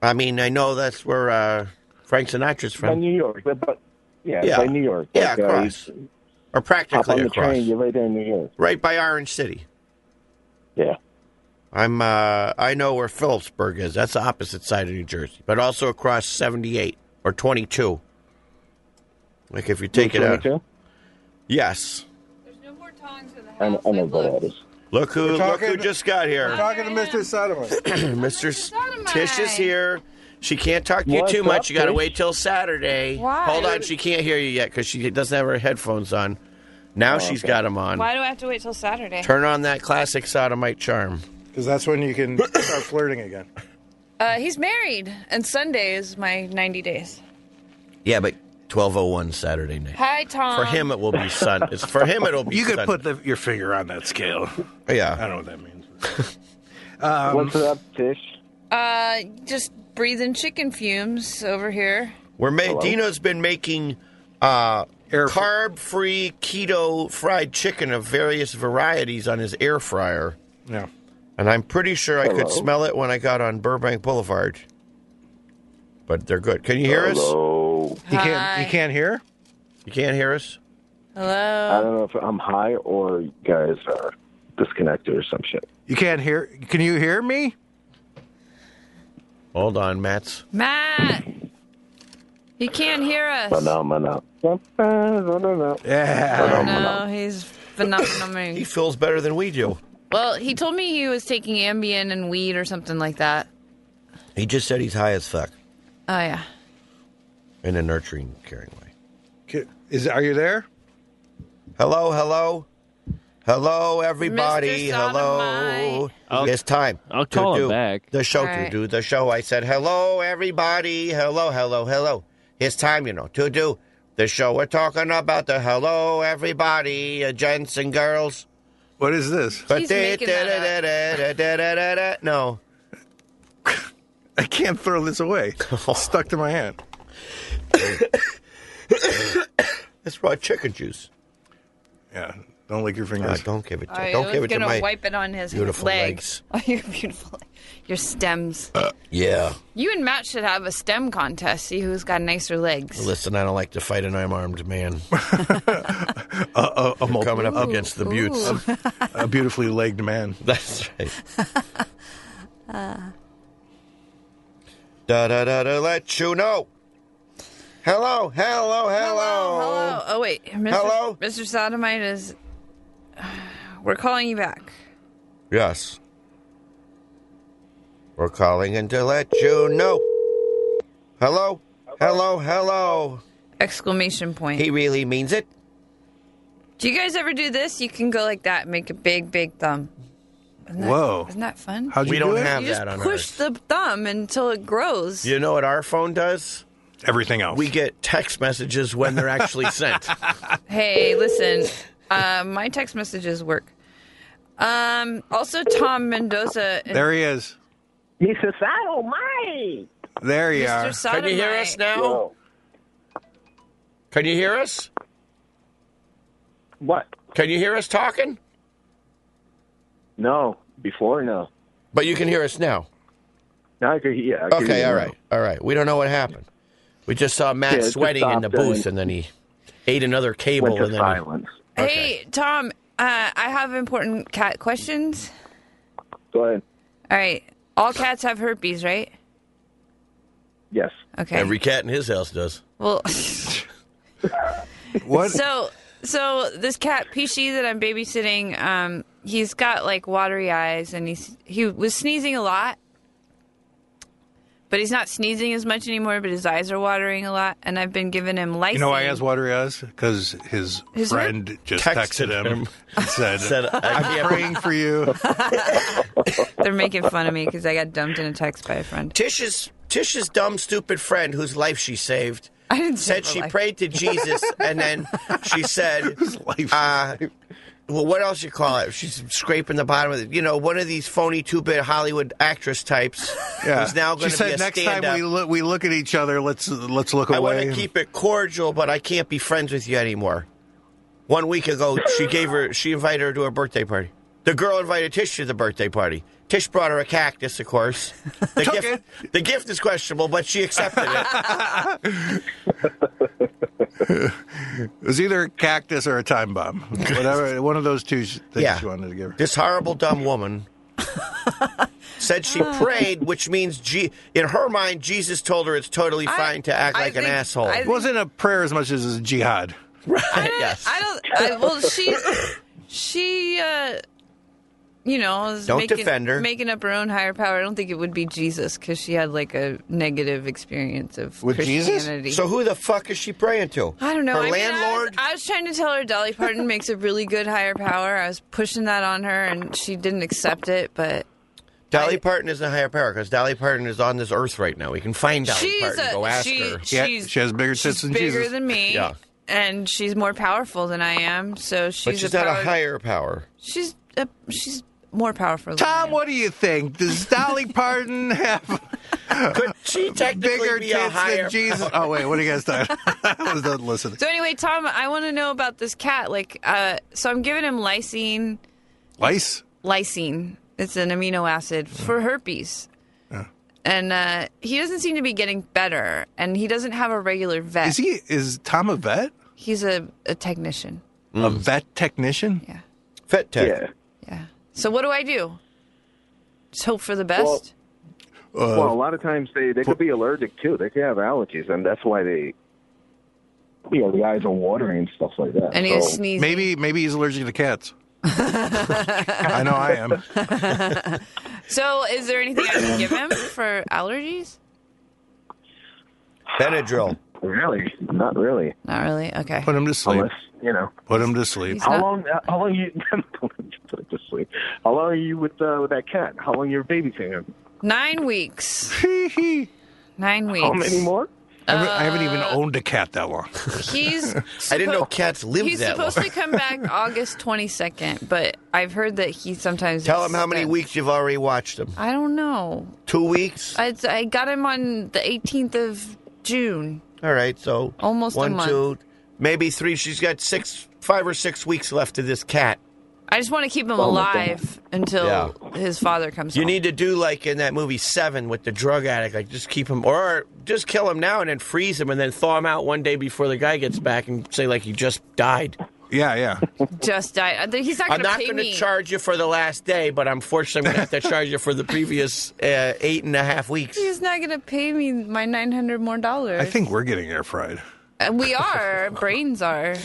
I mean, I know that's where uh, Frank Sinatra's
By
from,
New York. But, but- yeah,
Yeah.
by New York.
Yeah,
uh,
across.
you
or
hop on
practically
the
across,
train, you're right there in New York.
right by Orange City.
Yeah.
I'm uh I know where Phillipsburg is. That's the opposite side of New Jersey, but also across 78 or 22. Like if you take it out.
22?
Yes.
There's no more tongs in the house.
I know, I know
I've
where that
looked.
is.
Look who
We're
look who
talking-
just got here.
Talking to Mr. Sodomite.
Mr. S-
Sotomayor.
Tish is here. She can't talk to you
What's
too
up,
much. You got to
Tish?
wait till Saturday.
Why?
Hold on, she can't hear you yet cuz she doesn't have her headphones on.
Oh,
Now she's got 'em got them on.
Why do I have to wait till Saturday?
Turn on that classic sodomite charm.
Because that's when you can start flirting again.
Uh, he's married, and Sunday is my 90 days.
Yeah, but 1201 Saturday night.
Hi, Tom.
For him it will be sun. It's for him it'll be
You could
sun.
put the, your finger on that scale. I
Yeah.
don't know what that means.
What's up, Tish?
Uh, just breathing chicken fumes over here.
We're ma- Dino's been making uh,
Air-
carb-free keto fried chicken of various varieties on his air fryer,
Yeah.
and I'm pretty sure I could
Hello?
smell it when I got on Burbank Boulevard. But they're good. Can you hear us?
Hello.
You can't. You
Hi.
can't hear.
You can't hear us.
I
Hello.
don't know if I'm high or you guys are disconnected or some shit.
You can't hear. Can you hear me?
Hold on, Matt's.
Matt, he can't hear us.
Phenomenal.
Oh,
Yeah.
no, he's phenomenal.
He feels better than we do.
well, he told me he was taking Ambien and weed or something like that.
He just said he's high as fuck
Oh yeah.
in a nurturing, caring way.
Ki- Is are you there?
Hello, hello, hello, everybody.
Mr.
Hello. it's time. I'll
call him
do
back.
The show
All
to
right.
do the show. I said hello, everybody. Hello, hello, hello. It's time, you know, to do the show. We're talking about the hello, everybody, uh, gents and girls.
What is this?
He's making
No.
I can't throw this away. It's stuck to my hand.
It's raw chicken juice. Uh,
Yeah. Don't lick your fingers.
don't give it
All right, I was gonna wipe it on his
beautiful
legs. Oh, your beautiful, your stems.
Yeah.
You and Matt should have a stem contest. See who's got nicer legs.
Listen, I don't like to fight an armed man.
Uh, uh, I'm
coming up against the Buttes.
a beautifully legged man.
That's right.
Uh,
Da da da da. Let you know. Hello, hello, hello.
hello. Oh wait, Mr.
Hello?
Mr. Sodomite is. We're calling you back.
Yes. We're calling in to let you know. Hello, hello, hello.
Exclamation point.
He really means it.
Do you guys ever do this? You can go like that and make a big, big thumb. Isn't that-
Whoa.
Isn't that fun?
How'd you We do don't it? have
You
that
just
on
push the thumb until it grows.
You know what our phone does?
Everything else.
We get text messages when they're actually sent.
Hey, listen, uh, my text messages work. Um, also, Tom Mendoza.
There he is.
Mr. Sodomite.
There you
Mr.
Can you hear us
Sodomite.
now? Can you hear us?
What?
Can you hear us talking?
No, before no.
But you can hear us now.
Now I can hear. I can
Okay,
hear
all
you
right, all right. We don't know what happened. We just saw
Yeah, it
Matt
just
sweating in the
stopped
booth, and then he ate another cable,
to
and then
silence.
Hey, Tom, uh, I have important cat questions.
Go ahead.
All right. All cats have herpes, right?
Yes.
Okay.
Every cat in his house does.
Well,
What?
So, so this cat Pishi that I'm babysitting, um, he's got like watery eyes, and he's he was sneezing a lot, but he's not sneezing as much anymore. But his eyes are watering a lot, and I've been giving him lysine.
You know why he has watery eyes? Because his
His
friend just texted, him, and said,
Said, I
I'm
can't-
praying for you.
They're making fun of me because I got dumped in a text by a friend.
Tish's Tish's dumb, stupid friend, whose life she saved,
I didn't
said
save her
she
life.
prayed to Jesus, and then she said, uh, "Well, what else you call it?" She's scraping the bottom of it. You know, one of these phony two-bit Hollywood actress types
Yeah.
who's now
she
going to be
said,
a
next
stand-up.
time we look, we look at each other, let's let's look
I want
away.
to keep it cordial, but I can't be friends with you anymore. One week ago, she gave her, she invited her to a birthday party. The girl invited Tish to the birthday party. Tish brought her a cactus, of course. The gift, the gift is questionable, but she accepted it.
it was either a cactus or a time bomb. Whatever, one of those two sh- things
Yeah.
she wanted to give her.
this horrible dumb woman said she prayed, which means, Je- in her mind, Jesus told her it's totally fine to act like an asshole.
It wasn't a prayer as much as a jihad.
Right? Yes.
I don't. I, well, she, she, uh, you know, is
Don't
making,
defend her.
making up her own higher power. I don't think it would be Jesus because she had like a negative experience of
With Jesus?
Christianity.
So who the fuck is she praying to?
I don't know.
Her
I mean,
landlord?
I, was, I was trying to tell her Dolly Parton makes a really good higher power. I was pushing that on her, and she didn't accept it. But
Dolly Parton is a higher power because Dolly Parton is on this earth right now. We can find Dolly
She's
Parton.
a-
go ask
she-
her.
Yeah, she's-
she has bigger tits than
bigger
Jesus.
than me,
Yeah.
and she's more powerful than I am. So she's,
but she's
a
not
power-
a higher power.
She's a, she's more powerful. Than
Tom, what do you think? Does Dolly Parton have
Could she technically
bigger
be a
tits
higher
than Jesus? Oh wait, what do you guys think? I was done listening.
So anyway, Tom, I want to know about this cat. Like, uh, so I'm giving him lysine.
Lice.
Lysine. It's an amino acid
Mm.
for herpes. And uh, he doesn't seem to be getting better, and he doesn't have a regular vet.
Is he? Is Tom a vet?
He's a, a technician.
A vet technician?
Yeah.
Vet tech.
So what do I do? Just hope for the best.
Uh,
well, a lot of times they they could be allergic too. They could have allergies, and that's why they, you know, the eyes are watery and stuff like that.
And he was sneezing.
Maybe maybe he's allergic to cats. I know I am.
So, is there anything I can give him for allergies?
Benadryl.
Really? Not really.
Not really. Okay.
Put him to sleep.
you know.
Put him to sleep.
How long? How long you put it to sleep? How long are you with uh, with that cat? How long you babysitting him?
Nine weeks. Nine weeks.
How many more?
I haven't, I haven't even owned a cat that long.
He's.
I didn't know
suppo-
cats lived
He's
that long.
supposed to come back August 22nd, but I've heard that he sometimes.
Tell him how many
extends.
weeks you've already watched him.
I don't know.
Two weeks.
I, I got him on the 18th of June.
All right, so
Almost a
one,
month.
two, maybe three. She's got six, five or six weeks left to this cat.
I just want to keep him
Oh, my
alive until
Yeah.
his father comes.
You
home.
need to do like in that movie Seven with the drug addict, like just keep him, or just kill him now and then freeze him and then thaw him out one day before the guy gets back and say like you just died.
Yeah, yeah.
just die. I think He's not
I'm
going to
not
pay
going to
me.
charge you for the last day, but unfortunately, I'm going to have to charge you for the previous uh, eight and a half weeks.
He's not going to pay me my 900 more dollars.
I think we're getting air fried.
Uh, we are. Our brains are.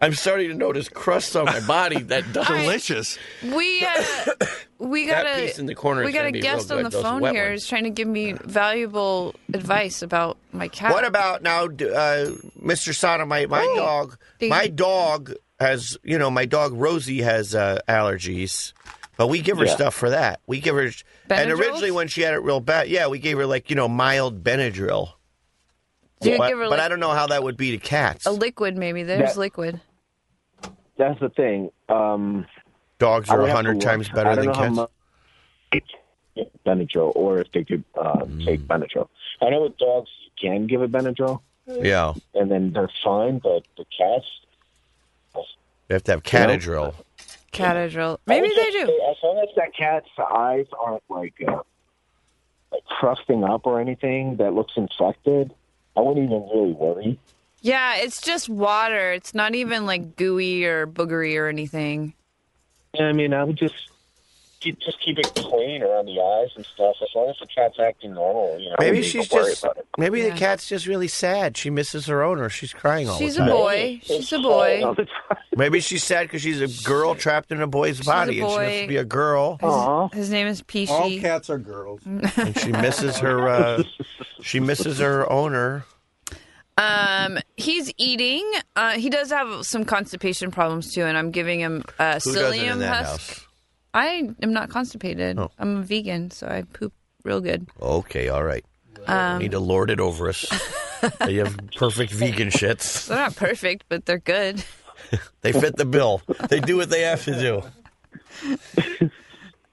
I'm starting to notice crusts on my body that doesn't.
Delicious.
We uh, we got
That
a
piece in the corner
we
is
got
gonna
a
be
guest
real
on
good,
the
those
phone
wet
here
ones.
who's trying to give me valuable advice about my cat.
What about now, uh, Mr. Sodomite? My
Oh,
dog,
Ding.
my dog has, you know, my dog Rosie has uh, allergies, but we give her
Yeah.
stuff for that. We give her, and
Benadryls?
originally when she had it real bad, yeah, we gave her like you know mild Benadryl.
Do you
but,
give her
but
like,
I don't know how that would be to cats.
a liquid? Maybe there's
That-
liquid.
That's the thing. Um,
Dogs
I
are
would
a
have to
hundred
look.
times
I
better
don't
than
know how
cats.
much it's Benadryl, or if they could uh,
Mm.
take Benadryl. I know with dogs you can give a Benadryl,
Yeah,
and then they're fine. But the cats,
we have to have
You know?
Catadryl.
Catadril. Maybe
I would
they
just
do.
say, As long as that cat's eyes aren't like uh, like crusting up or anything that looks infected, I wouldn't even really worry.
Yeah, it's just water. It's not even like gooey or boogery or anything.
I mean, I would just. keep- Just keep it clean around the eyes and stuff. As long as the cat's acting normal, you know, I
Maybe
wouldn't even
she's
worry
just,
about it.
maybe
Yeah.
the cat's just really sad. She misses her owner. She's crying all
She's
the
a
time.
boy. She's a boy.
Oh, Maybe she's sad because she's a girl trapped in a boy's body, and she wants
boy.
to be a girl.
Aw.
His name is
All
Peachy.
cats are girls.
Uh.
and she misses her uh, she misses her owner.
Um, he's eating. Uh, he does have some constipation problems too, and I'm giving him uh,
Who doesn't
psyllium
in that
husk.
house?
I am not constipated.
Oh.
I'm a vegan, so I poop real good.
Okay, all right.
Um,
Need to lord it over us. you have perfect vegan shits.
They're not perfect, but they're good.
They fit the bill. They do what they have to do.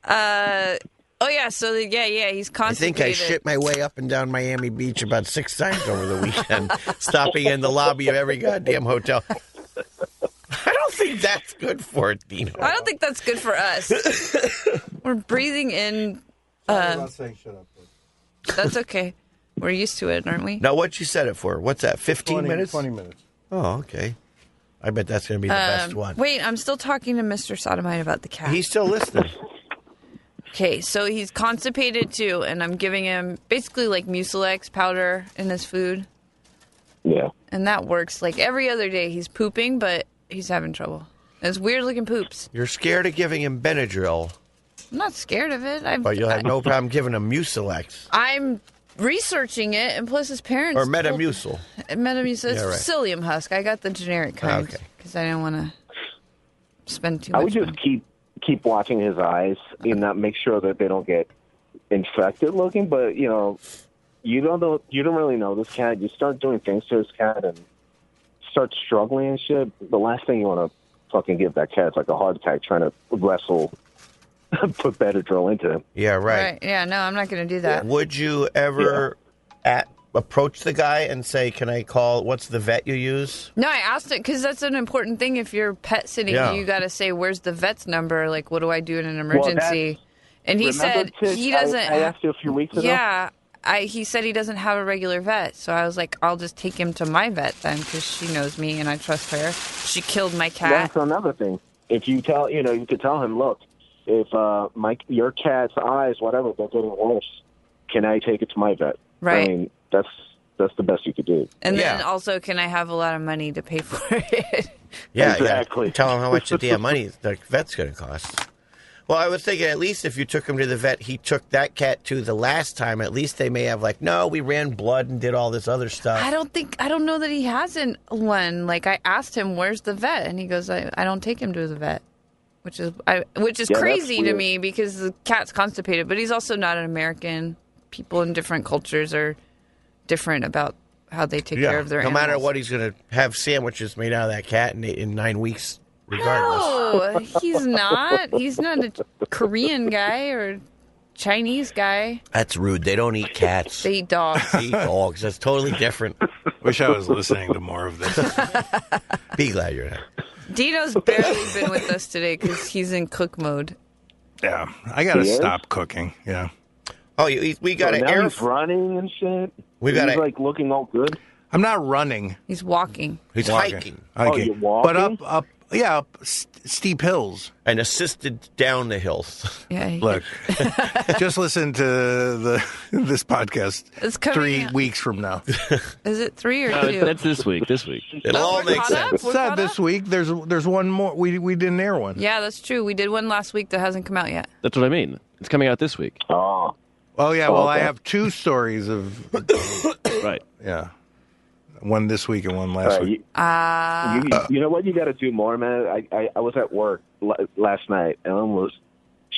Uh, oh yeah, so the, yeah, yeah, he's
I think
constipated.
I shit my way up and down Miami Beach about six times over the weekend, stopping in the lobby of every goddamn hotel. I don't think that's good for it, Dino.
I don't think that's good for us. We're breathing in.
I'm not saying shut up. but
That's okay. We're used to it, aren't we?
Now, what you said it for? What's that? Fifteen
20
minutes?
20 minutes.
Oh, okay. I bet that's going to be the best
Um,
one.
Wait, I'm still talking to Mr. Sodomite about the cat.
He's still listening.
Okay, so he's constipated too, and I'm giving him basically like Mucilex powder in his food,
Yeah.
and that works. Like every other day, he's pooping, but he's having trouble. It's weird looking poops.
You're scared of giving him Benadryl,
I'm not scared of it. I've,
but you'll have no problem giving him Mucilex
I'm researching it, and plus his parents
or Metamucil.
Metamucil,
Yeah, right. Ah,
psyllium husk. I got the generic kind
Okay.
because I didn't want to spend too much.
I would just
money.
keep keep watching his eyes and not make sure that they don't get infected looking. But you know, you don't know, you don't really know this cat. You start doing things to this cat and start struggling and shit. The last thing you want to fucking give that cat is like a heart attack trying to wrestle, put Benadryl into him.
Yeah,
right.
right.
Yeah, no, I'm not going to do that.
Would you ever at, approach the guy and say, "Can I call? What's the vet you use?"
No, I asked it because that's an important thing. If you're pet sitting,
Yeah.
you got to say, "Where's the vet's number? Like, what do I do in an
Well,
emergency?" and he
Remember,
said
Tish,
he doesn't.
I, I asked you a few weeks ago.
yeah, I he said he doesn't have a regular vet. So I was like, "I'll just take him to my vet then, because she knows me and I trust her. She killed my cat."
That's another thing. If you tell, you know, you could tell him, look, if uh, my your cat's eyes, whatever, they're getting worse. can I take it to my vet?
Right.
I mean, that's that's the best you could do.
And then also, can I have a lot of money to pay for it?
Yeah, exactly. Tell him how much the damn money the vet's going to cost. Well, I was thinking at least if you took him to the vet, he took that cat to the last time. At least they may have like, no, we ran blood and did all this other stuff.
I don't think I don't know that he hasn't one. Like I asked him, "Where's the vet?" and he goes, "I, I don't take him to the vet," which is I, which is
Yeah, that's
crazy to
weird.
me because the cat's constipated, but he's also not an American. People in different cultures are different about how they take care of their
no
animals.
matter what, he's going to have sandwiches made out of that cat in, in nine weeks, regardless.
No, Oh, he's not. He's not a Korean guy or Chinese guy.
That's rude. They don't eat cats.
They eat dogs.
They eat dogs. That's totally different.
Wish I was listening to more of this.
Be glad you're not.
Dino's barely been with us today because he's in cook mode.
Yeah, I gotta
He is?
stop cooking. Yeah,
Oh, you, we got
So
an
now
air.
he's running and shit.
We got
he's
a-
like looking all good.
I'm not running.
He's walking.
He's
Walking.
hiking.
Hiking.
Oh, you're walking?
But up, up, yeah, up st- steep hills.
and assisted down the hills.
Yeah, he-
Look, just listen to the this podcast
It's coming
three
out.
weeks from now.
is it three or
No,
two?
that's this week. This week.
It'll
Oh,
all
we're
make
caught up?
sense.
It's
We're
not
caught
this
up?
week. There's there's one more. We we didn't air one.
Yeah, that's true. We did one last week that hasn't come out yet.
That's what I mean. It's coming out this week.
Oh,
Oh yeah. Well, I
okay.
have two stories of
Right.
yeah, one this week and one last
all right,
week.
uh, you,
Uh,
you, you know what? You got to do more, man. I, I I was at work l- last night and I almost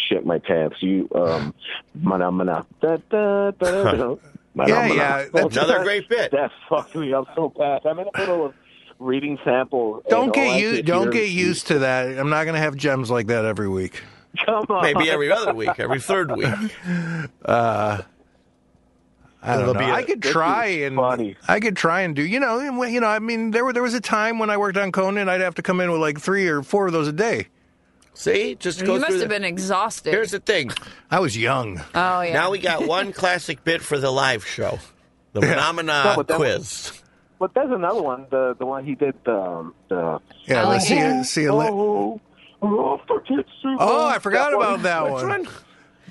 shit my pants. You um, mana mana da da da. da, da. Mana,
Yeah,
mana.
yeah, that's-
Another great bit.
That fucked me up so bad. I'm in the middle of reading samples. and
Don't
all I
get
could
you don't get
hear is-
used to that. I'm not gonna have gems like that every week.
Come on.
Maybe every other week, every third week.
I don't
It'll
know.
be a-
I could
this
try
is
and
funny.
I could try and do you know and when- you know I mean there were there was a time when I worked on Conan I'd have to come in with like three or four of those a day.
See, just
You
go
must
through.
have
the-
been exhausted.
Here's the thing.
I was young.
oh yeah.
Now we got one classic bit for the live show, the phenomena
No, but that-
quiz.
But there's another one. The the one he did the um, the.
Yeah, let's see a, see a li- oh,
Oh, oh, forget Super Bowl.
I forgot
That
about that
Which
one.
one?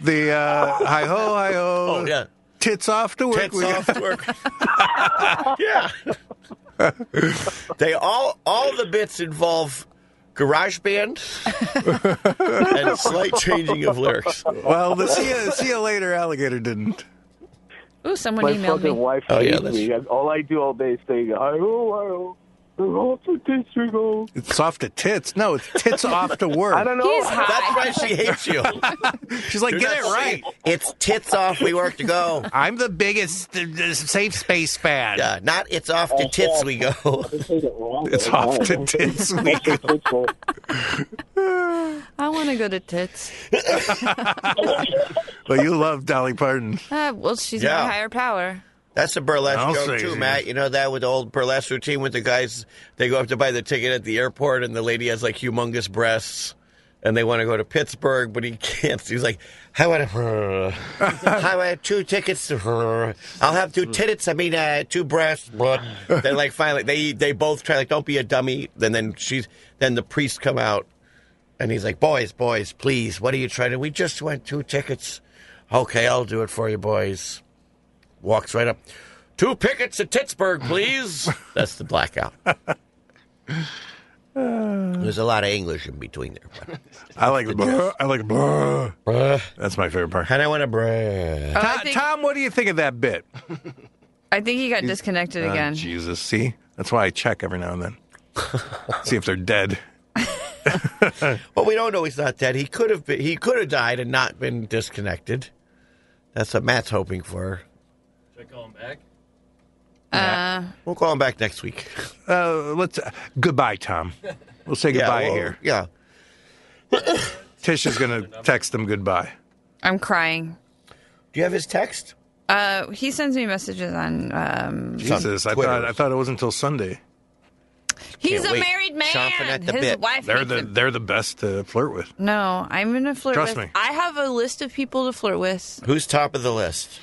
The uh, hi ho hi ho.
Oh yeah,
Tits off to work.
tits
we-
off work. yeah, they all all the bits involve garage band and a slight changing of lyrics.
Well, the see you, see you later alligator didn't.
Ooh, someone
My
emailed
fucking
me.
wife
Oh, yeah,
hates
that's-
me. And All I do all day is saying, I oh, I oh, oh, forget Super Bowl.
It's off to tits. No, it's tits off to work.
I don't know.
He's hot.
That's why she hates you.
She's like,
You're
get
not
it
saying-
right.
It's tits off. We work to go.
I'm the biggest uh, uh, safe space fan.
Yeah, not it's off to tits we go.
I said it wrong.
It's off to tits. We go.
Super Bowl.
I want to go to tits.
Well, you love Dolly Parton.
Uh, well, she's
Yeah.
my higher power.
That's a burlesque
I'll
joke
say
too,
it
Matt.
is.
You know that with the old burlesque routine with the guys, they go up to buy the ticket at the airport, and the lady has like humongous breasts, and they want to go to Pittsburgh, but he can't. He's like, "I want to, I want two tickets. I'll have two titties. I mean, uh, two breasts." But they like finally, they they both try like, "Don't be a dummy." Then then she's then the priest come out, and he's like, "Boys, boys, please, what are you trying to? We just want two tickets. Okay, I'll do it for you, boys." walks right up. Two pickets at Pittsburgh, please. That's the blackout. There's a lot of English in between there.
I like the blah. I like blah. That's my favorite part.
And I want to brr.
Tom,
Oh, I think-
Tom, what do you think of that bit?
I think he got disconnected again.
Uh, Jesus, see, that's why I check every now and then, see if they're dead.
Well, we don't know he's not dead. He could have been. He could have died and not been disconnected. That's what Matt's hoping for.
Should I call him back?
We'll call him back next week.
Uh, let's uh, goodbye, Tom. We'll say
Yeah,
goodbye
well,
here.
Yeah.
Tish is gonna text them goodbye.
I'm crying.
Do you have his text?
Uh, he sends me messages on. Um,
Jesus, I
Twitter.
thought I thought it wasn't until Sunday.
he's a
wait.
married
Chomping
man.
at the
His
bit.
wife.
They're
hates
the
him.
they're the best to flirt with.
No, I'm gonna flirt
Trust
with.
me.
I have a list of people to flirt with.
Who's top of the list?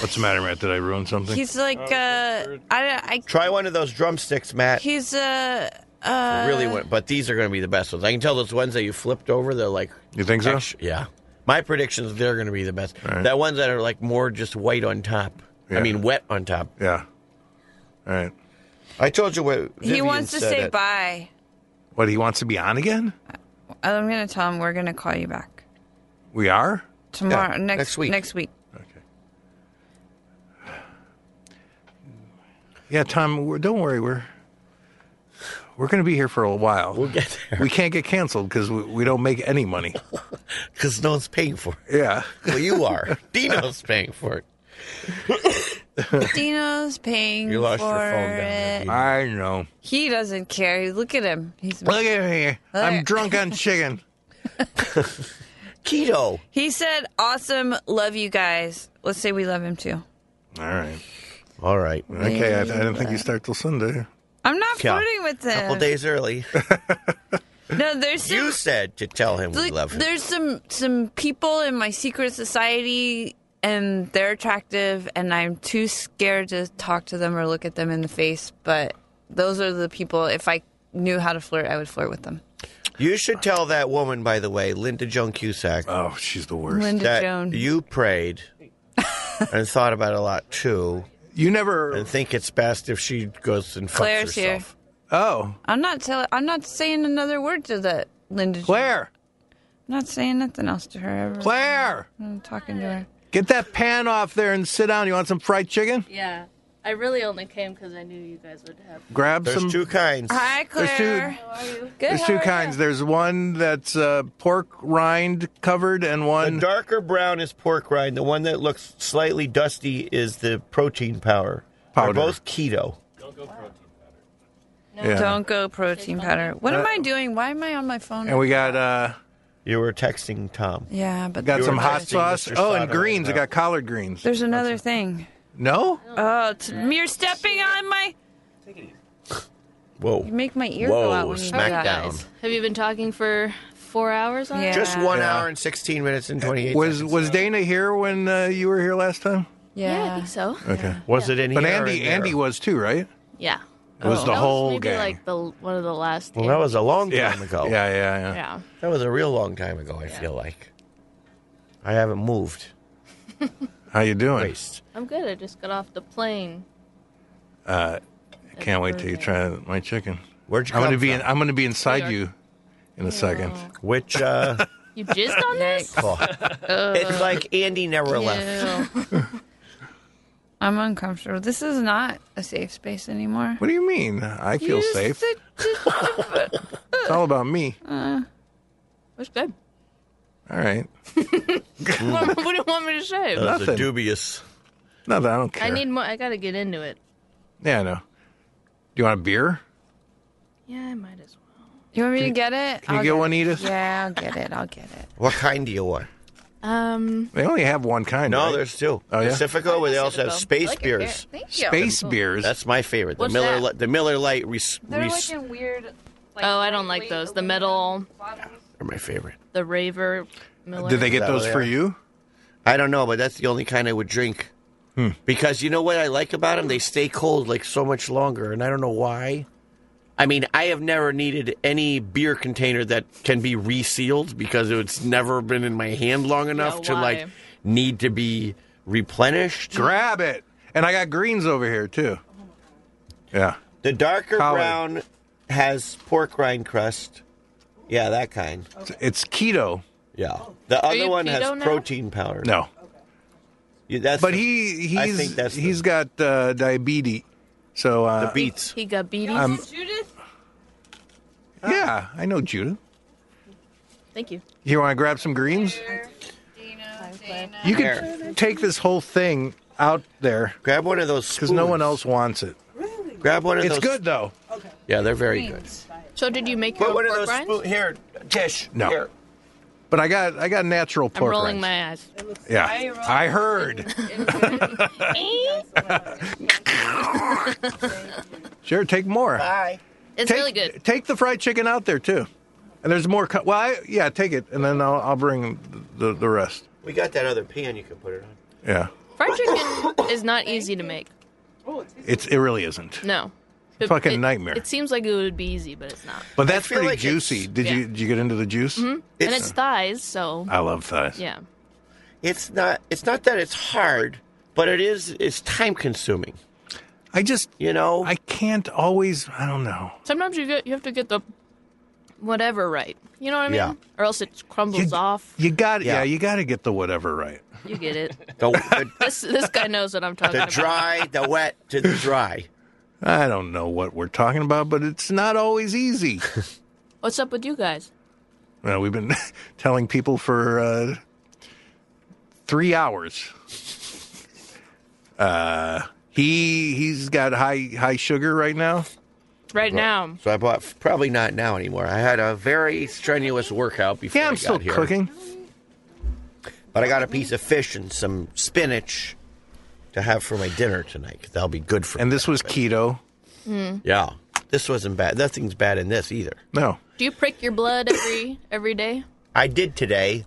What's the matter, Matt? Did I ruin something?
He's like, uh, I,
Try one of those drumsticks,
I,
Matt.
he's uh,
really, went, but these are going to be the best ones. I can tell those ones that you flipped over. They're like
you think so?
Actu- yeah.
My prediction is they're going to be the best. That ones that are like more just white on top. I
Yeah.
mean, wet on top.
Yeah. All right.
I told you what
he wants to say bye.
What he wants to be on again?
I'm gonna tell him we're gonna call you back
We are.
tomorrow.
Yeah,
next,
next week.
Next week.
Yeah, Tom. We're, don't worry. We're we're going to be here for a while. We'll
get there.
We can't get canceled because we, we don't make any money.
Because no one's paying for
it. Yeah.
Well, you are. Dino's paying for it.
Dino's paying
You lost
for
your phone down
it.
I know.
He doesn't care. Look at him. He's
Look at me. I'm drunk on chicken.
Keto. All
He said, "Awesome, love you guys." Let's say we love him too.
right.
All right.
Okay. I, I didn't think you start till Sunday.
I'm not
Yeah.
flirting with
A
him.
couple days early.
No, there's some,
you said to tell him we
like,
love him.
there's some some people in my secret society, and they're attractive, and I'm too scared to talk to them or look at them in the face. But those are the people. If I knew how to flirt, I would flirt with them.
You should tell that woman, by the way, Linda Joan Cusack.
Oh, she's the
worst. Linda
that
Joan.
You prayed and thought about it a lot too.
You never
and think it's best if she goes and fucks
Claire's here.
herself.
Oh,
I'm not telling. I'm not saying another word to that, Linda.
Claire.
I'm not saying nothing else to her. Ever.
Claire!
I'm talking to her.
Get that pan off there and sit down. You want some fried chicken?
Yeah. I really only came because I knew you guys would have.
Grab
There's
some.
two kinds.
Hi,
There's two-
Claire.
How are you?
There's two kinds. There's one that's uh, pork rind covered, and
The
one
darker brown is pork rind. The one that looks slightly dusty is the protein powder.
Powder.
They're both keto.
Yeah. Uh,
Don't go protein powder. What am I doing? Why am I on my phone?
and we got uh,
You were texting Tom.
yeah, but
got
You
some
were
hot
texting
sauce.
Mr.
Oh,
Sada right
and greens. I
now.
got collard greens.
there's another thing.
No?
Oh, it's, you're stepping on my.
Whoa.
You make my ear
Whoa,
go out when you do
smack
that.
down.
Have you been talking for four hours on it?
Yeah.
Just one
Yeah.
hour and 16 minutes and 28
Was
seconds.
was Dana here when uh, you were here last time?
Yeah, I
Yeah.
think so.
Okay.
Was it in
But
here or
Andy
in there?
Andy was too, right?
Yeah.
It was
Oh.
the
that
whole
was maybe
gang.
like the one of the last.
Well, that was a long time
yeah.
ago.
yeah, yeah, yeah.
yeah.
That was a real long time ago, I feel like. I haven't moved.
How you doing?
Waste.
I'm good. I just got off the plane.
Uh, can't wait till you try my chicken.
Where'd you
I'm gonna
come
be
from?
In, I'm gonna be
New
inside
York.
you in a second.
Which, uh,
You jizzed on this?
oh. it's like Andy never left.
Ew. I'm uncomfortable. This is not a safe space anymore.
What do you mean? I feel
You
safe.
sit-
It's all about me.
That's good.
All right.
what do you want me to say?
That was a
Nothing.
dubious.
No, that I don't care.
I need more. I gotta get into it.
Yeah, I know. Do you want a beer?
Yeah, I might as well.
You want me to get it?
Can you
I'll
get one,
it.
Edith?
Yeah, I'll get it. I'll get it.
What kind do you want?
Um,
They only have one kind.
No,
right?
there's two.
Oh, yeah?
Pacifico, where they also have
Pacifico.
space
Like a beer.
beers.
Thank you.
space beers.
That's my favorite. The
What's
Miller,
that?
Li- the Miller Light. Res-
They're like
res-
in weird. Like,
Oh, I don't like those. The metal,
are my favorite.
the raver. Miller.
Did they
Is
get
that what
those
they
for
are?
you?
I don't know, but that's the only kind I would drink.
Hmm.
Because you know what I like about them? They stay cold like so much longer, and I don't know why. I mean, I have never needed any beer container that can be resealed because it's never been in my hand long enough to
why?
like need to be replenished.
Grab it. And I got greens over here too. Yeah.
The darker
Collard.
brown has pork rind crust. Yeah, that kind.
It's, it's keto.
Yeah. The other
you
one
keto
has
now?
protein powder.
No.
Yeah, that's
But
the-
he
I
he's
think that's the-
he's got uh, diabetes. So
the
uh,
beets.
He got beaties.
Um,
Judith.
yeah, I know Judith.
Thank you.
You want to grab some greens? You
Here.
could take this whole thing out there
Grab one of those
because no one
spoons.
else wants it.
Grab one of
It's
those.
good though.
Yeah, they're very good.
So did you make
Put
your own
one of
pork
those
rinds?
spoon here, Tish.
No.
Here.
But I got I got natural
I'm
pork. rinds.
rolling my eyes.
Yeah, I heard. sure, take more.
Bye.
It's
take,
really good.
Take the fried chicken out there too, and there's more. Co- well, I, yeah, take it, and then I'll, I'll bring the, the rest.
We got that other pan you can put it on.
Yeah,
Fried chicken is not easy to make.
it's it really isn't.
No.
fucking
it,
nightmare.
It seems like it would be easy, but it's not.
but that's
feel
pretty
like it's-
juicy. Did you did you get into the juice?
hmm And it's thighs, so
I love thighs.
yeah.
It's not. It's not that it's hard, but it is. It's time consuming.
I just,
you know,
I can't always. I don't know.
Sometimes you get you have to get the whatever right. You know what I mean?
Yeah.
Or else it crumbles off.
You got yeah. you got to get the whatever right.
You get it.
The,
this this guy knows what I'm talking about.
the wet to the dry.
I don't know what we're talking about, but it's not always easy.
What's up with you guys?
well, we've been telling people for uh, three hours. Uh, he he's got high high sugar right now.
Right now.
So I bought probably not now anymore. I had a very strenuous workout before
Yeah,
I
I'm
got
still
here.
cooking.
But I got a piece of fish and some spinach to have for my dinner tonight. 'cause That'll be good for.
And this was keto.
Mm.
Yeah, this wasn't bad. Nothing's bad in this either.
No,
Do you prick your blood every every day?
I did today,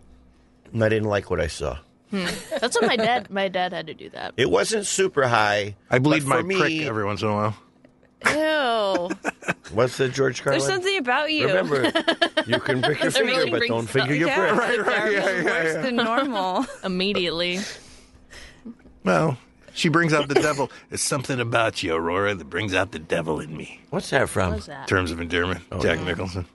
and I didn't like what I saw.
Hmm. That's what my dad my dad had to do that.
It wasn't super high.
I
bleed
my prick every once in a while.
Ew.
What's the George Carlin?
There's something about you.
Remember, you can prick your
They're
finger,
making
but
big
don't
stuff.
finger your
Yeah,
prick.
they're worse than normal.
Immediately.
Well, she brings out the devil. It's something about you, Aurora, that brings out the devil in me.
What's that from?
What's that?
Terms of Endearment, Jack Nicholson.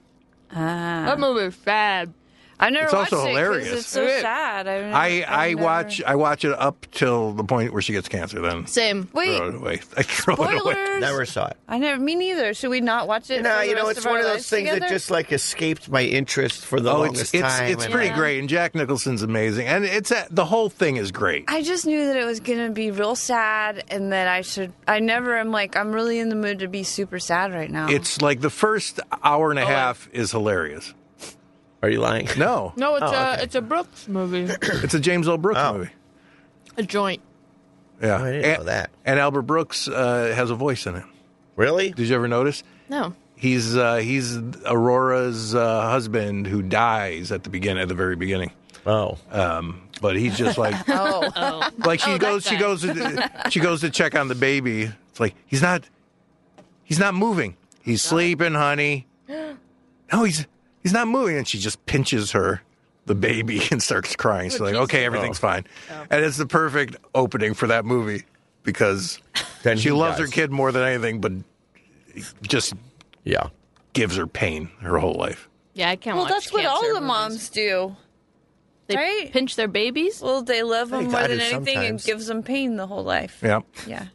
That movie's sad.
I never
It's
watched
also
it 'cause
hilarious.
It's so
It-
sad. I've never-
I
I've
I
never-
watch I watch it up till the point where she gets cancer. Then
Same.
Wait.
throw it away. I throw it away.
Spoilers. Never
saw it.
I never. Me neither. Should we not watch it?
No,
for the
you know,
rest
it's
of our
one of those
lives
things
together?
that just like escaped my interest for the
Oh, it's
longest
it's,
time.
it's
and
pretty
I-
great, and Jack Nicholson's amazing, and it's a, the whole thing is great.
I just knew that it was gonna be real sad, and that I should. I never am like I'm really in the mood to be super sad right now.
It's like the first hour
Oh,
and a half is hilarious.
Are you lying?
No,
No, it's
Oh,
uh,
a
okay.
it's a Brooks movie.
it's a James L. Brooks movie.
a joint.
Yeah,
Oh. I didn't
and,
know that.
And Albert Brooks uh, has a voice in it.
Really?
Did you ever notice?
No.
He's uh, he's Aurora's uh, husband who dies at the beginning, at the very beginning.
Oh,
um, but he's just like
Oh.
like she goes she goes to, she goes to check on the baby. It's like he's not he's not moving. He's sleeping, honey. No, he's he's not moving. And she just pinches her, the baby, and starts crying.
Oh,
She's like, okay,
Oh.
everything's fine. And it's the perfect opening for that movie because she
he
loves
dies.
her kid more than anything, but just
yeah
gives her pain her whole life.
Yeah, I can't.
well,
watch
that's what
cancer
all the
movies.
moms do.
They
right?
pinch their babies.
Well, they love
They
them more
gotta
than anything, and
sometimes.
gives them pain the whole life.
Yeah,
Yeah,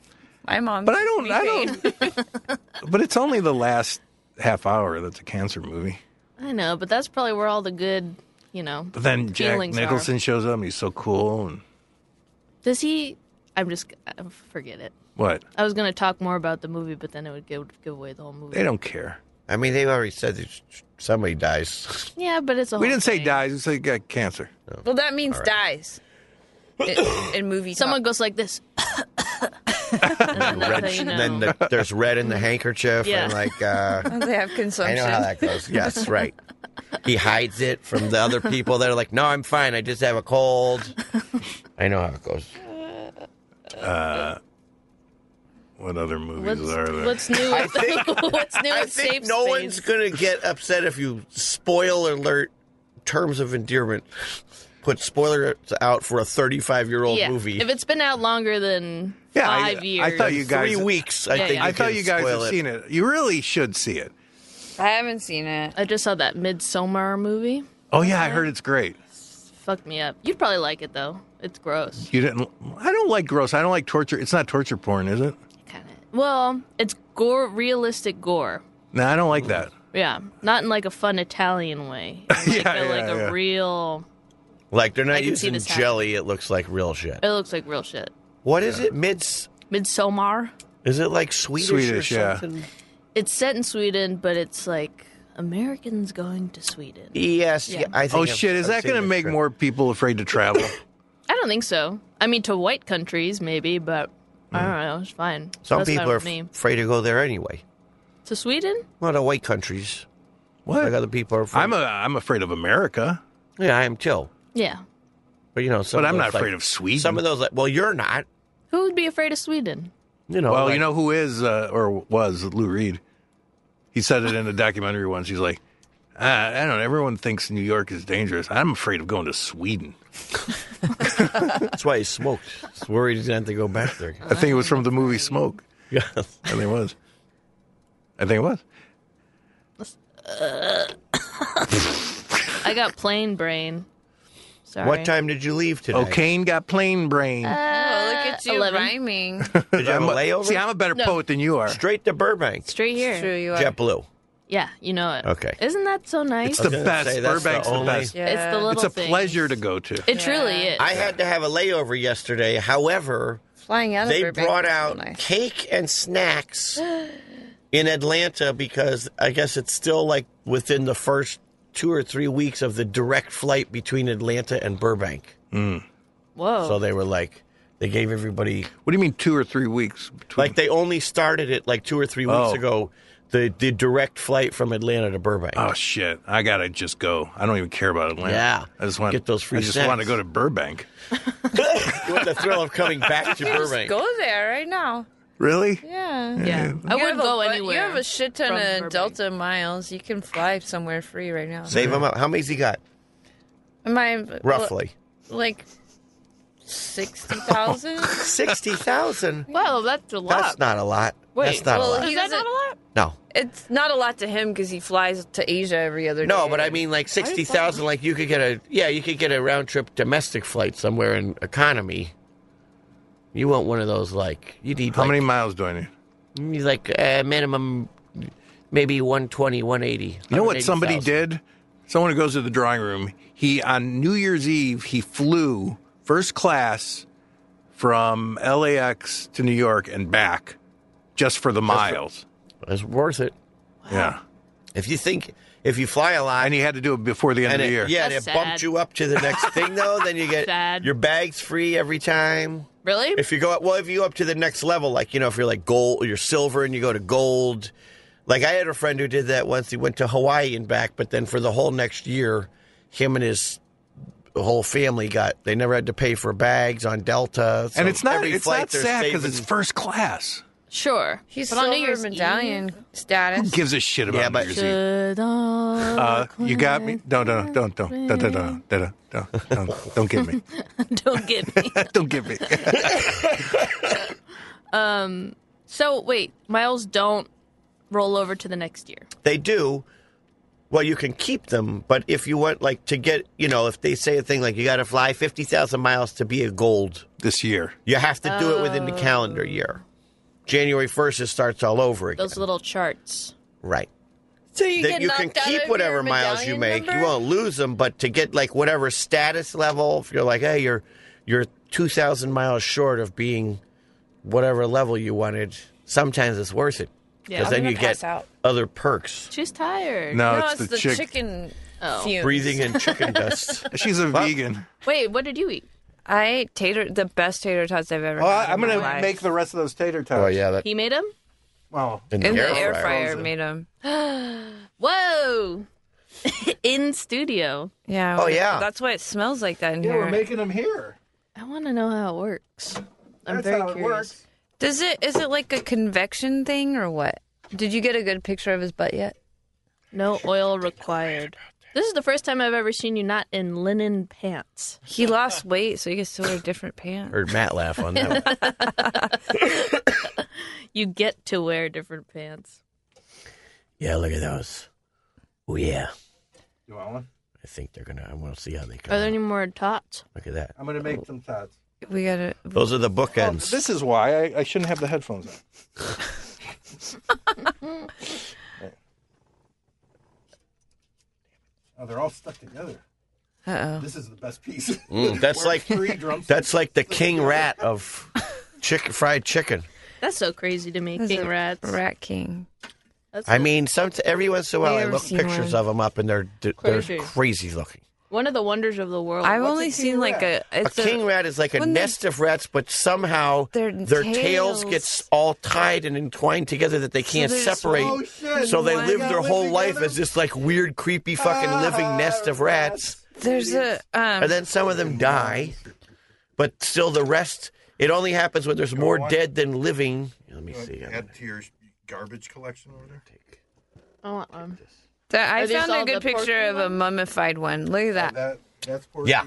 my mom.
But I
gives
don't-
me
I
pain.
don't- but it's only the last half hour that's a cancer movie.
I know, but that's probably where all the good, you know.
But then Jack
feelings are.
Nicholson shows up. and He's so cool. And
Does he? I'm just uh, forget it.
what?
I was gonna talk more about the movie, but then it would give give away the whole movie.
They don't care.
I mean, they've already said that somebody dies.
Yeah, but it's a.
we
whole
didn't say dies. We said he got cancer.
Well, that means
All right.
dies. In, in movie,
Someone goes like this.
Red,
you know.
Then the, there's red in the handkerchief,
Oh. Yeah.
and like uh,
talk. they have
I
consumption.
know how that goes. Yes, right. He hides it from the other people that are like, "No, I'm fine. I just have a cold." I know how it goes.
Uh, what other movies are there?
What's new?
I think-
what's new?
I
with
think
safe
no
space?
one's gonna get upset if you spoiler alert terms of endearment put spoilers out for a 35 year old
yeah.
movie.
If it's been out longer than
yeah, I,
five years,
I thought you guys
Three weeks, I
Yeah,
think.
yeah.
I
you
thought
can
you guys
spoil
had seen it. You really should see it.
I haven't seen it.
I just saw that Midsommar movie.
Oh yeah,
Uh-huh.
I heard it's great.
Fucked me up. You'd probably like it though. It's gross.
You didn't. I don't like gross. I don't like torture. It's not torture porn, is it?
Well, it's gore, realistic gore.
No, I don't like that.
Yeah, not in like a fun Italian way. Like
Yeah,
a, like
yeah,
a
yeah.
real.
Like they're
I
not
can see
using
this happening.
jelly. It looks like real shit.
It looks like real shit.
What is it? Mids?
Midsommar.
Is it like Swedish,
Swedish,
or
yeah.
something?
It's set in Sweden, but it's like Americans going to Sweden.
Yes.
Yeah.
E Yeah. I think
oh
I've-
shit, is that
I've seen
going to
this
make
trip.
more people afraid to travel?
I don't think so. I mean, to white countries maybe, but I don't know. It's fine.
Some
That's
people
fine
are
with me.
f- afraid to go there anyway.
to Sweden.
A lot of white countries.
What?
Like other people are afraid.
I'm a. I'm afraid of America.
yeah, I am too.
Yeah.
But you know, some
But
of
I'm
those,
not
like-
afraid of Sweden.
Some of those, like, well, you're not.
Who would be afraid of Sweden?
You know,
well,
like-
you know who is uh, or was Lou Reed. He said it in a documentary once. He's like, ah, I don't. know. Everyone thinks New York is dangerous. I'm afraid of going to Sweden.
That's why he smoked. He's worried he's going to have to go back there.
I think it was from the movie Smoke.
Yeah, I
think it was. I think it was.
I got plain brain. Sorry.
What time did you leave today?
Oh, Kane got plain brain.
Uh,
oh, look at you
11.
rhyming.
Did you have a
I'm a-
layover?
See, I'm a better
No.
poet than you are.
Straight to Burbank.
Straight here.
True, you are.
JetBlue.
Yeah, you know it.
Okay.
Isn't that so nice?
It's
I was
the
gonna
best.
say, that's the
Burbank's the,
only-
best.
Yeah.
It's the little
It's a
things.
pleasure to go to.
It truly is.
I had to have a layover yesterday. However,
Flying out of
they
Burbank
brought
was so
out
nice.
cake and snacks in Atlanta because I guess it's still like within the first two or three weeks of the direct flight between Atlanta and Burbank.
Oh.
Whoa.
So they were like, they gave everybody
What do you mean two or three weeks? Between?
like they only started it like two or three weeks
Oh.
ago. The the direct flight from Atlanta to Burbank.
oh shit! I gotta just go. I don't even care about Atlanta.
Yeah.
I just want
Get those free
I just
snacks.
want to go to Burbank.
You want the thrill of coming back to Burbank.
Go there right now.
Really?
Yeah.
yeah. I
You
wouldn't
have a
go
bu-
anywhere.
You have a shit
from
ton of
Burbank.
Delta miles. You can fly somewhere free right now.
Save them up. How many's he got
My
roughly?
like sixty thousand.
Sixty thousand.
Whoa, that's a lot.
That's not a lot. that's not
well,
a lot.
he
Is that
doesn't-
not a lot?
No,
it's not a lot to him because he flies to Asia every other day.
no. But I mean, like sixty thousand. Like you could get a yeah, you could get a round trip domestic flight somewhere in economy. You want one of those like you need
How
like,
many miles do I need?
you need, like uh, minimum maybe 120, 180.
You know what somebody
180,000.
did? Someone who goes to the drawing room, he on New Year's Eve, he flew first class from LAX to New York and back just for the miles.
It's worth it.
Yeah.
If you think if you fly a lot
And he had to do it before the end
and
of the year.
it, yeah, and it
That's
bumped
sad.
you up to the next thing though, then you get
Sad.
your bags free every time.
Really?
If you go up, well, if you go up to the next level, like you know, if you're like gold, you're silver, and you go to gold. Like I had a friend who did that once. He went to Hawaii and back, but then for the whole next year, him and his whole family got they never had to pay for bags on Delta. So
and it's not
every
it's
flight
not
they're
sad because
saving-
it's first class.
sure.
he's
but on New
silver
Year's
medallion
Eve-
Who
status.
gives a shit about
Yeah, but-
New Year's Eve? Uh, you got me? No, no, no, don't, don't, don't, don't, don't, don't, don't, don't, don't get me.
Don't get me.
Don't get me.
So wait, miles don't roll over to the next year.
They do. Well, you can keep them, but if you want, like, to get, you know, if they say a thing like you got to fly 50,000 miles to be a gold,
this year.
you have to do it within the calendar year. January 1st, it starts all over again.
Those little charts.
right.
So you
That you can keep whatever miles you make. You won't lose them, but to get, like, whatever status level, if you're like, hey, you're, you're 2,000 miles short of being whatever level you wanted, sometimes it's worth it.
Yeah.
Because
I'm
then
gonna
you get Oh,
pass out.
other perks.
She's tired.
No,
No,
it's, the, chick.
chicken
Oh.
fumes.
Breathing in chicken dust.
She's a vegan.
Wait, what did you eat?
I ate tater, the best tater tots I've ever. had in my life.
the rest of those tater tots.
Oh, yeah. That,
He made them.
Well,
in the air fryer. Made them.
Whoa. In studio.
Yeah.
Oh, yeah.
That's why it smells like that in
yeah,
here.
we're making them here.
I want to know how it works. I'm
That's
very
how it
curious.
works.
Does it? Is it like a convection thing or what? Did you get a good picture of his butt yet?
No oil required. This is the first time I've ever seen you not in linen pants.
He lost weight, so he gets to wear different pants.
Heard Matt laugh on that. one.
You get to wear different pants.
yeah, look at those. Oh yeah,
You want one?
I think they're gonna. I want to see how they come.
Are there
out.
any more tots?
look at that.
I'm going to make some tots.
We gotta.
Those are the bookends.
this is why I, I shouldn't have the headphones on. Oh, they're all stuck together.
Uh oh.
This is the best piece.
Mm, that's like
Three drums.
that's like the king rat of chicken fried chicken.
That's so crazy to me. King rats.
Rat king.
That's
I mean, some every once in a while I
Never
look
seen
pictures
one.
of them up, and they're they're
Crazy.
crazy looking.
one of the wonders of the
Oh,
world.
I've
What's
only
a
seen like a.
A
It's
king rat is like a
when they-
nest of rats, but somehow
Their
tails
tails.
get all tied and entwined together that they can't
they're just-
separate.
Oh, shit.
So they
Why
live
not
their
live
whole life
together?
as this like weird, creepy, fucking
Ah,
living nest of rats.
There's a. Um,
And then some of them die, but still the rest. It only happens when there's more dead than living.
me
wanna
see. I'm
Add to your garbage collection over there.
I want one.
So I
Are these
found
all
a good
the
picture
porky
of a
ones?
mummified one. Look at that.
That that's porky.
Yeah.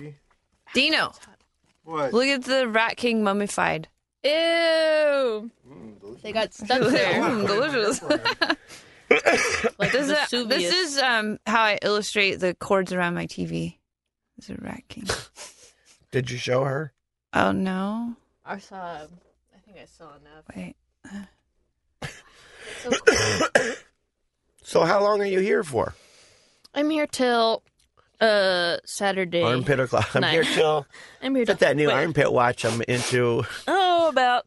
Dino,
What?
look at the Rat King mummified.
Ew. They got stuck there.
Mm, delicious.
like
This is,
Vesuvius.
this is um, how I illustrate the cords around my TV. It's a Rat King.
Did you show her?
Oh, no.
I saw. I think I saw enough.
Wait.
It's so cool.
So how long are you here for?
I'm here till uh Saturday.
Armpit o'clock. I'm
Night.
here till
I'm here till
get that new
wait.
armpit watch. I'm into
Oh, about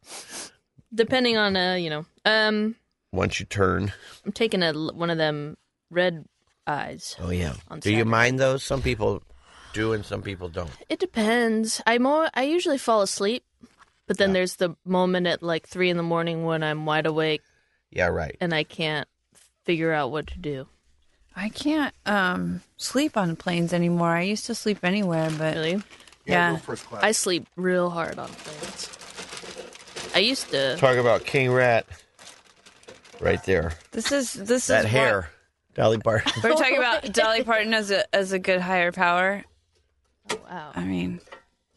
depending on uh you know um
once you turn.
I'm taking a l- one of them red eyes.
Oh yeah.
On
Do you
Saturday.
mind those? Some people do and some people don't.
It depends. I mo- I usually fall asleep, but then there's the moment at like three in the morning when I'm wide awake
Yeah, right.
and I can't figure out what to do.
I can't um, sleep on planes anymore. I used to sleep anywhere, but
Really,
Yeah.
yeah.
Go first class.
I sleep real hard on planes. I used to.
Talk about King Rat. Right there.
This is this
That
is what-
hair. Dolly Parton.
we're talking about Dolly Parton as a as a good higher power.
Wow.
I mean,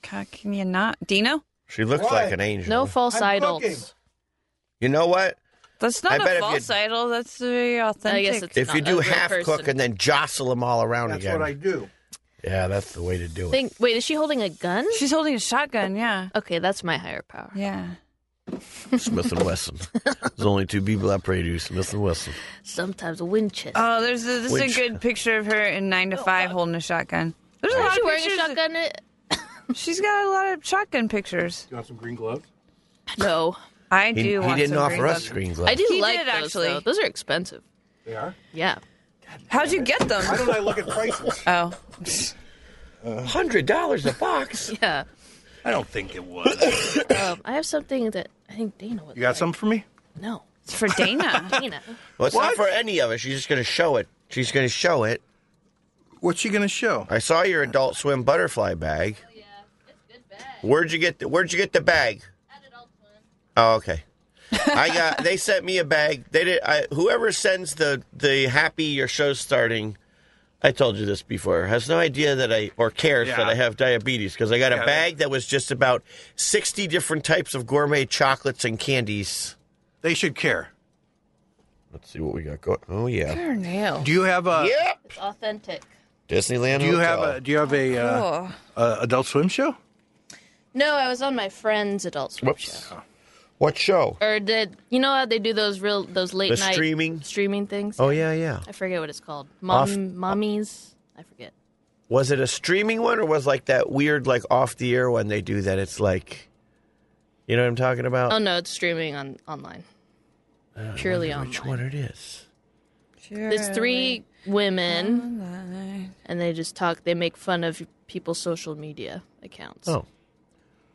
how can you not, Dino?
She looks
Why?
like an angel.
No false
I'm cooking.
idols.
You know what?
That's
I
not
bet
a
if
false
you-
idol. That's the authentic.
it's-
If you
not
do
a real
half cook
person.
and then jostle them all around
That's
again.
what I do.
Yeah, that's the way to do it.
Think. Wait, is she holding a gun?
She's holding a shotgun. Yeah,
Okay, that's my higher power.
yeah.
Smith and Wesson. There's only two people I pray to, Smith and Wesson.
Sometimes a Winchester.
Oh, there's a, this
Which-
is a good picture of her in Nine to Five holding a shotgun. There's a lot
Oh, is she
of
wearing a
pictures.
shotgun? It?
She's got a lot of shotgun pictures.
You want some green gloves?
No,
I do.
He, he
want
didn't
some
offer
green
us
gloves.
green gloves.
I do
He
like
did,
those.
actually.
Though. Those are expensive.
They are.
Yeah.
How'd you get them?
Why don't I look at prices?
Oh,
Hundred dollars a box.
Yeah.
I don't think it was.
Um, I have something that I think Dana would.
You got
like.
something for me?
No,
it's for Dana.
Dana.
well, it's not for any of us. She's just going to show it. She's going to show it.
What's she gonna show?
I saw your Adult Swim butterfly bag. Where'd you get the Where'd you get the bag? Oh, okay. I got. They sent me a bag. They did. I, whoever sends the the happy your show's starting. I told you this before. Has no idea that I or cares that
Yeah.
I have diabetes because I got a
Yeah.
bag that was just about sixty different types of gourmet chocolates and candies.
They should care.
Let's see what we got going. Oh yeah,
Her nail.
Do you have a?
yep.
It's authentic.
Disneyland.
Do you have
Hotel.
a? Do you have a, uh,
cool.
a Adult Swim show?
No, I was on my friend's Adult Swim
Whoops.
show.
What show?
Or did you know how they do those real those late
The
night
streaming?
streaming things?
Oh yeah, yeah.
I forget what it's called.
Off-
Mom, mommies. I forget.
Was it a streaming one or was like that weird like off the air one they do that it's like you know what I'm talking about?
Uh.
Oh no, it's streaming on online. Purely online.
Which one it is.
It's three women, and they just talk. They make fun of people's social media accounts.
Oh.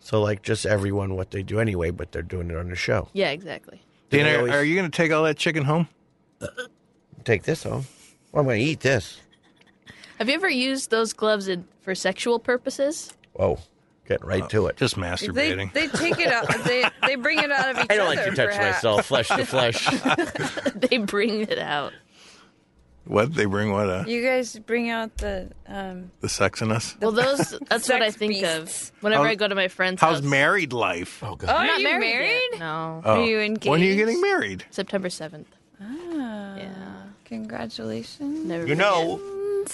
So like just everyone what they do anyway, but they're doing it on the show.
Yeah, exactly.
Do they
Dana,
always-
are you gonna take all that chicken home?
Take this home. Well, I'm gonna eat this.
Have you ever used those gloves in, for sexual purposes?
Whoa. Getting right to it.
Just
They,
masturbating.
they take it out. They they bring it out of each other.
I don't like to touch
perhaps.
myself flesh to flesh.
they bring it out.
what they bring? What uh,
You guys bring out the um.
the sex in us?
Well, those that's what I
sex
think
beasts.
of whenever
How's-
I go to my friend's
How's
house.
married life?
oh
Oh,
god.
are
I'm not
you
married.
married?
yet. No.
Oh.
Are you engaged?
When are you getting married?
September 7th.
Ah,
Yeah.
Congratulations,
Never
You know,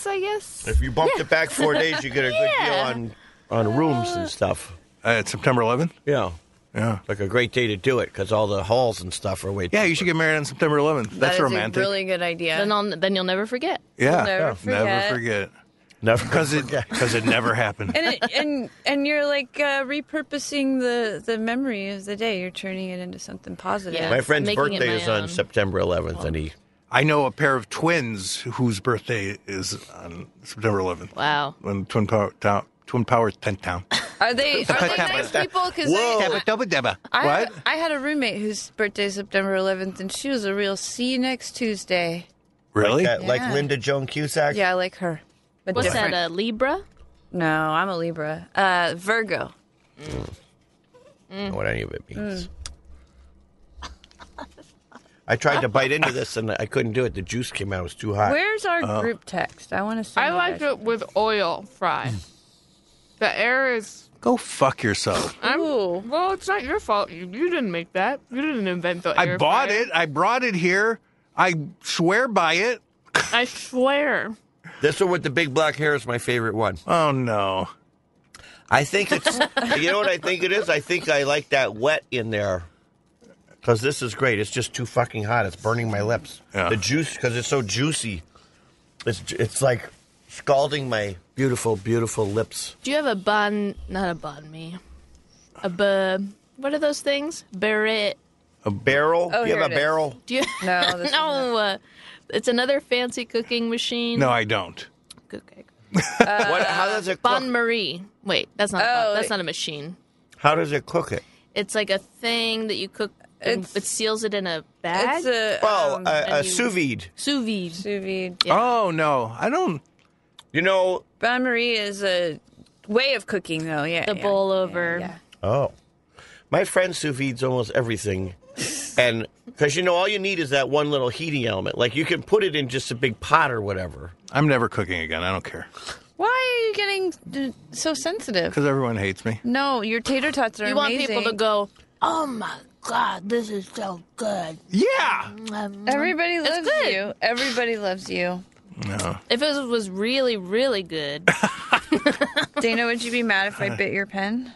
I guess.
if you bumped it back four days you get a good deal
Yeah.
on on rooms and stuff.
Uh, it's September 11th.
Yeah.
Yeah.
Like a great day to do it because all the halls and stuff are way.
Yeah, you should get married on September 11th.
That
That's
is a
romantic.
really good idea.
Then, I'll, then you'll never forget.
yeah.
never forget.
Never forget.
never
Because it because it never happened.
and it, and and you're like uh, repurposing the the memory of the day. You're turning it into something positive.
Yeah.
My friend's
making it
birthday
my
is on
own.
September 11th, and he
I know a pair of twins whose birthday is on September 11th.
Wow.
When Twin Power Town, Twin Power Tent Town.
Are they are they nice people? Because
Dabba dabba dabba.
I,
What?
I had a roommate whose birthday is September 11th, and she was a real see you next Tuesday.
Really?
that, like
Yeah.
Linda Joan Cusack.
Yeah, I like her. But
What's
different.
that, uh? a Libra?
No, I'm a Libra. Uh, Virgo.
I don't know what any of it means. I tried to bite into this and I couldn't do it. The juice came out; it was too hot.
Where's our
Oh.
group text? I want to see.
I liked it with oil fry. the air is.
Go fuck yourself.
I'm, well, it's not your fault. You, you didn't make that. You didn't invent the
I
air
bought
fryer.
it. I brought it here. I swear by it.
I swear.
This one with the big black hair is my favorite one.
Oh no!
I think it's. you know what I think it is? I think I like that wet in there because this is great. It's just too fucking hot. It's burning my lips. The juice because it's so juicy. It's ju- it's like scalding my beautiful beautiful lips.
Do you have a bun? Not a bun me. A bu. What are those things? Beret.
A barrel?
Oh,
Do you
here
have a
it is.
barrel?
Do you?
No, this
no. uh, It's another fancy cooking machine.
No, I don't.
what, how does it
Bon Marie. Wait, that's not. a bun-
Oh,
that's
it-
not a machine.
How does it cook it?
It's like a thing that you cook. and it seals it in a bag.
It's a,
Well, uh,
um,
Oh, a, a sous vide.
sous vide.
Sous vide.
Oh no, I don't.
You know.
Bain Marie is a way of cooking, though. Yeah,
The
yeah,
bowl
yeah,
over.
yeah.
Oh, my friend sous vide's almost everything, and because you know all you need is that one little heating element. Like you can put it in just a big pot or whatever.
I'm never cooking again. I don't care
Why are you getting uh, so sensitive?
because everyone hates me.
No, your tater tots are
You want people to
go.
Oh my god, this is so good.
Yeah.
Everybody
It's
loves
good.
you. Everybody loves you.
No.
If it was really, really good,
Dana, would you be mad if I bit your pen?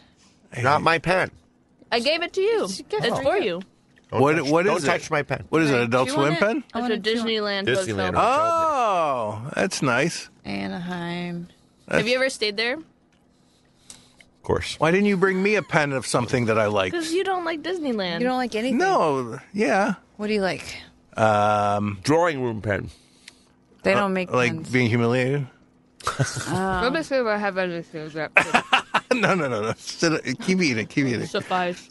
Not my pen.
I gave it to you. It's for you.
Don't
what
touch-
what is
don't
it?
touch my pen.
What is it? Adult
Do you
Swim
want it?
pen?
I
It's a Disneyland,
Disneyland.
hotel.
Oh, that's nice.
Anaheim.
Have you ever stayed there?
Of course.
Why didn't you bring me a pen of something that I liked?
Because you don't like Disneyland.
You don't like anything.
No. Yeah.
What do you like?
Um.
Drawing room pen.
They don't make
Uh, like
pens.
being humiliated.
Nobody said I have anything of that
no, no, no, no. Sit, keep eating. Keep eating.
suffice.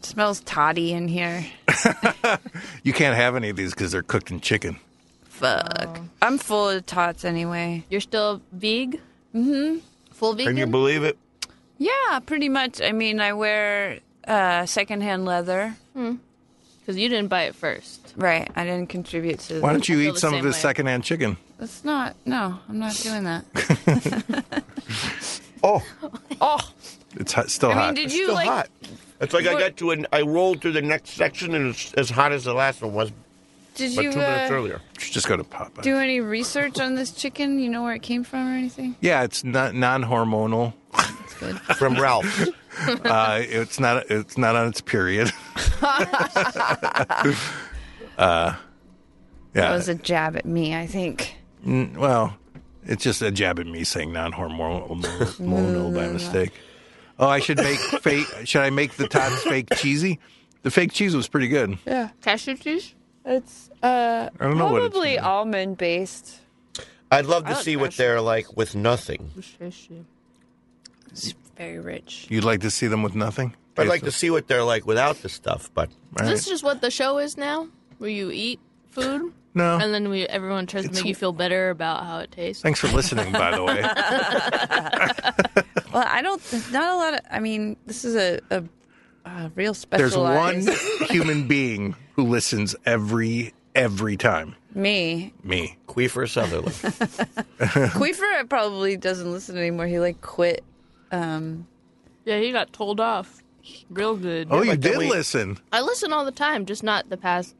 Smells toddy in here.
You can't have any of these because they're cooked in chicken.
Fuck.
Oh.
I'm full of tots anyway.
You're still veg?
Mm-hmm.
Full vegan?
Can you believe it?
Yeah, pretty much. I mean, I wear uh, secondhand leather.
Because you didn't buy it first.
Right. I didn't contribute to.
Why don't you
I feel
eat
the
some of
same
his
way.
secondhand chicken?
That's not. No, I'm not doing that.
Oh,
oh,
It's hot, still
I mean,
hot.
did
it's
you
still
like?
hot. It's like I got to an. I rolled through the next section and it's as hot as the last one was,
Did
but
you
two minutes
uh,
earlier.
Should just go to Popeye.
do any research on this chicken? You know where it came from or anything?
yeah, it's not non-hormonal.
From Ralph.
uh, it's not. It's not on its period. uh,
That
yeah.
was a jab at me, I think.
N- well, it's just a jab at me saying non-hormonal by mistake. Oh, I should make fake. Should I make the tots fake cheesy? The fake cheese was pretty good.
Yeah.
Cashew cheese?
It's uh
I don't know what it's
probably almond based.
I'd love
I
to
like
see what they're like with nothing.
It's very rich.
You'd like to see them with nothing.
I'd like to see what they're like without the stuff, but
Is
Right.
this just what the show is now? Where you eat food?
No.
And then we everyone tries to
It's-
make you feel better about how it tastes.
Thanks for listening, by the way.
Well, I don't. There's not a lot of. I mean, this is a a, a real
There's
special.
one human being who listens every every time.
Me,
Me.
Queefer Sutherland.
Queefer probably doesn't listen anymore. He like quit. Um,
Yeah, he got told off. Real good.
Oh, you
but then
did
we-
listen.
I listen all the time, just not the past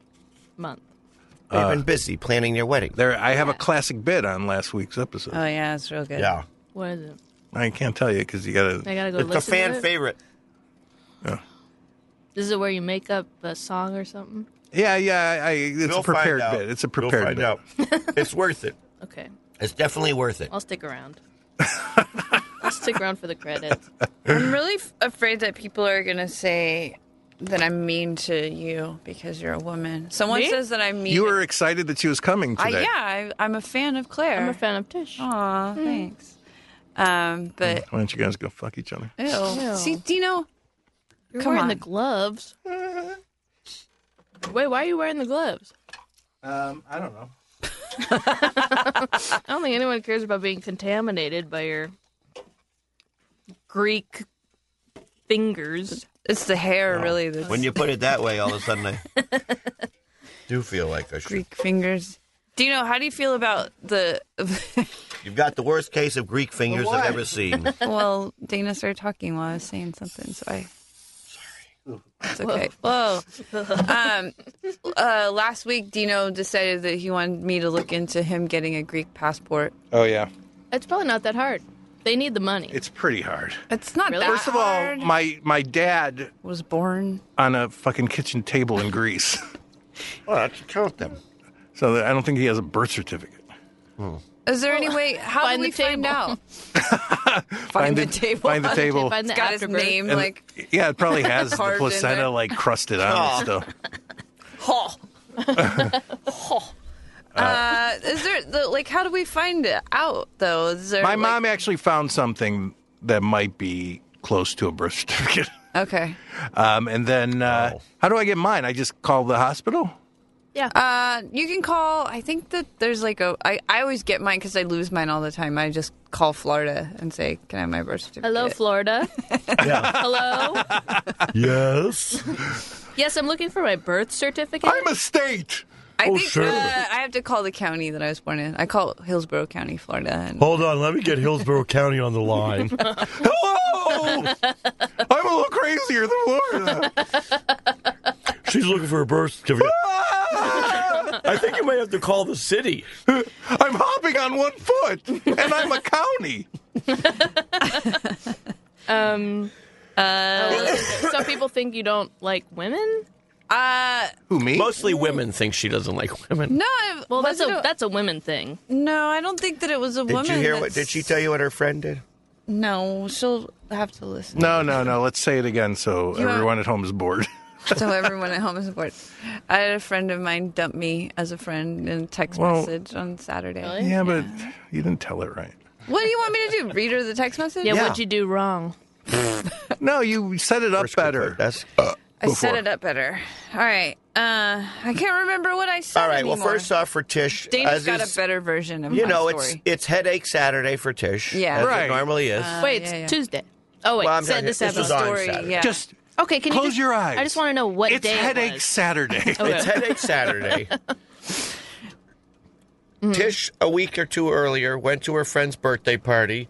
month.
They've been busy planning your wedding.
There, I have a classic bit on last week's episode.
oh yeah, it's real good.
Yeah.
What is it?
I can't tell you because you gotta.
I gotta go
It's a
listen
fan
to it.
favorite.
This is where you make up a song or something.
Yeah, yeah. I, I, it's
We'll
a prepared
find out.
bit. It's a
We'll
prepared
find
bit.
out. it's worth it.
Okay,
It's definitely worth it.
I'll stick around. I'll stick around for the credits.
I'm really f- afraid that people are gonna say that I'm mean to you because you're a woman. Someone
Me?
says that I'm mean.
You were excited that she was coming
I,
today.
yeah, I, I'm a fan of Claire.
I'm a fan Mm. of Tish.
Oh, Aw, thanks. Um, but
Why don't you guys go fuck each other?
ew.
Ew.
See, Dino,
You're
Come
wearing the
on.
gloves. Wait, why are you wearing the gloves?
Um, I don't know.
I don't think anyone cares about being contaminated by your Greek fingers.
It's the hair, really. That's
When you put it that way, all of a sudden I do feel like I should.
Greek fingers. Do you know how do you feel about the?
You've got the worst case of Greek fingers I've ever seen.
well, Dana started talking while I was saying something, so I. It's okay. Whoa. Um, uh, last week, Dino decided that he wanted me to look into him getting a Greek passport.
Oh yeah,
It's probably not that hard. They need the money.
it's pretty hard.
It's not
Really?
that
First of all,
hard.
My my dad
was born
on a fucking kitchen table in Greece,
Well, that should count them.
so that I don't think he has a birth certificate.
Is there any way? How do we find out?
Find, the table. Find the table.
Find the it's got his name,
And-
like
yeah, it probably has the
carved in
placenta
there.
like crusted
Oh.
on
Aw.
it still.
Ho. Ho. Uh, is there the, like how do we find it out though? Is there
My
like-
mom actually found something that might be close to a birth certificate.
Okay.
Um, and then, uh,
Oh.
how do I get mine? I just call the hospital.
Yeah.
Uh, you can call. I think that there's like a. I, I always get mine because I lose mine all the time. I just call Florida and say, "Can I have my birth certificate?"
Hello, Florida. Hello.
Yes.
Yes, I'm looking for my birth certificate. I'm
a state.
I
Oh,
think
sure.
uh, I have to call the county that I was born in. I call Hillsborough County, Florida. And
Hold on, let me get Hillsborough County on the line. Hello!
I'm a little crazier than Florida.
She's looking for a birth certificate.
Ah,
I think you may have to call the city. I'm
hopping on one foot, and I'm a county.
Um, uh, some people think you don't like women.
Uh,
Who me?
Mostly women think she doesn't like women.
no,
well, that's a
wasn't it-
that's a women thing.
no, I don't think that it was a
Did
woman.
you hear what?
that's-
Did she tell you what her friend did?
No, she'll have to listen.
No, no, no. Let's say it again so
You are-
everyone at home is bored.
so everyone at home is bored. I had a friend of mine dump me as a friend in a text
Well-
message on Saturday.
Yeah, but you didn't tell it right.
What do you want me to do? Read her the text message?
Yeah, Yeah. what'd you
do wrong?
no, you set it up better.
That's
I set it up better. All right. Uh, I can't remember what I said.
All right. Well,
anymore.
first off, for Tish,
Dana's
as
got
is-
a better version of
you
my
know, it's
story.
it's headache Saturday for Tish.
Yeah.
as
Right.
It normally is.
Uh,
Wait, it's
yeah, yeah.
Tuesday. Oh wait,
Well, I'm
said
talking-
this
this was
happened.
on Story, Saturday. yeah.
Just
okay. Can you
close
just-
your eyes.
I just want to know what
it's
day
headache
it was. Oh.
Saturday.
Okay.
It's headache Saturday.
Hmm.
Tish, a week or two earlier, went to her friend's birthday party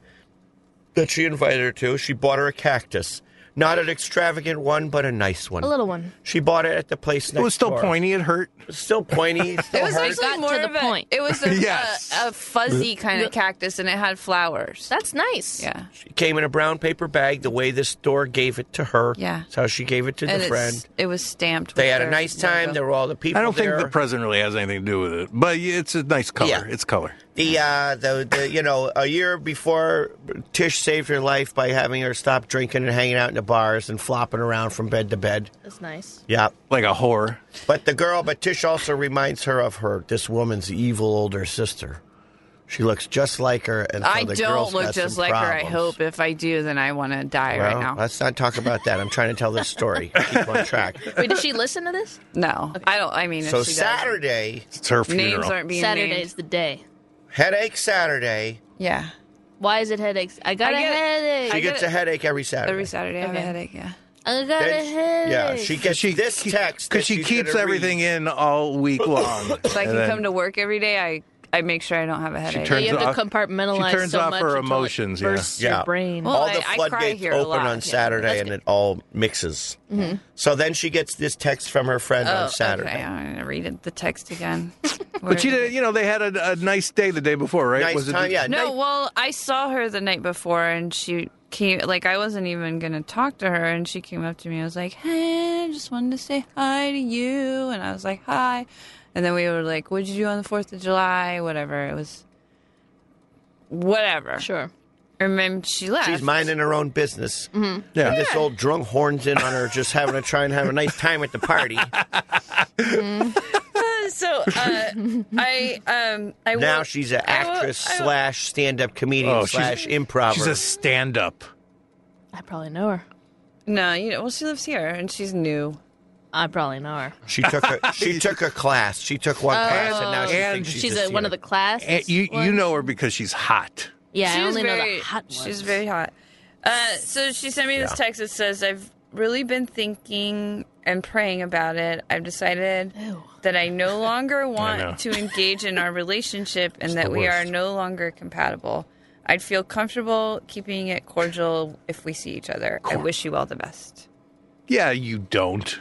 that she invited her to. She bought her a cactus. Not an extravagant one, but a nice one.
A little one.
She bought it at the place next
it was still
door.
pointy. It hurt.
It's Still pointy. Still
it was
hurt.
actually more
the
of a,
point.
It was a,
Yes.
a, a fuzzy kind of cactus, and it had flowers.
That's nice.
Yeah.
It came in a brown paper bag the way this store gave it to her.
Yeah.
That's how she gave it to
and
the
it's-
friend.
It was stamped.
They
with
had a
their
nice time.
logo.
There were all the people
I don't
there.
think the present really has anything to do with it, but yeah, it's a nice color.
Yeah.
It's color.
The uh, the the you know a year before Tish saved her life by having her stop drinking and hanging out in the bars and flopping around from bed to bed.
That's nice.
Yeah,
like a whore.
But the girl, but Tish also reminds her of her this woman's evil older sister. She looks just like her, and so
I
the
don't
girl's
look
got
just
some
like her. I
problems.
hope if I do, then I want to die
Well,
right now.
let's not talk about that. I'm trying to tell this story. Keep on track.
Wait, did she listen to this?
No, I don't. I mean, if
So
she does-
Saturday,
it's her
names aren't being named.
Saturday's the day.
headache Saturday.
Yeah,
Why is it headaches? I got
I
a
get-
headache.
She gets a headache every Saturday.
every Saturday I have a
Okay.
headache. Yeah.
I got a headache.
Yeah, she gets this text that
Because she
she's
keeps
gonna read.
everything in all week long.
So I can come to work every day. I I make sure I don't have a headache.
turns
you have
off-
to compartmentalize
she turns
so
off
much
her
until it
emotions, yeah.
bursts
Yeah.
your brain.
Well,
all
I-
the
I cry
floodgates
here a
open
lot.
on
Yeah,
Saturday,
that's
and it all mixes. So then she gets this text from her friend
oh,
on Saturday.
Okay. I'm gonna read it, the text again. Where-
But she did, you know, they had a, a nice day the day before, right?
Nice time, yeah.
no,
night-
well, I saw her the night before, and she came. Like I wasn't even gonna talk to her, and she came up to me. I was like, "Hey, I just wanted to say hi to you," and I was like, "Hi," and then we were like, "What'd you do on the Fourth of July?" Whatever it was. Whatever.
Sure.
And then she left.
She's minding her own business.
Mhm.
Yeah.
And this old drunk horns in on her, just having to try and have a nice time at the party.
so uh, I um I
now
woke-
she's an
I woke-
actress
I woke-
slash stand up comedian
Oh, she's-
slash improv.
She's a stand up.
I probably know her.
No, you know, well, she lives here and she's new.
I probably know her.
She took a she took a class. She took one
Oh,
class, and now she thinks she's,
she's
a
a, one of the class.
And you, you know her because she's hot.
Yeah,
She
I
was
only know
very-
the hot
She's very hot. Uh, so she sent me this
Yeah.
text that says, "I've really been thinking and praying about it. I've decided that I no longer
know.
want to engage in our relationship and
It's
that
the
we are
worst.
no longer compatible. I'd feel comfortable keeping it cordial if we see each other. I wish you all the best.
Yeah, you don't.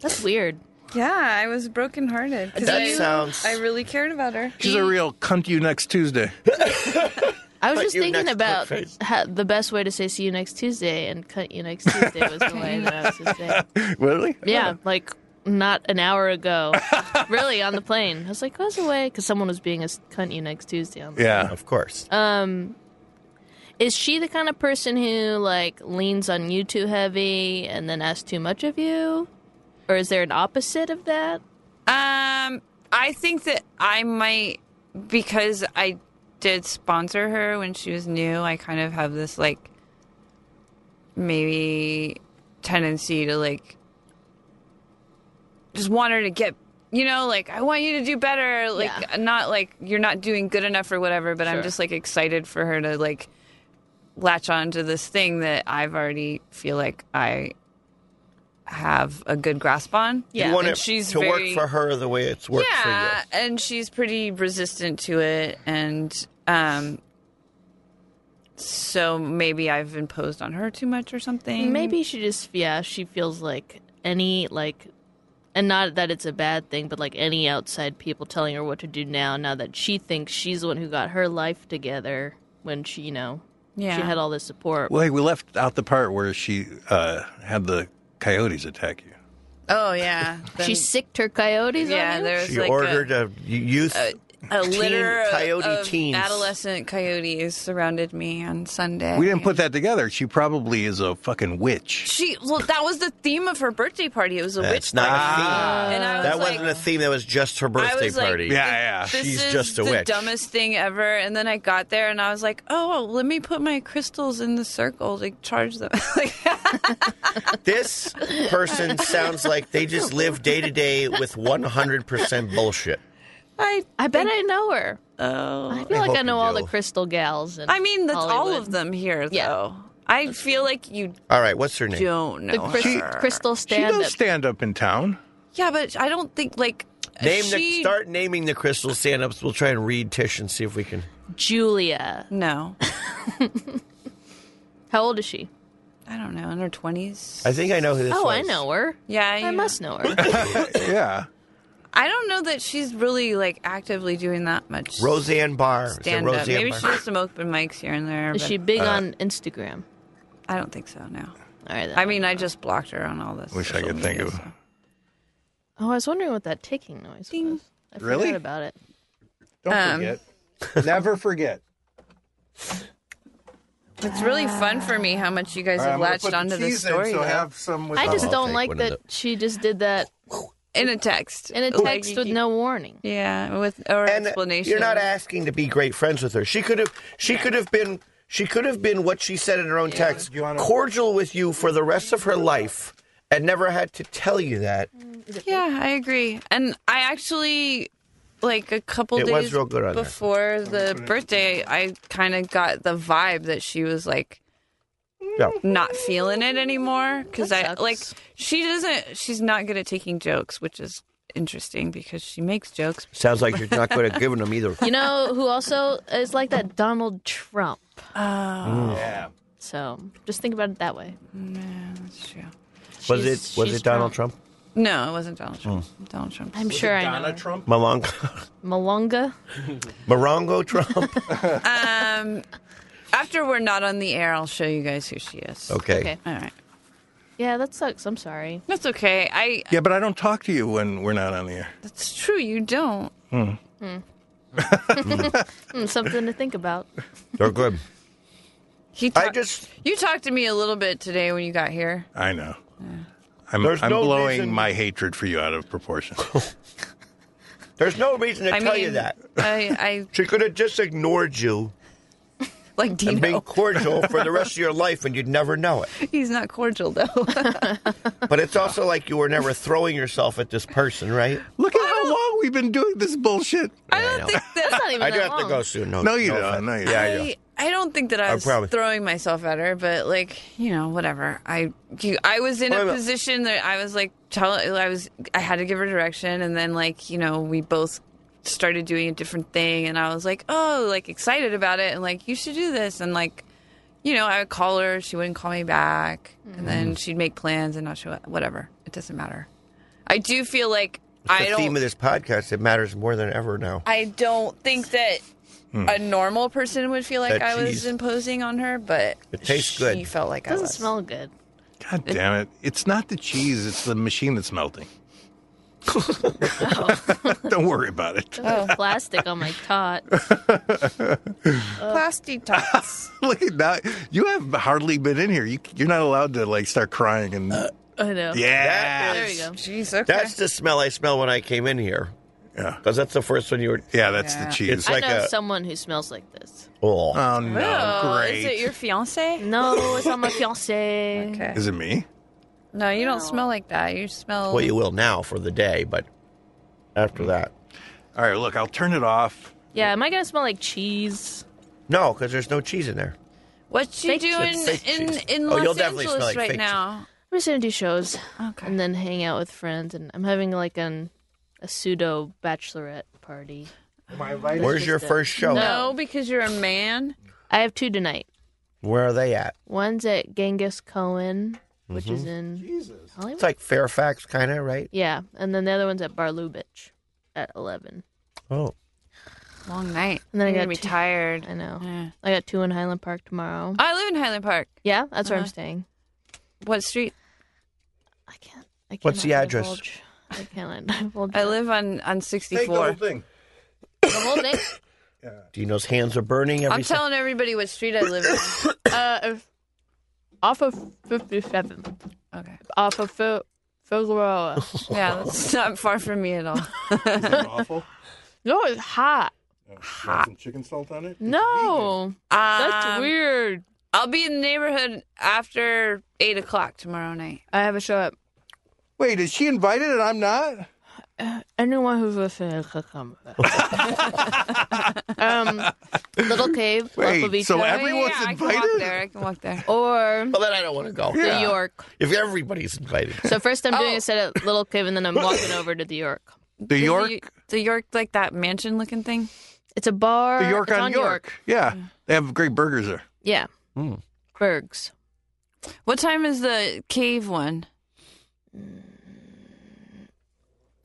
That's weird.
Yeah, I was brokenhearted because
That
I,
sounds-
I really cared about her.
She's a real cunt you next Tuesday.
I was
Cut
just
you
thinking
next
about
fuckface.
how, the best way to say "see you next Tuesday" and "cut you next Tuesday" was the way that I was to say.
really?
Yeah, like not an hour ago, really on the plane. I was like, "What's the way?" Because someone was being a s- cunt you next Tuesday on the
Yeah, of course.
Um, is she the kind of person who like leans on you too heavy and then asks too much of you, or is there an opposite of that?
Um, I think that I might because I did sponsor her when she was new. I kind of have this like maybe tendency to like just want her to get you know like I want you to do better like not like you're not doing good enough or whatever but I'm
Sure.
just like excited for her to like latch on to this thing that I've already feel like I have a good grasp on
You want
and
it
she's
to
very-
work for her the way it's worked
yeah, and she's pretty resistant to it, and um, so maybe I've imposed on her too much or something.
Maybe she just yeah, she feels like any like and not that it's a bad thing, but like any outside people telling her what to do now, now that she thinks she's the one who got her life together when she, you know,
Yeah.
she had all this support.
Well, hey, we left out the part where she uh, had the coyotes attack you.
Oh yeah,
she sicked her coyotes.
Yeah,
on you?
there's
for you.
like
She ordered a, youth
a, a, a
teen-
litter of-
coyote
of
teens.
adolescent coyotes surrounded me on Sunday.
We didn't put that together. She probably is a fucking witch.
She well, that was the theme of her birthday party. It was a witch
That's not
party.
a theme.
And I was
that
like,
wasn't a theme. That was just her birthday
was like,
party.
Ah. Yeah, yeah. This
She's
is
just a
the
witch.
dumbest thing ever. And then I got there and I was like, oh, well, let me put my crystals in the circle to charge them. like,
this person sounds like they just live day to day with 100% bullshit.
I
I bet I know her.
Oh,
I feel
I
like I
hope
know
you
all
do.
the crystal gals. And
I mean, that's all of them here, though. I feel like you
All right, what's her name?
don't know.
The crys-
her.
crystal
She
stand
does
up.
stand up in town.
Yeah, but I don't think, like,
Name
she-
the, start naming the crystal stand ups. We'll try and read Tish and see if we can.
Julia.
No.
How old is she?
I don't know, in her 20s.
I think I know who this
oh,
was.
I know her.
Yeah, you
I must know her.
yeah.
I don't know that she's really, like, actively doing that much
Roseanne Barr. Is it
stand up.
Roseanne
Maybe
Barr?
she does some open mics here and there.
Is
but-
she big on Instagram?
I don't think so, no.
All right.
I mean, I just blocked her on all this.
Wish I could think of.
Oh, I was wondering what that ticking noise was. I
Really?
forgot about it.
Don't
Um,
forget. Never forget.
It's really fun for me how much you guys
All right,
have
I'm gonna
latched
put the
onto this
cheese in,
story.
so
though.
have some with
I
the-
just
I'll
don't
take
like
one of
that she just did that
in a text.
in a
Like,
text
you
with
keep-
no warning.
Yeah, with or
And
explanation.
You're not asking to be great friends with her. She could have. She could have been. She could have been what she said in her own text, cordial with you for the rest of her life, and never had to tell you that.
Yeah, I agree. And I actually like a couple
It was
days
real good on there.
before the birthday, I kind of got the vibe that she was like
Yeah.
not feeling it anymore because I
That
like she doesn't. She's not good at taking jokes, which is interesting because she makes jokes.
Sounds like you're not good at giving them either.
You know who also is like that? Donald Trump.
Oh,
Yeah.
So just think about it that way.
man, that's true.
Was
She's-
it? Was
she's
it Donald Trump?
No, it wasn't Donald Trump.
Hmm.
Donald Trump.
I'm sure I know.
Trump?
Malongo.
Malonga.
Morongo Trump.
Um, after we're not on the air, I'll show you guys who she is.
Okay. Okay.
All right.
Yeah, that sucks. I'm sorry.
That's okay. I.
Yeah, but I don't talk to you when we're not on the air.
That's true. You don't.
Hmm.
Hmm. Hmm, something to think about.
They're good.
He
I just.
You talked to me a little bit today when you got here.
I know. I'm,
There's
I'm
no
blowing
reason-
my hatred for you out of proportion.
There's no reason to
I
tell you
mean-
that.
I,
She could have just ignored you
I like
and been
Dino.
cordial for the rest of your life, and you'd never know it.
He's not cordial though.
But it's also like you were never throwing yourself at this person, right?
Look at how long we've been doing this bullshit.
I don't think that.
That's not even
I do
that
have
long.
to go soon. No,
No, you
no
don't.
offense.
No, you
yeah, I
I,
do.
I don't think that I
I
was
Uh, probably-
throwing myself at her, but like you know, whatever. I you- I was in
Wait a
a
minute.
position that I was like, tell, I was I had to give her direction, and then like you know, we both started doing a different thing, and I was like, oh, like excited about it, and like you should do this, and like you know, I would call her, she wouldn't call me back, and
Mm-hmm.
then she'd make plans and not show up. Whatever, it doesn't matter. I do feel like
It's
I
the
don't.
theme of this podcast. It matters more than ever now.
I don't think that
Hmm.
a normal person would feel like
That
I
cheese.
was imposing on her, but
It tastes
she
good.
felt like I
Doesn't
was.
smell good.
God damn it! It's not the cheese; it's the machine that's melting. Don't worry about it.
Oh, plastic on my tot.
Oh. Plastic tots.
Look at that! You have hardly been in here. You, you're not allowed to like start crying and.
I know.
Yeah.
There you go.
Jeez, okay.
That's the smell I smell when I came in here.
Yeah,
because that's the first one you were.
Yeah, that's
the Yeah.
cheese.
It's like
I know
a
someone who smells like this.
oh.
Oh
Oh,
no! Great.
Is it your fiance?
No, it's not my fiance.
Okay.
Is it me?
No, you don't smell like that. You smell.
Well, you will now for the day, but after that,
All right. Look, I'll turn it off.
Yeah, am I gonna smell like cheese?
no, because there's no cheese in there.
What you
Fake
doing
cheese. Fake
in
cheese.
in
Oh,
Los
you'll definitely smell
Angeles
like
right
fake cheese.
now?
I'm just gonna do shows
Okay.
and then hang out with friends, and I'm having like an a pseudo bachelorette party.
Am I invited?
Where's your first show?
No, because you're a man.
I have two tonight.
Where are they at?
One's at Genghis Cohen, which is
Mm-hmm.
in Hollywood.
It's like Fairfax, kind of, right?
yeah, and then the other one's at Bar Lubitsch at eleven.
Oh,
Long night.
And then I
You're
got
gonna be
two-
tired.
I know.
Yeah.
I got two in Highland Park tomorrow.
I live in Highland Park.
yeah, that's where I'm
Uh-huh.
staying.
What street?
I can't. I can't.
What's the address?
I can't divulge.
I live on on
Take the whole
64.
thing.
the whole thing.
Dino's hands are burning. Every
I'm telling everybody what street I live in.
Uh, off of 57.
Okay.
Off of Fil- Figueroa.
Yeah, that's not far from me at all.
awful?
no, it's hot.
Hot. Some chicken salt on it.
No. That's
Um,
weird.
I'll be in the neighborhood after eight o'clock tomorrow night.
I have a show up.
Wait, is she invited and I'm not?
Uh,
Anyone who's listening can come. um,
Little Cave, Local
Wait,
Beach,
so
House,
everyone's
Oh, yeah, I can walk
invited?
there. I can walk there.
or
well, then I don't want to go.
New York.
If everybody's invited,
So first I'm doing
Oh.
a set at Little Cave, and then I'm walking over to the York.
The York,
The, the York, like that mansion looking thing.
It's a bar.
the York
it's
on, York. Yeah, they have great burgers there.
Yeah.
Mm.
Bergs.
What time is the cave one?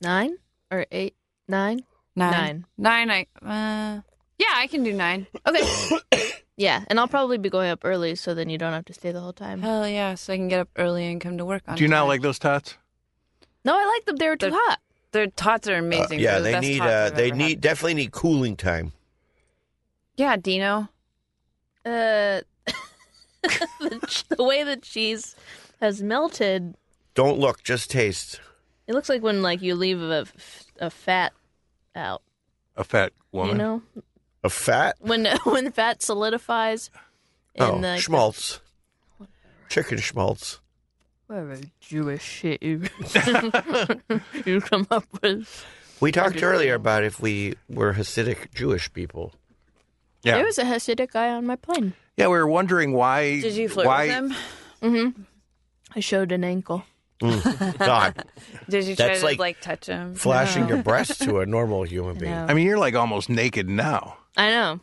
Nine or eight? Nine?
Nine. Nine. I. Uh, yeah, I can do nine.
Okay. yeah, and I'll probably be going up early, so then you don't have to stay the whole time.
Hell yeah! So I can get up early and come to work on.
Do you not
time.
like those tots?
No, I like them. They were too
The-
hot.
Their tots are
Uh,
amazing. They're
yeah,
the
they
best
need.
tots
Uh,
I've
they
ever
need
had.
definitely need cooling time.
Yeah, Dino.
Uh, the, ch- the way the cheese has melted,
Don't look, just taste.
it looks like when like you leave a, f- a fat out.
A fat woman.
You know,
A fat.
when when fat solidifies. in
oh,
the,
schmaltz. Chicken schmaltz.
Whatever Jewish shit you, you come up with.
We talked earlier about if we were Hasidic Jewish people.
Yeah,
There was a Hasidic guy on my plane.
yeah. We were wondering why.
Did you flirt
why,
with him?
I showed an ankle.
God,
Did you try
That's
to
like-
like, touch him?
flashing your breast to a normal human being.
No.
I mean, you're like almost naked now.
I know.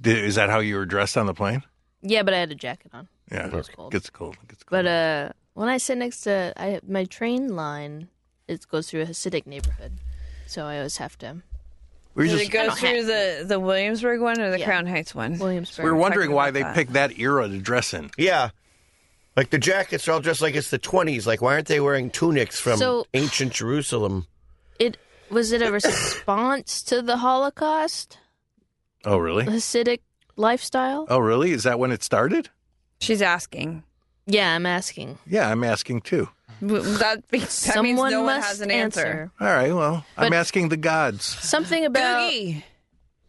Did, is that how you were dressed on the plane?
Yeah, but I had a jacket on.
Yeah,
It was cold.
Gets cold. Gets cold.
But uh, when I sit next to I, my train line, it goes through a Hasidic neighborhood, so I always have to
we were just
Did it go through the, the Williamsburg one or the
Yeah.
Crown Heights one?
Williamsburg.
we were wondering
talking
why
about
they
that.
picked that era to dress in.
Yeah. Like the jackets are all dressed like it's the 20s. Like, why aren't they wearing tunics from
So-
ancient Jerusalem?
it was it a response to the Holocaust
Oh really?
the Hasidic lifestyle?
Oh really? Is that when it started?
She's asking.
Yeah, I'm asking.
Yeah, I'm asking too.
W- That, be- that
Someone
means no
must
one has an answer.
All right. Well, I'm
But-
asking the gods.
Something about
Googie,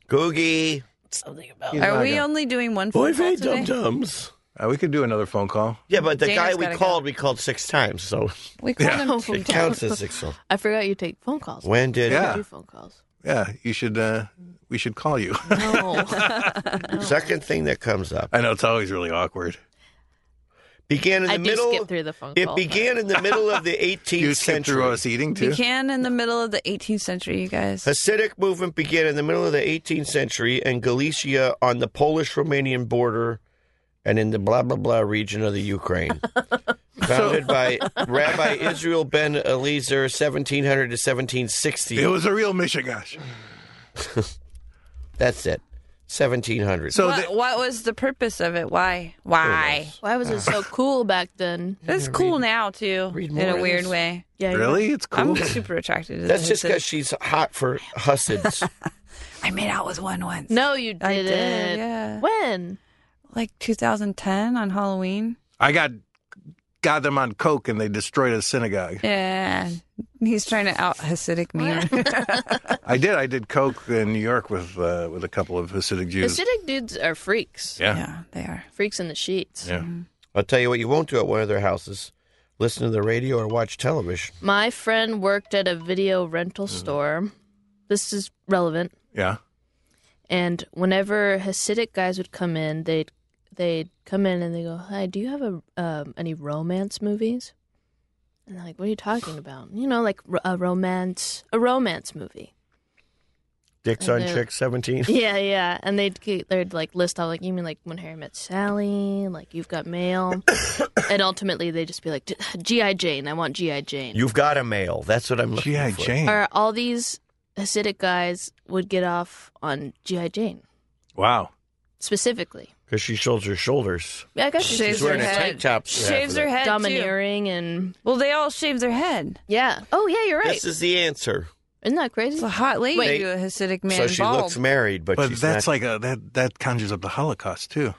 Googie.
something about
He's
E, are
not
we
gonna-
only doing one phone call today?
dums.
Uh, we could do another phone call.
Yeah, but the
Dana's
guy we
gotta
called, we called six times. So
We called
Yeah.
him two
it
times.
counts as six. So.
I forgot you take phone calls.
When did.
I
Yeah.
do phone calls.
Yeah, you should. Uh, we should call you.
Oh,
Second thing that comes up.
I know it's always really awkward.
Began in the
I do
middle.
skip through the phone
it
call.
began in the middle of the 18th
You skipped
century.
through us eating too.
Began in the middle of the 18th century, you guys.
Hasidic movement began in the middle of the 18th century in Galicia on the Polish-Romanian border, and in the blah blah blah region of the Ukraine. Founded by Rabbi Israel ben Eliezer, 1700 to 1760.
It was a real Michigash.
That's it. 1700.
what, what was the purpose of it? Why? Why?
Why was it
Ah.
so cool back then?
It's cool now too,
more
in a
of
weird
this.
way.
Yeah,
Really? It's cool.
I'm super attracted to
That's
the
just
Hasidic-
because she's hot for Hussids.
I made out with one once.
No, you
I did,
didn't.
yeah.
When?
Like 2010 on Halloween.
I got got them on coke and they destroyed a synagogue.
Yeah. He's trying to out Hasidic me.
I did. I did coke in New York with uh, with a couple of Hasidic Jews.
Hasidic dudes are freaks.
Yeah.
they are.
Freaks in the sheets.
Yeah.
I'll tell you what you won't do at one of their houses. Listen to the radio or watch television.
My friend worked at a video rental store. This is relevant.
Yeah.
And whenever Hasidic guys would come in, they'd they'd come in and they go, "Hi, do you have a um, any romance movies?" And they're like, "What are you talking about? You know, like ro- a romance, a romance movie."
Dicks
I
on
do.
Chick 17.
yeah, yeah. And they'd get- they'd like list out like, "You mean like When Harry Met Sally?" Like you've got mail, and ultimately they'd just be like, "GI Jane, I want GI Jane."
You've got a male. That's what I'm looking
G.I.
for.
Jane.
Are all these Hasidic guys would get off on GI Jane
Wow.
specifically?
Because she shows her shoulders.
Yeah, I guess
She's wearing a tank top. for half
Shaves
of
her
it.
head.
domineering and
Too. Well, they all shave their head.
yeah. Oh yeah, you're right.
This is the answer.
Isn't that crazy?
It's a hot lady
Wait.
to a Hasidic man
so she
bald.
looks married, but,
But
she's
that's
not-
like a that that conjures up the Holocaust too.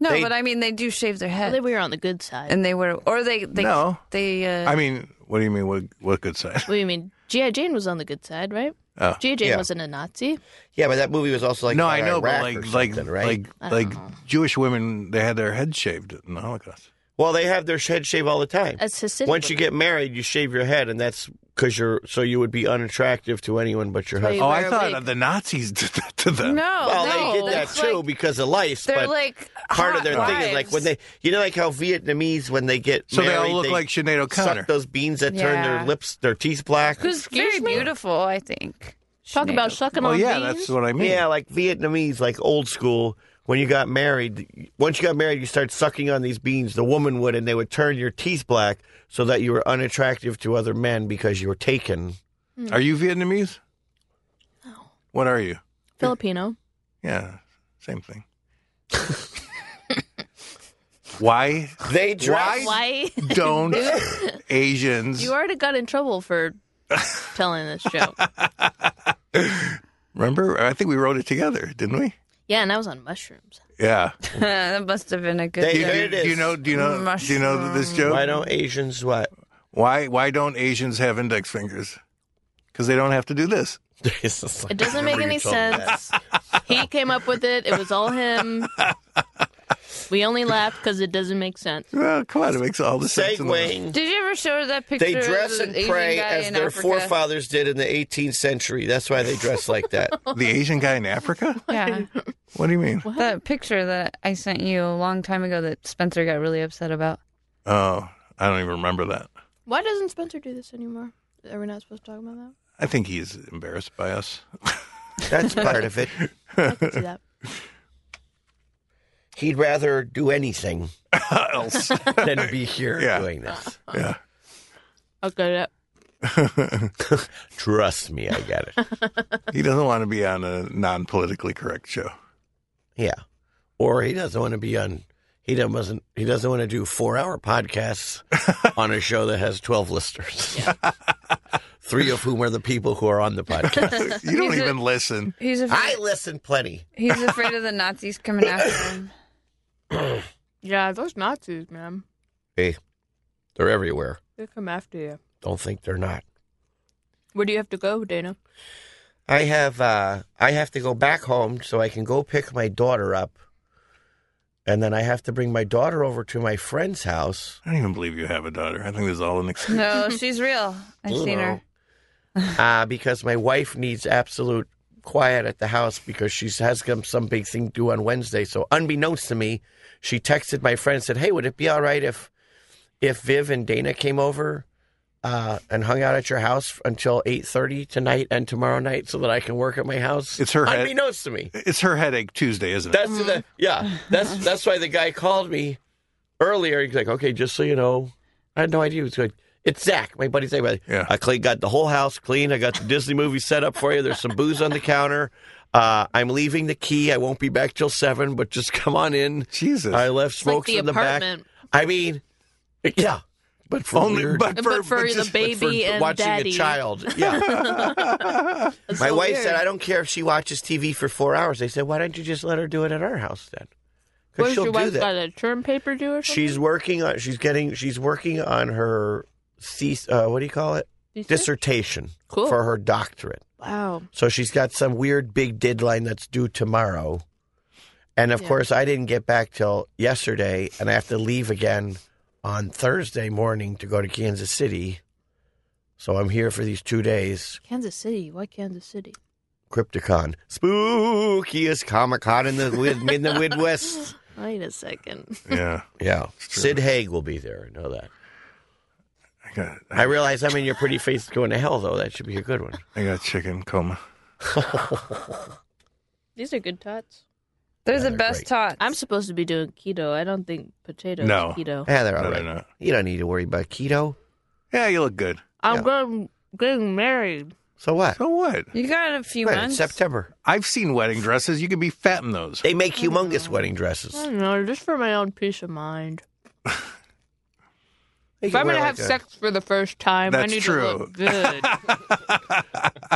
no,
they-
but I mean, they do shave their
Well,
head.
they were on the good side.
and they were, or they, they,
No.
they, uh,
I mean, what do you mean? What what good side?
what do you mean? GI Jane was on the good side, right?
Oh.
GI Jane
yeah.
wasn't a Nazi.
yeah, but that movie was also like
no,
about
I know, but
Iraq or
like like
something, right?
I
like like Jewish women, they had their heads shaved in the Holocaust.
well, they have their head shaved all the time.
That's Hasidic.
Once you get married, you shave your head, and that's because you're so you would be unattractive to anyone but your
That's why
husband.
Oh,
you wear
I
a
thought
wig.
the Nazis did that to them.
no,
well,
no.
they did that
It's
too
like-
because of life.
they're
but
like,
part of
hot
their thing is like
wives.
when they, you know, like how Vietnamese when they get
So
married,
they all look like Sinead O'Connor.
suck those beans that turn their
Yeah.
lips, their teeth black.
Who's
Excuse
very
me?
beautiful, I think.
talk about sucking
Well,
on
yeah,
beans.
that's what I mean.
Yeah, like Vietnamese, like old school. When you got married, once you got married, you start sucking on these beans. The woman would, and they would turn your teeth black so that you were unattractive to other men because you were taken.
Are you Vietnamese? No. What are you?
Filipino.
Yeah, same thing. Why
They
dress-
Why?
Why?
don't Asians
you already got in trouble for telling this joke.
remember? I think we wrote it together, didn't we?
Yeah, and I was on mushrooms.
Yeah.
that must have been a good
They-
Do
joke.
There
you,
it
do you
is.
know? Do you know? Do you know this joke?
Why don't Asians what?
Why why don't Asians have index fingers? Because they don't have to do this.
It doesn't make any sense. he came up with it. It was all him. We only laughed because it doesn't make sense.
Well, come on, it makes all the sense. in the world.
Segwaying.
Did you ever show her that picture?
They dress
of
and
the Asian
pray
guy
as
in
their
Africa?
forefathers did in the 18th century. That's why they dress like that.
The Asian guy in Africa?
Yeah,
What do you mean?
that picture that I sent you a long time ago that Spencer got really upset about.
Oh, I don't even remember that.
Why doesn't Spencer do this anymore? Are we not supposed to talk about that?
I think he's embarrassed by us.
That's part of it.
I can see that.
He'd rather do anything
Else.
than be here
Yeah.
doing this.
Yeah.
Okay, that-
Trust me, I get it.
He doesn't want to be on a non politically correct show.
Yeah. Or he doesn't want to be on. He doesn't. He doesn't want to do four-hour podcasts on a show that has twelve listeners, three of whom are the people who are on the podcast.
You don't
He's a-
even listen.
He's
I
afraid.
listen plenty.
He's afraid of the Nazis coming after him.
yeah, those Nazis, man,
Hey, they're everywhere.
they come after you.
Don't think they're not.
Where do you have to go, Dana?
I have uh I have to go back home so I can go pick my daughter up. And then I have to bring my daughter over to my friend's house.
I don't even believe you have a daughter. I think this is all an excuse. Oh,
No, she's real. I've
You
seen
know.
her.
uh, because my wife needs absolute quiet at the house because she has come some big thing due on Wednesday. So unbeknownst to me, she texted my friend and said, "Hey, would it be all right if if Viv and Dana came over uh, and hung out at your house until eight thirty tonight and tomorrow night so that I can work at my house?"
It's her head-
unbeknownst to me.
It's her headache Tuesday, isn't it?
That's
Mm.
the yeah. That's that's why the guy called me earlier. He's like, "Okay, just so you know, I had no idea." He's like, "It's Zach, my buddy Zach." Yeah. I clean, got the whole house clean. I got the Disney movie set up for you. There's some booze on the counter. Uh, I'm leaving the key. I won't be back till seven, but just come on in. Jesus, I left
like
smokes
the
in the back.
apartment.
I mean, yeah, but for
Only-
weird-
but
for- But for but the just-
but for
baby and
watching
daddy.
a child. Yeah, my
so
wife
weird.
said I don't care if she watches TV for four hours. They said, why don't you just let her do it at our house then?
What
Because
is
she'll
your
do
wife
that.
got a term paper due or something?
She's working on. She's getting. She's working on her. Th- uh, what do you call it?
Thesis?
Dissertation
Cool.
for her doctorate.
Wow.
So she's got some weird big deadline that's due tomorrow, and of
Yeah.
course I didn't get back till yesterday, and I have to leave again on Thursday morning to go to Kansas City. So I'm here for these two days.
Kansas City. Why Kansas City?
Crypticon, spookiest Comic Con in the mid- in the Midwest.
Wait a second.
Yeah. Yeah. Sid Haig will be there. I know that. I, realize I'm in your pretty face going to hell, though. That should be a good one.
I got chicken coma.
These are good tots.
They're the best tots.
I'm supposed to be doing keto. I don't think potatoes
no.
keto.
Yeah, they're all right. You don't need to worry about keto.
Yeah, you look good.
I'm
Yeah.
going getting married.
So what?
So what?
You got a few
Wait,
months.
September.
I've seen wedding dresses. You can be fat in those.
They make humongous wedding dresses.
I don't know, just for my own peace of mind.
If I'm
wear
gonna
like
have
a-
sex for the first time,
That's
I need
true.
to look good.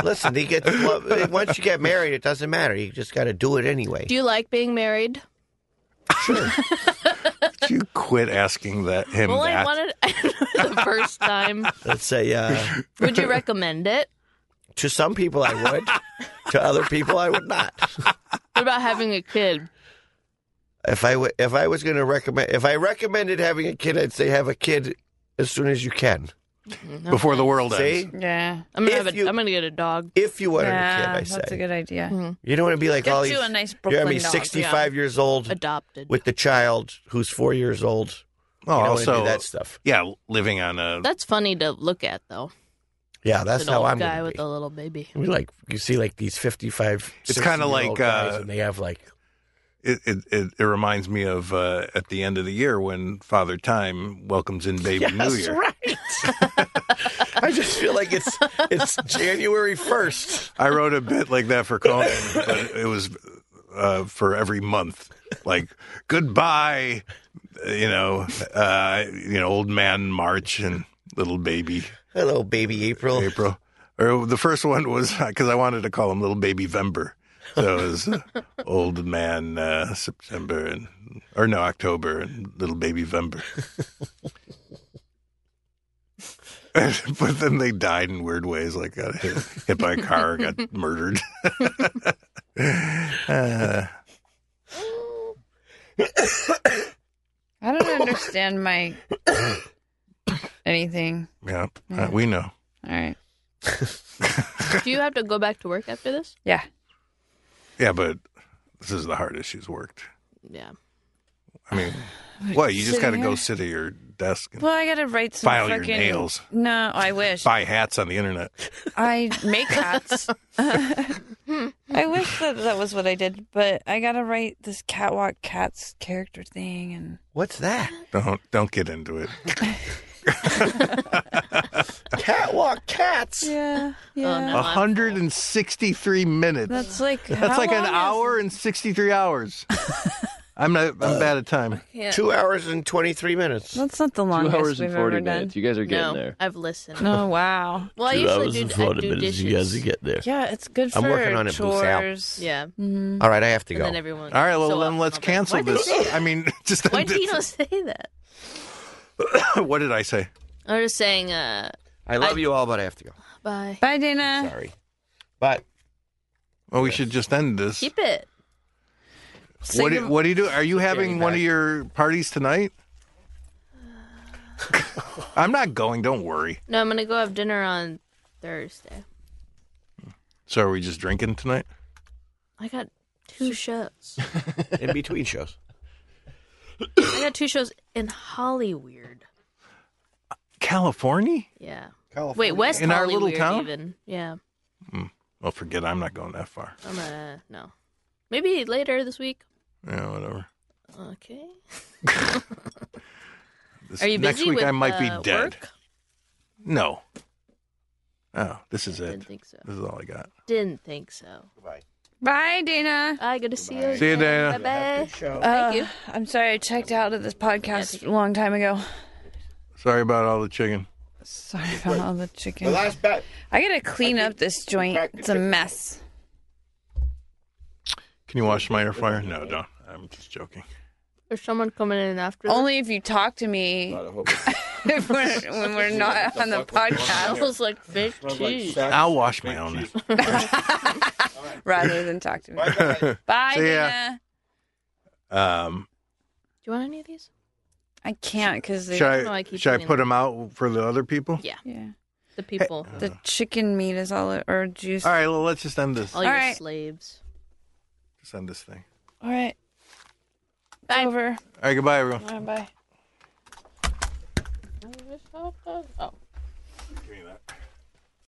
Listen, they get well, once you get married, it doesn't matter. You just got to do it anyway.
Do you like being married?
You quit asking that him
well, I
that.
wanted the first time.
Let's say uh,
Would you recommend it?
to some people I would, to other people I would not.
What about having a kid?
If I w- if I was going to recommend, if I recommended having a kid, I'd say have a kid as soon as you can.
Before the world
See?
ends.
Yeah, I'm gonna
If
have a,
you-
am gonna get a dog.
If you wanted
yeah,
a kid, I say.
that's a good idea.
Hmm.
You don't want to be like
Get
all
you
these.
a nice
you're gonna be
Brooklyn dog,
65
yeah.
years old,
adopted,
with the child who's four years old.
Oh,
you don't wanna do
also
that stuff.
Yeah, living on a.
That's funny to look at, though.
Yeah, that's
An
how
old
I'm.
guy
gonna
with a little baby.
be. We like you see like these 55.
It's kind of like
60-year-old guys,
uh,
and they have like
it, it, it, it reminds me of uh, at the end of the year when Father Time welcomes in Baby
Yes,
New Year.
right. I just feel like it's it's January first.
I wrote a bit like that for Conan, but it was uh, for every month. Like goodbye, you know, uh, you know, old man March and little baby.
Hello, baby April.
April. Or the first one was because I wanted to call him little baby Vember. So it was uh, old man uh, September and or no October and little baby Vember. but then they died in weird ways, like got hit, hit by a car, got murdered. Uh,
I don't understand my anything.
yeah, uh, we know.
All right.
Do you have to go back to work after this?
Yeah.
Yeah, but this is the hardest she's worked.
Yeah.
I mean, what you just
Sitting
got to go
here?
sit at your desk and
Well, I gotta write some
File your
frickin-
nails.
No, I wish.
buy hats on the internet.
I make hats. I wish that that was what I did, but I gotta write this catwalk cats character thing, and
What's that?
Don't don't get into it.
Catwalk cats.
Yeah.
A
Oh,
yeah.
163 minutes.
That's like
That's
how
like an
long is-
hour and 63 hours. I'm not. I'm bad at time.
Yeah.
Two hours and 23 minutes.
That's not the
Two
longest
hours
we've
and forty
ever
minutes.
done.
You guys are getting
no,
there.
I've listened.
Oh wow.
Well, I
Two
usually
hours
do,
and
I
40
do
minutes,
dishes.
you guys get there.
Yeah, it's good for
I'm working on it, Blue Sal.
chores.
Yeah.
Mhm.
All right, I have to
And
go.
then everyone.
All right. Well,
so uh,
then
up.
let's cancel
Why'd they
this.
say that?
I mean, just
Why did Tino say that?
what did I say?
I was just saying. Uh,
I love you all, but I have to go.
bye.
Bye, Dana.
Sorry. But
Well, we should just end this.
Keep it.
What
Sing
do,
them-
what do you do? Are you having
Getting
one of
back.
your parties tonight? I'm not going. Don't worry.
No, I'm gonna go have dinner on Thursday.
So are we just drinking tonight?
I got two shows.
in between shows.
I got two shows in Hollyweird.
California?
Yeah.
California.
Wait, West
In our
Hollyweird
little town?
even. Yeah.
Hmm. Well, forget. it. I'm not going that far.
I'm gonna no. Maybe later this week.
Yeah, whatever.
Okay.
This,
Are you
next
busy
week
with,
I might
uh,
be dead.
work?
No. Oh, this is it.
didn't think so.
This is all I got.
Didn't think so.
Goodbye.
Bye, Dana.
Bye. Good to see you.
See you, Dana.
Bye bye.
Oh, Thank you. I'm sorry I checked out of this podcast a long time ago.
Sorry about all the chicken.
Sorry about all the chicken.
The last bet.
I gotta clean up this joint. It's a mess.
Can you wash my air fryer? No, don't. I'm just joking.
There's someone coming in after.
Only if you talk to me if we're, when we're not on the
I
podcast
was like, bitch, jeez.
I'll wash my own.
rather than talk to me. Bye,
See ya.
Dana.
Um,
Do you want any of these?
I can't because
should I, should I put them out for the other people?
Yeah.
Yeah.
The people.
The chicken meat is all or juice.
Uh. All right, well, let's just end this.
All your
Alright.
slaves.
Just end this thing.
All right. Bye. Over.
All right, goodbye, everyone.
Bye. Bye.
Oh.
Give me that.